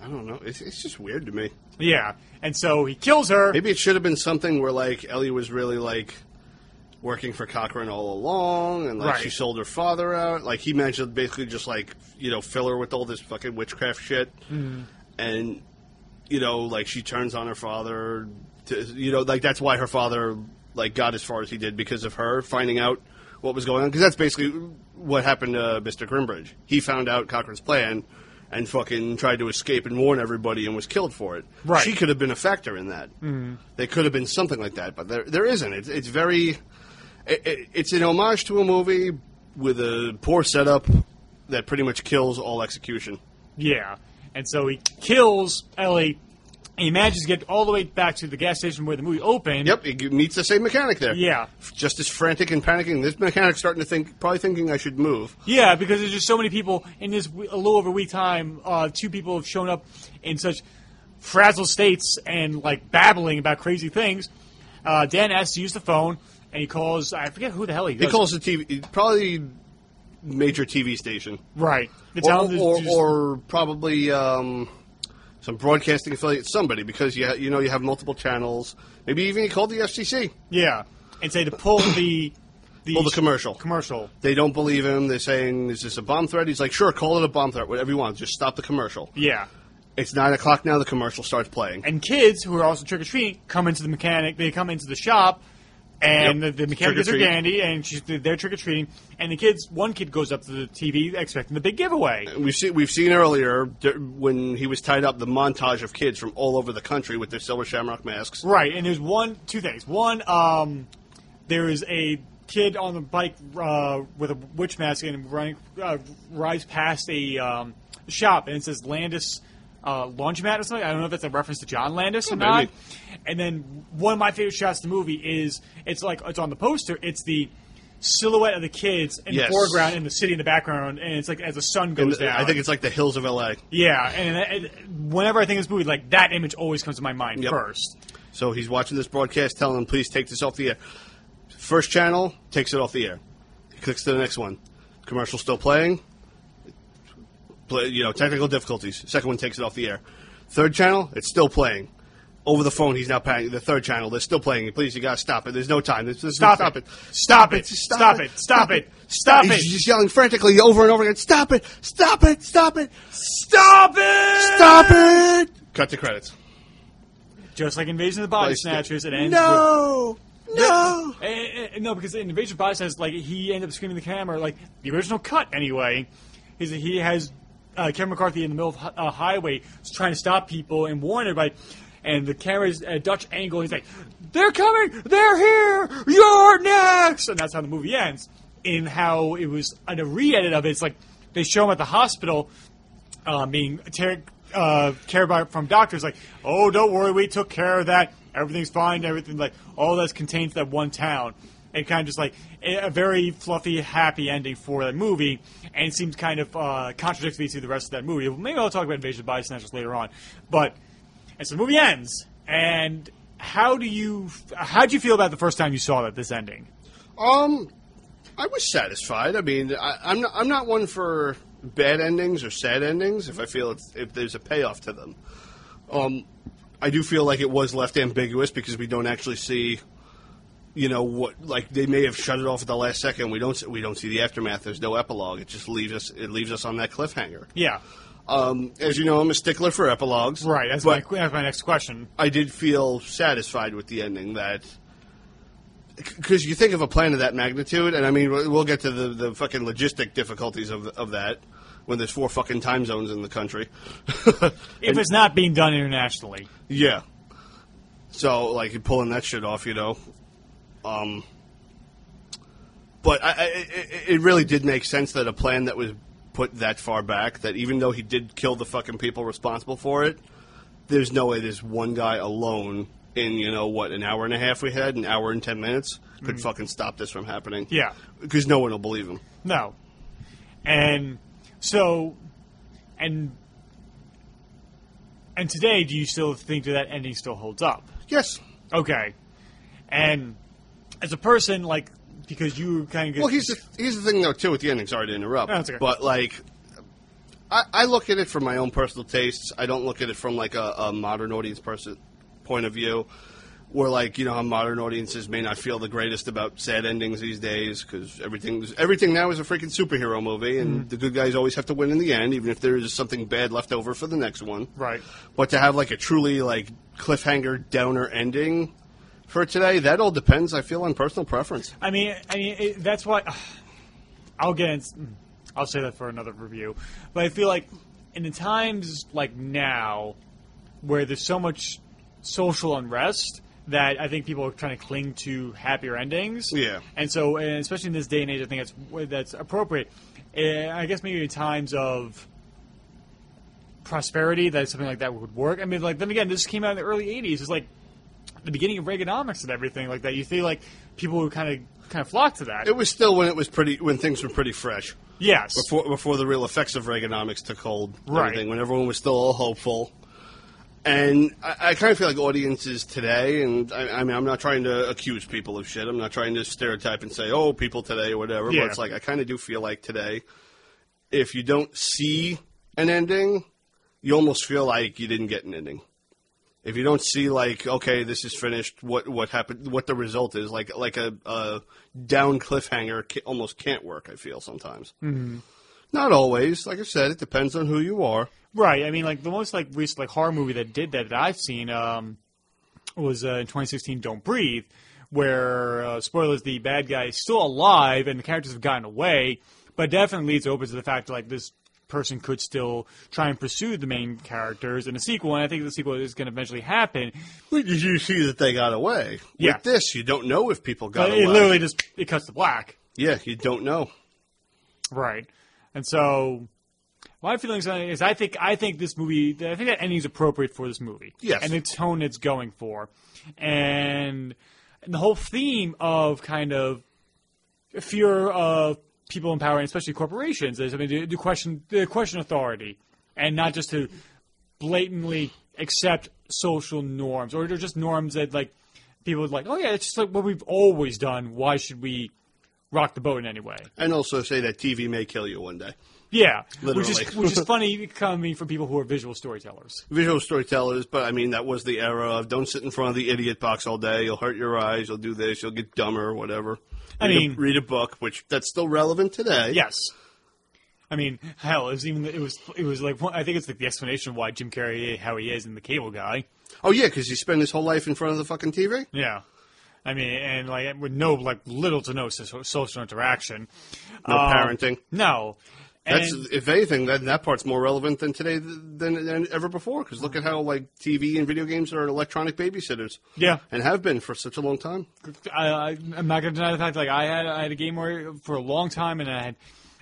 [SPEAKER 2] I don't know. It's, it's just weird to me.
[SPEAKER 3] Yeah, and so he kills her.
[SPEAKER 2] Maybe it should have been something where like Ellie was really like working for Cochrane all along, and like
[SPEAKER 3] Right.
[SPEAKER 2] she sold her father out. Like he managed to basically just like you know fill her with all this fucking witchcraft shit,
[SPEAKER 3] Hmm.
[SPEAKER 2] and you know like she turns on her father. To, you know like that's why her father like got as far as he did because of her finding out what was going on. Because that's basically what happened to uh, Mister Grimbridge. He found out Cochrane's plan. And fucking tried to escape and warn everybody and was killed for it.
[SPEAKER 3] Right. Mm-hmm.
[SPEAKER 2] She could have been a factor in that. Mm. There could have been something like that, but there there isn't. It's, it's very it, it, it's an homage to a movie with a poor setup that pretty much kills all execution.
[SPEAKER 3] Yeah. And so he kills Ellie. He manages to get all the way back to the gas station where the movie opened.
[SPEAKER 2] Yep, it meets the same mechanic there.
[SPEAKER 3] Yeah.
[SPEAKER 2] just as frantic and panicking. This mechanic's starting to think, probably thinking I should move.
[SPEAKER 3] Yeah, because there's just so many people in this w- a little over a week time. Uh, two people have shown up in such frazzled states and like babbling about crazy things. Uh, Dan asks to use the phone, and he calls. I forget who the hell he,
[SPEAKER 2] He
[SPEAKER 3] does.
[SPEAKER 2] calls the TV, probably major TV station,
[SPEAKER 3] Right. The
[SPEAKER 2] or,
[SPEAKER 3] town is
[SPEAKER 2] or,
[SPEAKER 3] just-
[SPEAKER 2] or probably um, some broadcasting affiliate, somebody, because you ha- you know you have multiple channels. Maybe even he called the FCC.
[SPEAKER 3] yeah, and say to pull the the
[SPEAKER 2] Pull the commercial.
[SPEAKER 3] commercial.
[SPEAKER 2] They don't believe him. They're saying, "Is this a bomb threat?" He's like, "Sure, call it a bomb threat, whatever you want. Just stop the commercial."
[SPEAKER 3] Yeah.
[SPEAKER 2] It's nine o'clock now. The commercial starts playing.
[SPEAKER 3] and kids who are also trick or treating come into the mechanic. They come into the shop, and
[SPEAKER 2] Yep.
[SPEAKER 3] the, the mechanic gives her
[SPEAKER 2] Trick-or-treat.
[SPEAKER 3] candy, and she's they're trick or treating. And the kids, one kid goes up to the TV expecting the big giveaway.
[SPEAKER 2] We've seen we've seen earlier dur- when he was tied up the montage of kids from all over the country with their silver shamrock masks.
[SPEAKER 3] Right, and there's one, two things. One, um, there is a kid on the bike uh, with a witch mask and running, uh, rides past a um, shop, and it says Landis uh, Laundromat or something. I don't know if that's a reference to John Landis or not.
[SPEAKER 2] maybe.
[SPEAKER 3] And then one of my favorite shots of the movie is it's like it's on the poster. It's the silhouette of the kids in
[SPEAKER 2] Yes.
[SPEAKER 3] the foreground and the city in the background, and it's like as the sun
[SPEAKER 2] And
[SPEAKER 3] goes down.
[SPEAKER 2] I think it's like the hills of L.A.
[SPEAKER 3] yeah. And, and whenever I think of this movie, like that image always comes to my mind
[SPEAKER 2] Yep.
[SPEAKER 3] first.
[SPEAKER 2] So he's watching this broadcast, telling him, "Please take this off the air." First channel takes it off the air. He clicks to the next one. Commercial still playing. Play, you know, technical difficulties. Second one takes it off the air. Third channel, it's still playing. Over the phone, he's now paying the third channel. They're still playing it. Please, you gotta stop it. There's no time. There's, there's
[SPEAKER 3] Stop,
[SPEAKER 2] stop
[SPEAKER 3] it. Stop it.
[SPEAKER 2] Stop
[SPEAKER 3] Stop
[SPEAKER 2] it.
[SPEAKER 3] it. Stop it. Stop
[SPEAKER 2] He's
[SPEAKER 3] it.
[SPEAKER 2] just yelling frantically over and over again. Stop it! Stop it! Stop it!
[SPEAKER 3] Stop it.
[SPEAKER 2] Stop it! Cut the credits.
[SPEAKER 3] Just like Invasion of the Body
[SPEAKER 2] Like,
[SPEAKER 3] Snatchers, it ends
[SPEAKER 2] No! No!
[SPEAKER 3] with. Eh, eh, eh, no, because in Invasion of the Body Snatchers, like, he ended up screaming at the camera, like, the original cut, anyway. He's, he has uh, Kevin McCarthy in the middle of a uh, highway trying to stop people and warn everybody. And the camera's at a Dutch angle. He's like, they're coming! They're here! You're next! And that's how the movie ends. In how it was in a re edit of it, it's like they show him at the hospital uh, being ter- uh, cared by from doctors, like, oh, don't worry, we took care of that. Everything's fine. Everything like all that's contained to that one town. And kind of just like a a very fluffy, happy ending for that movie, and it seems kind of uh, contradictory to the rest of that movie. Maybe I'll talk about Invasion of the Body Snatchers later on, but and so the movie ends. And how do you how would you feel about the first time you saw that this ending?
[SPEAKER 2] Um, I was satisfied. I mean, I, I'm not, I'm not one for bad endings or sad endings. If I feel it's, if there's a payoff to them, um, I do feel like it was left ambiguous because we don't actually see, you know, what like they may have shut it off at the last second. We don't s- we don't see the aftermath. There's no epilogue. It just leaves us it leaves us on that cliffhanger.
[SPEAKER 3] Yeah,
[SPEAKER 2] Um, as you know, I'm a stickler for epilogues.
[SPEAKER 3] right. That's
[SPEAKER 2] but
[SPEAKER 3] my that's my next question.
[SPEAKER 2] I did feel satisfied with the ending that because you think of a plan of that magnitude, and I mean we'll we'll get to the, the fucking logistic difficulties of of that when there's four fucking time zones in the country.
[SPEAKER 3] If it's not being done internationally,
[SPEAKER 2] yeah, So like you're pulling that shit off, you know. Um, but I, I, it, it really did make sense that a plan that was put that far back, that even though he did kill the fucking people responsible for it, there's no way this one guy alone in you know what an hour and a half we had, an hour and ten minutes could fucking stop this from happening.
[SPEAKER 3] Yeah.
[SPEAKER 2] because no one will believe him.
[SPEAKER 3] No. And so, and and today, do you still think that that ending still holds up?
[SPEAKER 2] Yes.
[SPEAKER 3] Okay. And as a person, like because you kind of get
[SPEAKER 2] Well, here's the, here's the thing though too with the ending. Sorry to interrupt,
[SPEAKER 3] No, it's okay.
[SPEAKER 2] but like, I, I look at it from my own personal tastes. I don't look at it from like a, a modern audience person point of view, where like you know how modern audiences may not feel the greatest about sad endings these days because everything everything now is a freaking superhero movie, and
[SPEAKER 3] Mm-hmm.
[SPEAKER 2] the good guys always have to win in the end, even if there is something bad left over for the next one.
[SPEAKER 3] Right.
[SPEAKER 2] But to have like a truly like cliffhanger downer ending. For today, that all depends. I feel on personal preference.
[SPEAKER 3] I mean, I mean it, that's why I'll get. In, I'll say that for another review, but I feel like in the times like now, where there's so much social unrest that I think people are trying to cling to happier endings.
[SPEAKER 2] Yeah.
[SPEAKER 3] and so and especially in this day and age, I think that's that's appropriate. Uh, I guess maybe in times of prosperity that something like that would work. I mean, like then again, this came out in the early '80s. It's like the beginning of Reaganomics and everything like that. You feel like people would kind of kind of flock to that.
[SPEAKER 2] It was still when it was pretty when things were pretty fresh
[SPEAKER 3] yes,
[SPEAKER 2] before before the real effects of Reaganomics took hold. and
[SPEAKER 3] Right.
[SPEAKER 2] Everything when everyone was still all hopeful. And I, I kind of feel like audiences today, and I, I mean, I'm not trying to accuse people of shit. I'm not trying to stereotype and say, oh, people today or whatever.
[SPEAKER 3] Yeah.
[SPEAKER 2] But it's like, I kind of do feel like today, if you don't see an ending, you almost feel like you didn't get an ending. If you don't see like okay, this is finished, what what happened, what the result is, like like a, a down cliffhanger ca- almost can't work. I feel sometimes. Mm-hmm. Not always. Like I said, it depends on who you are.
[SPEAKER 3] right. I mean, like the most like recent like horror movie that did that that I've seen um, was uh, in 2016, Don't Breathe, where uh, spoilers, the bad guy is still alive and the characters have gotten away, but definitely leads open to the fact that like this person could still try and pursue the main characters in a sequel, and I think the sequel is going to eventually happen.
[SPEAKER 2] But did you see that they got away?
[SPEAKER 3] Yeah.
[SPEAKER 2] With this, you don't know if people got
[SPEAKER 3] But
[SPEAKER 2] away.
[SPEAKER 3] it literally just it cuts to black.
[SPEAKER 2] yeah, you don't know.
[SPEAKER 3] Right. And so my feelings on it is I think I think this movie I think that ending is appropriate for this movie.
[SPEAKER 2] Yes.
[SPEAKER 3] And the tone it's going for. And, and the whole theme of kind of fear of people in power and especially corporations is I mean to, to question to question authority and not just to blatantly accept social norms or they're just norms that like people would like, oh yeah, it's just like what we've always done. Why should we rock the boat in any way?
[SPEAKER 2] And also say that TV may kill you one day.
[SPEAKER 3] Yeah, which is
[SPEAKER 2] Literally.
[SPEAKER 3] which is funny coming from people who are visual storytellers.
[SPEAKER 2] Visual storytellers, but I mean that was the era of don't sit in front of the idiot box all day. You'll hurt your eyes. You'll do this. You'll get dumber. Whatever.
[SPEAKER 3] I
[SPEAKER 2] Read a-
[SPEAKER 3] mean-
[SPEAKER 2] read a book, which that's still relevant today.
[SPEAKER 3] Yes, I mean hell, it was even it was it was like one- I think it's like the explanation of why Jim Carrey is how he is in the Cable Guy.
[SPEAKER 2] Oh yeah, because he spent his whole life in front of the fucking TV.
[SPEAKER 3] Yeah, I mean and like with no like little to no so- social interaction,
[SPEAKER 2] No
[SPEAKER 3] Um,
[SPEAKER 2] parenting.
[SPEAKER 3] No,
[SPEAKER 2] That's
[SPEAKER 3] And-
[SPEAKER 2] if anything, that that part's more relevant than today th- than, than ever before. Because look at how like TV and video games are electronic babysitters.
[SPEAKER 3] Yeah.
[SPEAKER 2] and have been for such a long time.
[SPEAKER 3] I, I, I'm not going to deny the fact. Like I had, I had a game where for a long time, and I had.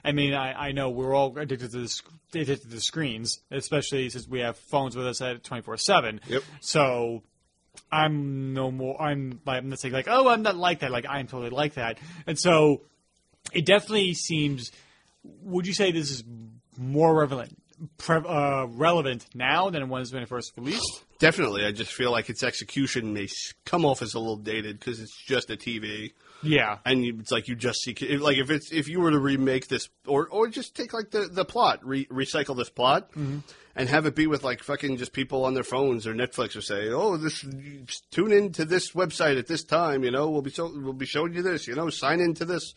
[SPEAKER 3] I mean, I, I know we're all addicted to the sc- addicted to the screens, especially since we have phones with us at 24 seven.
[SPEAKER 2] Yep.
[SPEAKER 3] So. I'm no more. I'm. I'm not saying like, oh, I'm not like that. Like, I'm totally like that. And so, it definitely seems. Would you say this is more relevant, pre- uh, relevant now than it was when it first released?
[SPEAKER 2] Definitely, I just feel like its execution may s- come off as a little dated because it's just a TV.
[SPEAKER 3] Yeah.
[SPEAKER 2] and you, it's like you just see if- like if it's if you were to remake this or or just take like the the plot re- recycle this plot and have it be with like fucking just people on their phones or Netflix or say oh this tune in to this website at this time you know we'll be so we'll be showing you this you know sign into this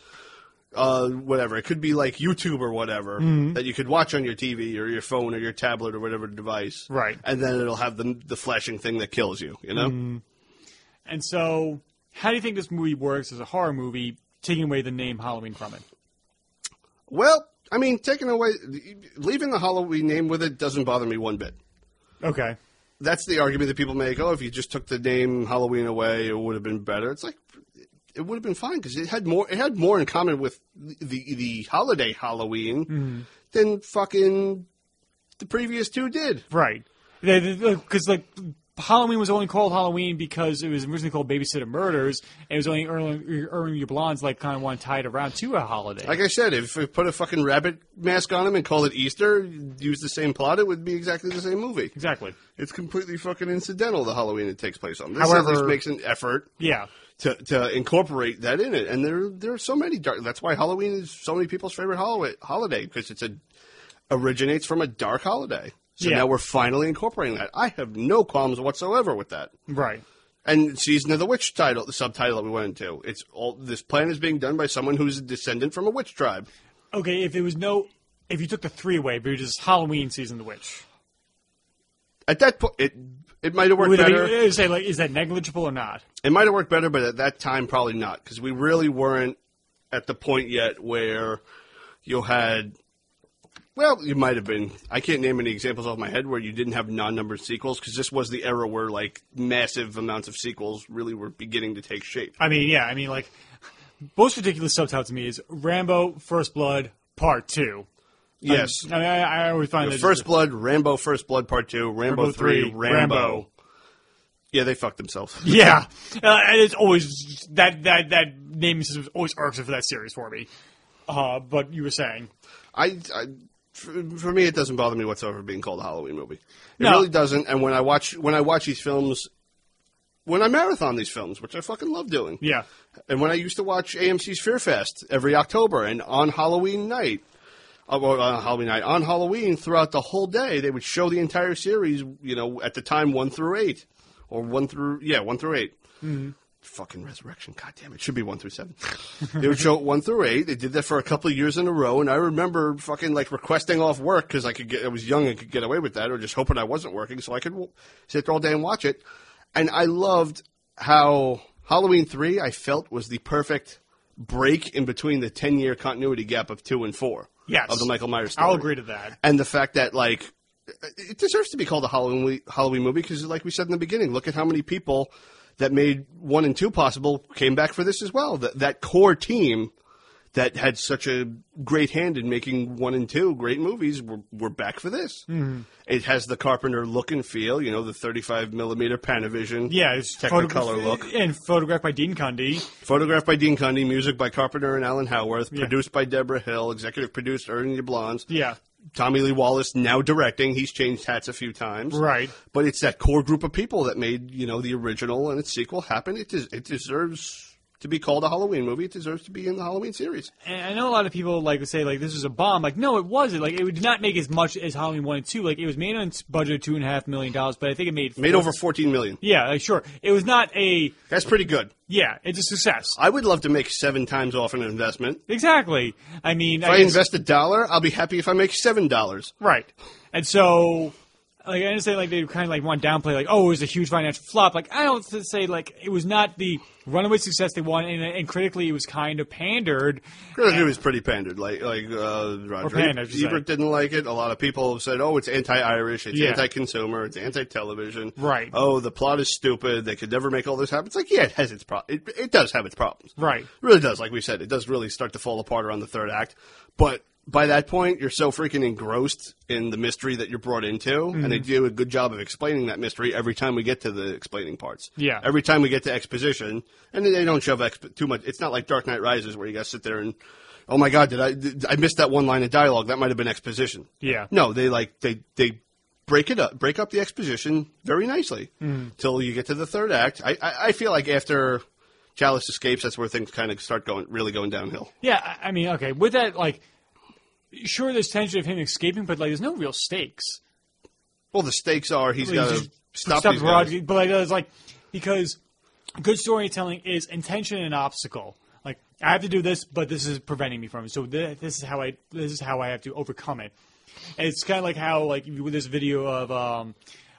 [SPEAKER 2] uh whatever it could be like YouTube or whatever that you could watch on your TV or your phone or your tablet or whatever device
[SPEAKER 3] Right.
[SPEAKER 2] and then it'll have the the flashing thing that kills you you know
[SPEAKER 3] And so, how do you think this movie works as a horror movie, taking away the name Halloween from it?
[SPEAKER 2] Well, I mean, taking away leaving the Halloween name with it doesn't bother me one bit.
[SPEAKER 3] Okay.
[SPEAKER 2] that's the argument that people make. Oh, if you just took the name Halloween away, it would have been better. It's like it would have been fine because it had more. It had more in common with the the holiday Halloween than fucking the previous two did.
[SPEAKER 3] Right. Because like Halloween was only called Halloween because it was originally called Babysitter Murders, and it was only Irwin, Irwin Your Blondes like kind of want to tie it around to a holiday.
[SPEAKER 2] Like I said, if we put a fucking rabbit mask on him and call it Easter, use the same plot, it would be exactly the same movie.
[SPEAKER 3] exactly.
[SPEAKER 2] It's completely fucking incidental the Halloween it takes place on. This at
[SPEAKER 3] However-
[SPEAKER 2] least makes an effort
[SPEAKER 3] Yeah.
[SPEAKER 2] to, to incorporate that in it. And there there are so many dark. That's why Halloween is so many people's favorite holiday holiday because it's a originates from a dark holiday. So
[SPEAKER 3] Yeah.
[SPEAKER 2] now we're finally incorporating that. I have no qualms whatsoever with that.
[SPEAKER 3] Right.
[SPEAKER 2] And season of the witch title, the subtitle that we went into. It's all this plan is being done by someone who's a descendant from a witch tribe.
[SPEAKER 3] Okay. If it was no, if you took the three away, but it was just Halloween season of the witch.
[SPEAKER 2] At that point, it it might have worked
[SPEAKER 3] Would it be-
[SPEAKER 2] better.
[SPEAKER 3] it would say like, is that negligible or not?
[SPEAKER 2] It might have worked better, but at that time, probably not, because we really weren't at the point yet where you had. Well, you might have been. I can't name any examples off my head where you didn't have non-numbered sequels, because this was the era where like massive amounts of sequels really were beginning to take shape.
[SPEAKER 3] I mean, yeah. I mean, like most ridiculous subtitle to me is Rambo: First Blood Part Two.
[SPEAKER 2] Yes,
[SPEAKER 3] I, mean, I, I always find that
[SPEAKER 2] First Blood, Rambo, First Blood Part Two, Rambo,
[SPEAKER 3] Rambo
[SPEAKER 2] Three,
[SPEAKER 3] III,
[SPEAKER 2] Rambo.
[SPEAKER 3] Rambo.
[SPEAKER 2] Yeah, they fucked themselves.
[SPEAKER 3] Yeah, uh, and it's always that that that naming system always irks for that series for me. Uh, but you were saying,
[SPEAKER 2] I, I for, for me, it doesn't bother me whatsoever being called a Halloween movie. It
[SPEAKER 3] No.
[SPEAKER 2] really doesn't. And when I watch when I watch these films, when I marathon these films, which I fucking love doing,
[SPEAKER 3] yeah,
[SPEAKER 2] and when I used to watch AMC's Fear Fest every October and on Halloween night, uh, well, on Halloween night, on Halloween throughout the whole day, they would show the entire series. You know, at the time one through eight, or one through yeah one through 8 Fucking resurrection! God damn it! Should be one through seven. they would show it one through eight. They did that for a couple of years in a row, and I remember fucking like requesting off work because I could get I was young and could get away with that, or just hoping I wasn't working so I could w- sit there all day and watch it. And I loved how Halloween three I felt was the perfect break in between the ten year continuity gap of two and four.
[SPEAKER 3] Yes.
[SPEAKER 2] of the Michael Myers. Story
[SPEAKER 3] I'll agree to that.
[SPEAKER 2] and the fact that like it deserves to be called a Halloween Halloween movie because, like we said in the beginning, look at how many people that made one and two possible came back for this as well. That that core team that had such a great hand in making one and two great movies were, were back for this.
[SPEAKER 3] Mm-hmm.
[SPEAKER 2] It has the Carpenter look and feel, you know, the 35 millimeter Panavision,
[SPEAKER 3] Yeah, it's
[SPEAKER 2] Technicolor
[SPEAKER 3] photograph-
[SPEAKER 2] look.
[SPEAKER 3] and photographed by Dean Cundy.
[SPEAKER 2] photographed by Dean Cundy, music by Carpenter and Alan Howarth,
[SPEAKER 3] Yeah.
[SPEAKER 2] produced by Deborah Hill, executive produced Ernie Blondes.
[SPEAKER 3] Yeah,
[SPEAKER 2] Tommy Lee Wallace now directing. He's changed hats a few times.
[SPEAKER 3] Right.
[SPEAKER 2] But it's that core group of people that made, you know, the original and its sequel happen. It, des- it deserves to be called a Halloween movie. It deserves to be in the Halloween series.
[SPEAKER 3] and I know a lot of people like to say like this was a bomb. Like no, it wasn't. Like it did not make as much as Halloween one and two. Like it was made on its budget of two and a half million dollars, but I think it made
[SPEAKER 2] Made over 14 million.
[SPEAKER 3] Yeah, like, sure. It was not a
[SPEAKER 2] That's pretty good.
[SPEAKER 3] yeah. It's a success.
[SPEAKER 2] I would love to make seven times off an investment.
[SPEAKER 3] Exactly. I mean,
[SPEAKER 2] If I
[SPEAKER 3] guess-
[SPEAKER 2] invest a dollar, I'll be happy if I make seven dollars.
[SPEAKER 3] Right. And so, like, I understand, like, they kind of, like, want to downplay, like, oh, it was a huge financial flop. Like, I don't th- say, like, it was not the runaway success they wanted, and, and critically, it was kind of pandered.
[SPEAKER 2] It was pretty pandered. Like like uh, Roger
[SPEAKER 3] panned, I should say.
[SPEAKER 2] Ebert didn't like it. A lot of people have said, "Oh, it's anti-Irish. It's
[SPEAKER 3] Yeah.
[SPEAKER 2] anti-consumer. It's anti-television."
[SPEAKER 3] Right.
[SPEAKER 2] Oh, the plot is stupid. They could never make all this happen. It's like, yeah, it has its pro- it, it does have its problems.
[SPEAKER 3] Right.
[SPEAKER 2] It really does. Like we said, it does really start to fall apart around the third act. But by that point, you're so freaking engrossed in the mystery that you're brought into, and they do a good job of explaining that mystery every time we get to the explaining parts.
[SPEAKER 3] Yeah.
[SPEAKER 2] Every time we get to exposition, and they don't shove exp- too much. It's not like Dark Knight Rises where you got to sit there and, oh my god, did I did, I missed that one line of dialogue? That might have been exposition.
[SPEAKER 3] Yeah.
[SPEAKER 2] No, they like they they break it up, break up the exposition very nicely till you get to the third act. I, I I feel like after Chalice escapes, that's where things kind of start going really going downhill.
[SPEAKER 3] Yeah, I, I mean, okay, with that, like, sure, there's tension of him escaping, but, like, there's no real stakes.
[SPEAKER 2] Well, the stakes are he's
[SPEAKER 3] Like,
[SPEAKER 2] got to
[SPEAKER 3] just
[SPEAKER 2] stop,
[SPEAKER 3] stop
[SPEAKER 2] these
[SPEAKER 3] Rod-
[SPEAKER 2] guys.
[SPEAKER 3] But, like, it's like, because good storytelling is intention and obstacle. Like, I have to do this, but this is preventing me from it. So th- this is how I this is how I have to overcome it. And it's kind of like how like with this video of um,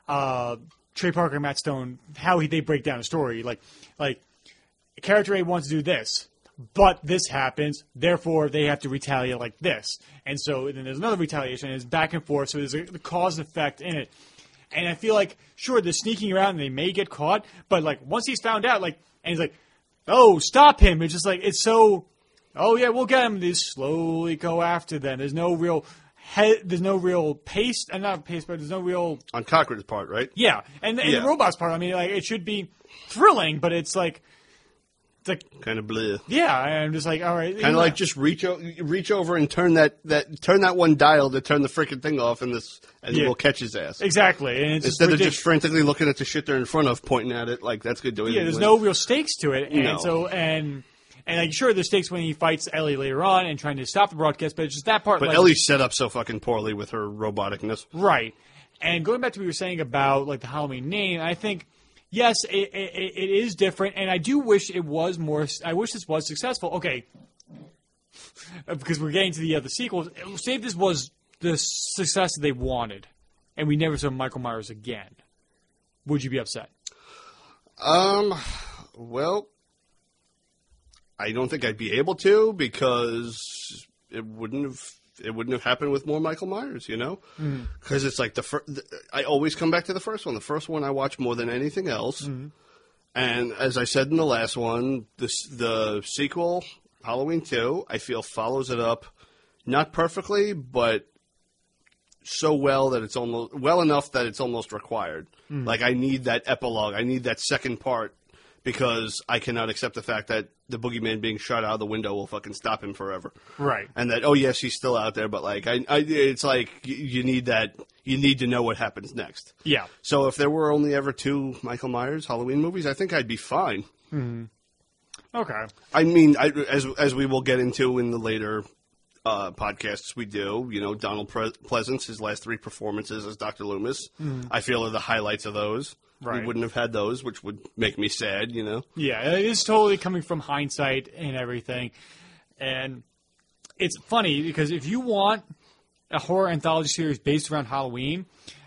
[SPEAKER 3] uh, Trey Parker and Matt Stone, how he, they break down a story. Like like character A wants to do this, but this happens, therefore they have to retaliate like this. And so then there's another retaliation, and it's back and forth. So there's a the cause and effect in it. And I feel like, sure, they're sneaking around and they may get caught, but like once he's found out, like, and he's like, oh, stop him. It's just like, it's so, oh yeah, we'll get him. They slowly go after them. There's no real, he- there's no real pace, and not pace, but there's no real
[SPEAKER 2] on Cochrane's part, right?
[SPEAKER 3] yeah, and, and
[SPEAKER 2] Yeah.
[SPEAKER 3] the robots part. I mean, like it should be thrilling, but it's like, it's like
[SPEAKER 2] Kind of bleh.
[SPEAKER 3] yeah. I'm just like, all right,
[SPEAKER 2] Kind of like just reach o- reach over and turn that, that turn that one dial to turn the freaking thing off, and this and
[SPEAKER 3] Yeah.
[SPEAKER 2] we'll catch his ass.
[SPEAKER 3] exactly. And it's
[SPEAKER 2] Instead
[SPEAKER 3] just
[SPEAKER 2] of just
[SPEAKER 3] ridic-
[SPEAKER 2] frantically looking at the shit they're in front of, pointing at it like that's good doing.
[SPEAKER 3] yeah. There's no real stakes to it, and
[SPEAKER 2] No.
[SPEAKER 3] so and and like sure, there's stakes when he fights Ellie later on and trying to stop the broadcast, but it's just that part.
[SPEAKER 2] But
[SPEAKER 3] like,
[SPEAKER 2] Ellie's set up so fucking poorly with her roboticness.
[SPEAKER 3] Right. And going back to what you were saying about like the Halloween name, I think yes, it, it, it is different, and I do wish it was more. I wish this was successful. Okay, Uh, because we're getting to the other sequels. Say if this was the success that they wanted, and we never saw Michael Myers again, would you be upset?
[SPEAKER 2] Um, well, I don't think I'd be able to because it wouldn't have it wouldn't have happened with more Michael Myers, you know? Because it's like the first. I always come back to the first one. The first one I watch more than anything else. And as I said in the last one, this the sequel Halloween Two, I feel follows it up, not perfectly, but so well that it's almost well enough that it's almost required. Like I need that epilogue. I need that second part because I cannot accept the fact that the boogeyman being shot out of the window will fucking stop him forever.
[SPEAKER 3] Right.
[SPEAKER 2] And that oh yes, he's still out there, but like I, I it's like y- you need that you need to know what happens next.
[SPEAKER 3] Yeah.
[SPEAKER 2] So if there were only ever two Michael Myers Halloween movies, I think I'd be fine.
[SPEAKER 3] Okay.
[SPEAKER 2] I mean, I, as as we will get into in the later uh, podcasts, we do. You know, Donald Pre- Pleasance, his last three performances as Doctor Loomis, I feel are the highlights of those.
[SPEAKER 3] Right.
[SPEAKER 2] We wouldn't have had those, which would make me sad. You know,
[SPEAKER 3] Yeah, it is totally coming from hindsight and everything. And it's funny because if you want a horror anthology series based around Halloween,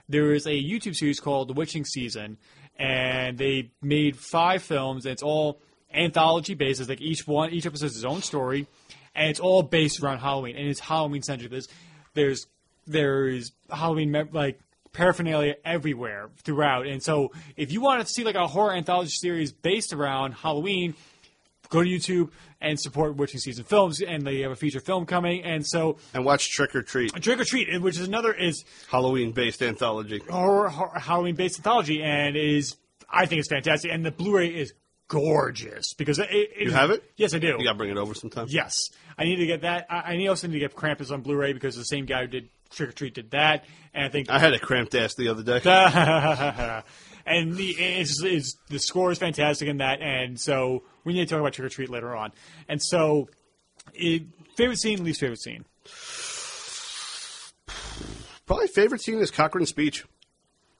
[SPEAKER 3] there is a YouTube series called The Witching Season, and they made five films. And it's all anthology based. It's like each one, each episode has its own story, and it's all based around Halloween. And it's Halloween centric. There's there's there's Halloween me- like paraphernalia everywhere throughout. And so if you want to see like a horror anthology series based around Halloween, go to YouTube and support Witching Season Films, and they have a feature film coming. And so
[SPEAKER 2] and watch Trick or Treat,
[SPEAKER 3] Trick or Treat, which is another is
[SPEAKER 2] Halloween based anthology.
[SPEAKER 3] horror, horror Halloween based anthology, and is I think it's fantastic. And the Blu-ray is gorgeous because it, it-
[SPEAKER 2] You have it?
[SPEAKER 3] Yes, I do.
[SPEAKER 2] You got to bring it over sometime.
[SPEAKER 3] Yes, I need to get that. I, I need also need to get Krampus on Blu-ray because the same guy who did Trick or Treat did that, and I think
[SPEAKER 2] I had a cramped ass the other day.
[SPEAKER 3] and the it's, it's, the score is fantastic in that, and so we need to talk about Trick or Treat later on. And so, it, favorite scene, least favorite scene.
[SPEAKER 2] Probably favorite scene is Cochrane's speech.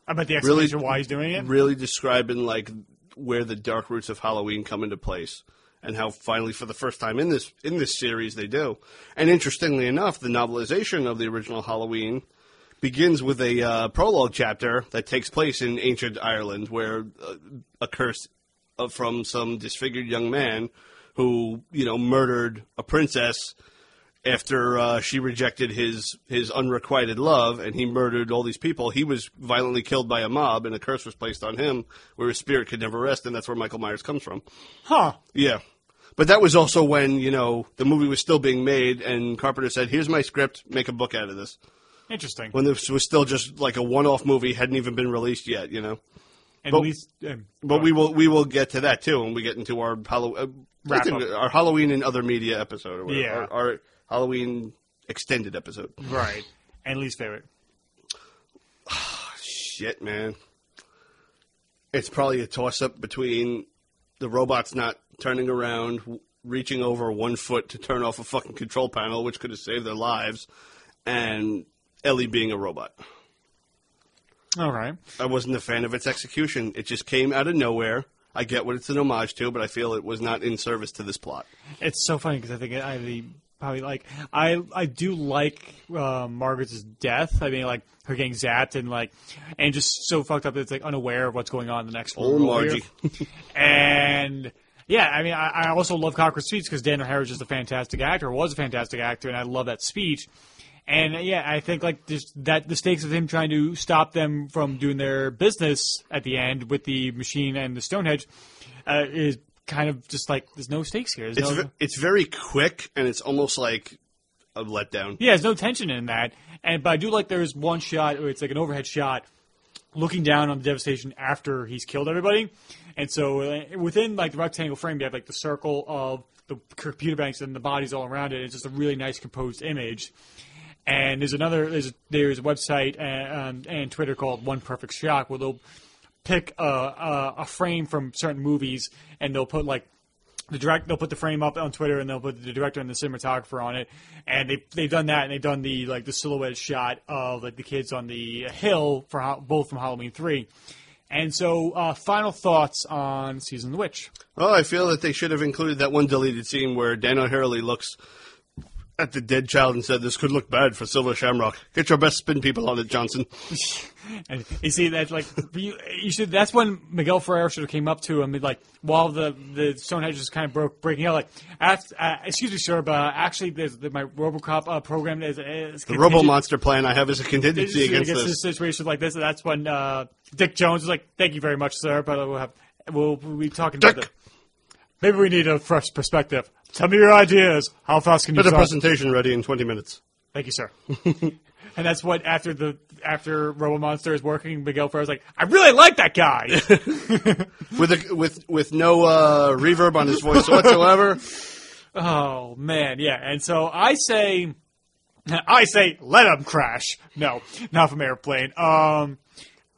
[SPEAKER 3] About the
[SPEAKER 2] Really-
[SPEAKER 3] explanation why he's doing it.
[SPEAKER 2] really describing like where the dark roots of Halloween come into place and how finally for the first time in this in this series they do. And interestingly enough, the novelization of the original Halloween begins with a uh, prologue chapter that takes place in ancient Ireland where uh, a curse uh, from some disfigured young man who, you know, murdered a princess after uh, she rejected his his unrequited love and he murdered all these people, he was violently killed by a mob and a curse was placed on him where his spirit could never rest, and that's where Michael Myers comes from.
[SPEAKER 3] Huh.
[SPEAKER 2] Yeah. But that was also when, you know, the movie was still being made and Carpenter said, Here's my script, make a book out of this.
[SPEAKER 3] Interesting.
[SPEAKER 2] When this was still just like a one off movie, hadn't even been released yet, you know.
[SPEAKER 3] and
[SPEAKER 2] but-
[SPEAKER 3] least. Um,
[SPEAKER 2] But we will we will get to that too when we get into our Hallow- uh,
[SPEAKER 3] Wrap
[SPEAKER 2] I think
[SPEAKER 3] up.
[SPEAKER 2] our Halloween and other media episode or whatever.
[SPEAKER 3] Yeah.
[SPEAKER 2] Our, our Halloween extended episode.
[SPEAKER 3] right. And least favorite.
[SPEAKER 2] Shit, man. It's probably a toss up between the robots not turning around, w- reaching over one foot to turn off a fucking control panel, which could have saved their lives, and Ellie being a robot.
[SPEAKER 3] All right.
[SPEAKER 2] I wasn't a fan of its execution. It just came out of nowhere. I get what it's an homage to, but I feel it was not in service to this plot.
[SPEAKER 3] It's so funny because I think I the probably like I I do like uh, Margaret's death. I mean, like her getting zapped and like and just so fucked up. That it's like unaware of what's going on in the next
[SPEAKER 2] Oh,
[SPEAKER 3] room over
[SPEAKER 2] Margie.
[SPEAKER 3] here. and yeah, I mean, I, I also love Cochrane's speech because Dan O'Hara is just a fantastic actor. Was a fantastic actor, and I love that speech. And uh, yeah, I think like just that the stakes of him trying to stop them from doing their business at the end with the machine and the Stonehenge uh, is kind of just like there's no stakes here. There's
[SPEAKER 2] It's
[SPEAKER 3] no,
[SPEAKER 2] ve- it's very quick and it's almost like a letdown.
[SPEAKER 3] yeah, there's no tension in that. And but I do like there's one shot where it's like an overhead shot looking down on the devastation after he's killed everybody. And so uh, within like the rectangle frame, you have like the circle of the computer banks and the bodies all around it. It's just a really nice composed image. And there's another there's there's a website and, um, and Twitter called One Perfect Shot where they'll pick a, a, a frame from certain movies and they'll put like the direct they'll put the frame up on Twitter and they'll put the director and the cinematographer on it and they they've done that and they've done the like the silhouette shot of like the kids on the hill for ho- both from Halloween 3. And so uh, final thoughts on Season of the Witch.
[SPEAKER 2] Oh, I feel that they should have included that one deleted scene where Dan O'Harely looks at the dead child and said, "This could look bad for Silver Shamrock. Get your best spin people on it, Johnson."
[SPEAKER 3] And you see that like you, you should that's when Miguel Ferrer should have came up to him and like while the the Stonehenge is kind of broke breaking out like "Act- uh, excuse me sir but uh, actually there's the, my RoboCop uh, program is, is
[SPEAKER 2] The Robo Monster plan I have is a contingency
[SPEAKER 3] It's just
[SPEAKER 2] against this.
[SPEAKER 3] situation like this, and that's when uh, Dick Jones was like, "Thank you very much, sir, but we'll have we'll, we'll be talking about
[SPEAKER 2] Dick!
[SPEAKER 3] it. Maybe we need a fresh perspective. Tell me your ideas. How fast can you
[SPEAKER 2] Get a
[SPEAKER 3] talk?
[SPEAKER 2] presentation ready in 20 minutes.
[SPEAKER 3] Thank you, sir." and that's what after the after Robo Monster is working, Miguel Ferrer's like, "I really like that guy."
[SPEAKER 2] With a, with with no uh, reverb on his voice whatsoever.
[SPEAKER 3] oh man, yeah. And so I say, I say, let him crash. No, not from airplane. Um.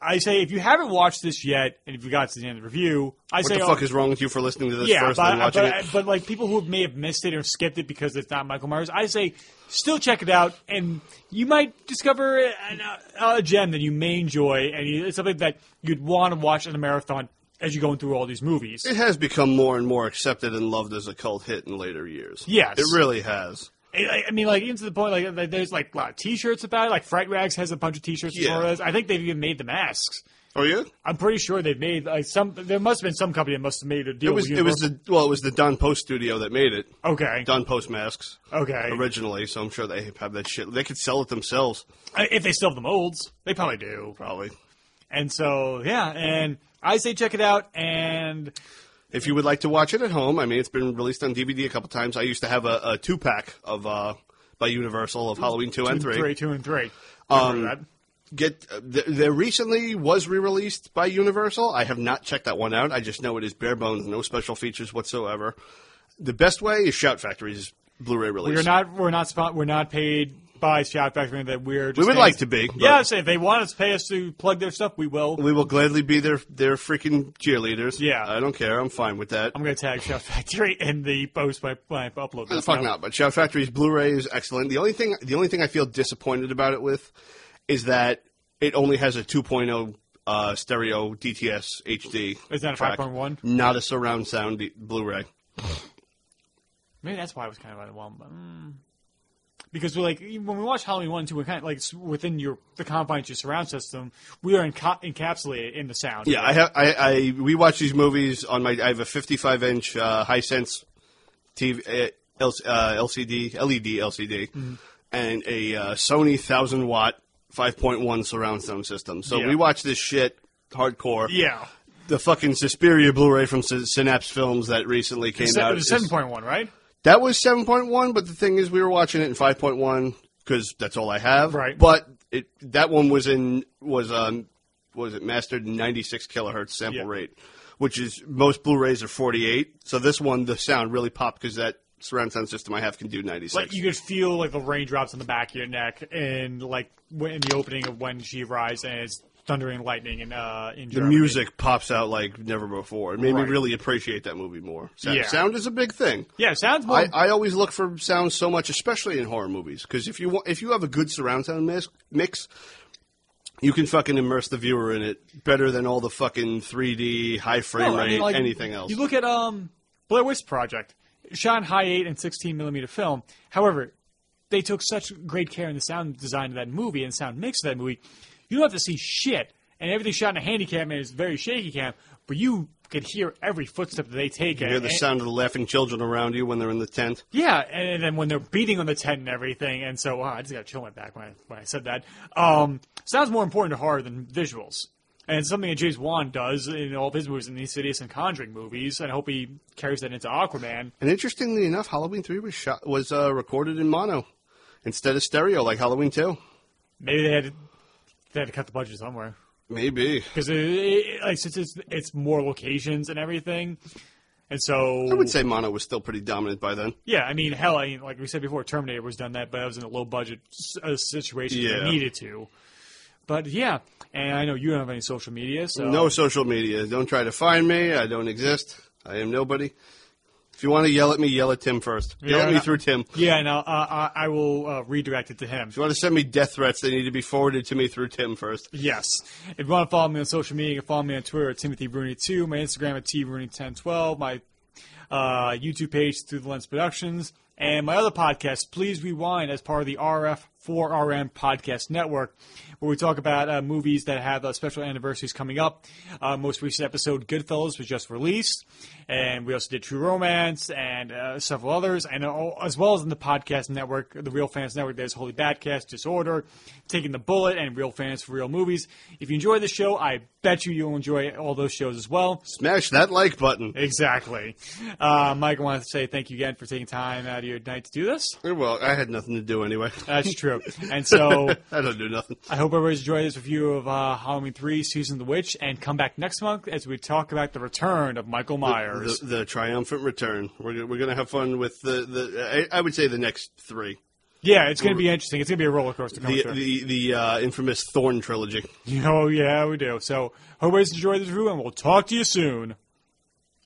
[SPEAKER 3] I say if you haven't watched this yet, and if you got to the end of the review, I
[SPEAKER 2] What
[SPEAKER 3] say
[SPEAKER 2] the
[SPEAKER 3] oh,
[SPEAKER 2] fuck is wrong with you for listening to this
[SPEAKER 3] yeah,
[SPEAKER 2] first
[SPEAKER 3] but,
[SPEAKER 2] and watching
[SPEAKER 3] but,
[SPEAKER 2] it?
[SPEAKER 3] but like people who may have missed it or skipped it because it's not Michael Myers, I say still check it out, and you might discover an, uh, a gem that you may enjoy, and you- it's something that you'd want to watch in a marathon as you're going through all these movies.
[SPEAKER 2] It has become more and more accepted and loved as a cult hit in later years.
[SPEAKER 3] Yes.
[SPEAKER 2] It really has.
[SPEAKER 3] I, I- I mean, like even to the point, like like, there's like a lot of T-shirts about it. Like Fright Rags has a bunch of T-shirts.
[SPEAKER 2] Yeah.
[SPEAKER 3] Yeah. I think they've even made the masks.
[SPEAKER 2] Oh yeah?
[SPEAKER 3] I'm pretty sure they've made like some. There must have been some company that must have made a deal.
[SPEAKER 2] It was
[SPEAKER 3] with
[SPEAKER 2] it was
[SPEAKER 3] Universal.
[SPEAKER 2] the well, it was the Don Post studio that made it.
[SPEAKER 3] okay.
[SPEAKER 2] Don Post masks
[SPEAKER 3] Okay.
[SPEAKER 2] originally, so I'm sure they have that shit. They could sell it themselves,
[SPEAKER 3] If they still have the molds, they probably do.
[SPEAKER 2] probably.
[SPEAKER 3] And so, yeah, and I say check it out. And
[SPEAKER 2] If you would like to watch it at home, I mean, it's been released on DVD a couple times. I used to have a, a two pack of uh, by Universal of Halloween two, and three.
[SPEAKER 3] three, two and three.
[SPEAKER 2] Um,
[SPEAKER 3] Remember
[SPEAKER 2] Get uh, th- there recently was re released by Universal. I have not checked that one out. I just know it is bare bones, no special features whatsoever. The best way is Shout Factory's Blu-ray
[SPEAKER 3] that.
[SPEAKER 2] release.
[SPEAKER 3] we're not, we're not, spot, we're not paid by Shout Factory. That we're just
[SPEAKER 2] We would
[SPEAKER 3] paying-
[SPEAKER 2] like to be, but-
[SPEAKER 3] Yeah, so if they want us to pay us to plug their stuff, we will.
[SPEAKER 2] We will gladly be their their freaking cheerleaders.
[SPEAKER 3] Yeah.
[SPEAKER 2] I don't care. I'm fine with that.
[SPEAKER 3] I'm going to tag Shout Factory in the post my, my upload.
[SPEAKER 2] Why the
[SPEAKER 3] this
[SPEAKER 2] fuck
[SPEAKER 3] now.
[SPEAKER 2] not? But Shout Factory's Blu-ray is excellent. The only thing the only thing I feel disappointed about it with is that it only has a 2.0 uh, stereo DTS HD.
[SPEAKER 3] It's not a
[SPEAKER 2] track.
[SPEAKER 3] 5.1?
[SPEAKER 2] Not a surround sound D- Blu-ray.
[SPEAKER 3] Maybe that's why I was kind of overwhelmed. But, mm. Because we're like when we watch Halloween one, two, we're kind of like s- within your the confines of your surround system. We are enca- encapsulated in the sound.
[SPEAKER 2] Yeah, I have. I, I we watch these movies on my. I have a 55 inch uh, Hisense TV uh, L, uh, LCD LED LCD
[SPEAKER 3] Mm-hmm.
[SPEAKER 2] and a uh, Sony thousand watt 5.1 surround sound system. So
[SPEAKER 3] Yeah.
[SPEAKER 2] we watch this shit hardcore.
[SPEAKER 3] yeah.
[SPEAKER 2] the fucking Suspiria Blu-ray from Sy- Synapse Films that recently came
[SPEAKER 3] It's
[SPEAKER 2] out.
[SPEAKER 3] it was
[SPEAKER 2] is-
[SPEAKER 3] seven point one, right?
[SPEAKER 2] that was 7.1, but the thing is, we were watching it in 5.1 because that's all I have.
[SPEAKER 3] Right.
[SPEAKER 2] But it that one was in was um was it mastered in 96 kilohertz sample
[SPEAKER 3] Yeah.
[SPEAKER 2] rate, which is most Blu-rays are 48. So this one, the sound really popped because that surround sound system I have can do 96.
[SPEAKER 3] Like you could feel like the raindrops on the back of your neck, and like when, in the opening of when she arrives, and it's thundering lightning and uh, in
[SPEAKER 2] the
[SPEAKER 3] Germany.
[SPEAKER 2] music pops out like never before. It made
[SPEAKER 3] Right.
[SPEAKER 2] me really appreciate that movie more. Sound,
[SPEAKER 3] Yeah.
[SPEAKER 2] sound is a big thing.
[SPEAKER 3] Yeah, sounds more.
[SPEAKER 2] I, I always look for sound so much, especially in horror movies, because if you want, if you have a good surround sound mix, mix, you can fucking immerse the viewer in it better than all the fucking 3D high frame
[SPEAKER 3] No, I
[SPEAKER 2] rate
[SPEAKER 3] mean, like,
[SPEAKER 2] anything else.
[SPEAKER 3] You look at um Blair Witch Project, shot in high eight and sixteen millimeter film. However, they took such great care in the sound design of that movie and sound mix of that movie. You don't have to see shit, and everything's shot in a handy cam and it's very shaky cam. but you could hear every footstep that they take.
[SPEAKER 2] You hear the sound of the laughing children around you when they're in the tent.
[SPEAKER 3] Yeah, and, and then when they're beating on the tent and everything, and so wow, I just got a chill on my back when I, when I said that. Um, sounds more important to horror than visuals, and it's something that James Wan does in all of his movies, in the Insidious and Conjuring movies, and I hope he carries that into Aquaman.
[SPEAKER 2] And interestingly enough, Halloween three was shot was uh, recorded in mono instead of stereo like Halloween two.
[SPEAKER 3] Maybe they had to, they had to cut the budget somewhere
[SPEAKER 2] Maybe
[SPEAKER 3] because it, it, like since it's it's more locations and everything, and so
[SPEAKER 2] I would say mono was still pretty dominant by then.
[SPEAKER 3] Yeah, I mean, hell, I mean, like we said before, Terminator was done that, but that was in a low budget s- uh, situation.
[SPEAKER 2] Yeah.
[SPEAKER 3] They needed to. But yeah, and I know you don't have any social media, so
[SPEAKER 2] No social media. Don't try to find me. I don't exist. I am nobody. If you want to yell at me, yell at Tim first. yell
[SPEAKER 3] Yeah,
[SPEAKER 2] at me
[SPEAKER 3] I-
[SPEAKER 2] through Tim. If
[SPEAKER 3] Yeah, and I'll, uh, I I will uh, redirect it to him.
[SPEAKER 2] you want to send me death threats, they need to be forwarded to me through Tim first.
[SPEAKER 3] Yes. If you want to follow me on social media, you can follow me on Twitter at Timothy Rooney two, my Instagram at tbruni1012, my uh, YouTube page Through the Lens Productions, and my other podcast, Please Rewind, as part of the RF4RM Podcast Network, where we talk about uh, movies that have uh, special anniversaries coming up. Uh, most recent episode, Goodfellas, was just released, and we also did True Romance and uh, several others, and uh, as well as in the podcast network, the Real Fans Network. There's Holy Batcast, Disorder, Taking the Bullet, and Real Fans for Real Movies. If you enjoy the show, I bet you you'll enjoy all those shows as well.
[SPEAKER 2] Smash that like button.
[SPEAKER 3] Exactly. Uh, Mike, I want to say thank you again for taking time out of your night to do this.
[SPEAKER 2] Well, I had nothing to do anyway.
[SPEAKER 3] That's true. And so
[SPEAKER 2] I don't do nothing.
[SPEAKER 3] I hope everybody's enjoyed this review of uh, Halloween 3, Season of the Witch, and come back next month as we talk about the return of Michael Myers.
[SPEAKER 2] The, the triumphant return. We're, go- we're going to have fun with the, the I, I would say the next three.
[SPEAKER 3] yeah, it's going to be interesting. It's going to be a roller coaster. coming
[SPEAKER 2] The,
[SPEAKER 3] through.
[SPEAKER 2] the, the uh, infamous Thorn trilogy.
[SPEAKER 3] oh, yeah, we do. So hope everybody's enjoyed this review, and we'll talk to you soon.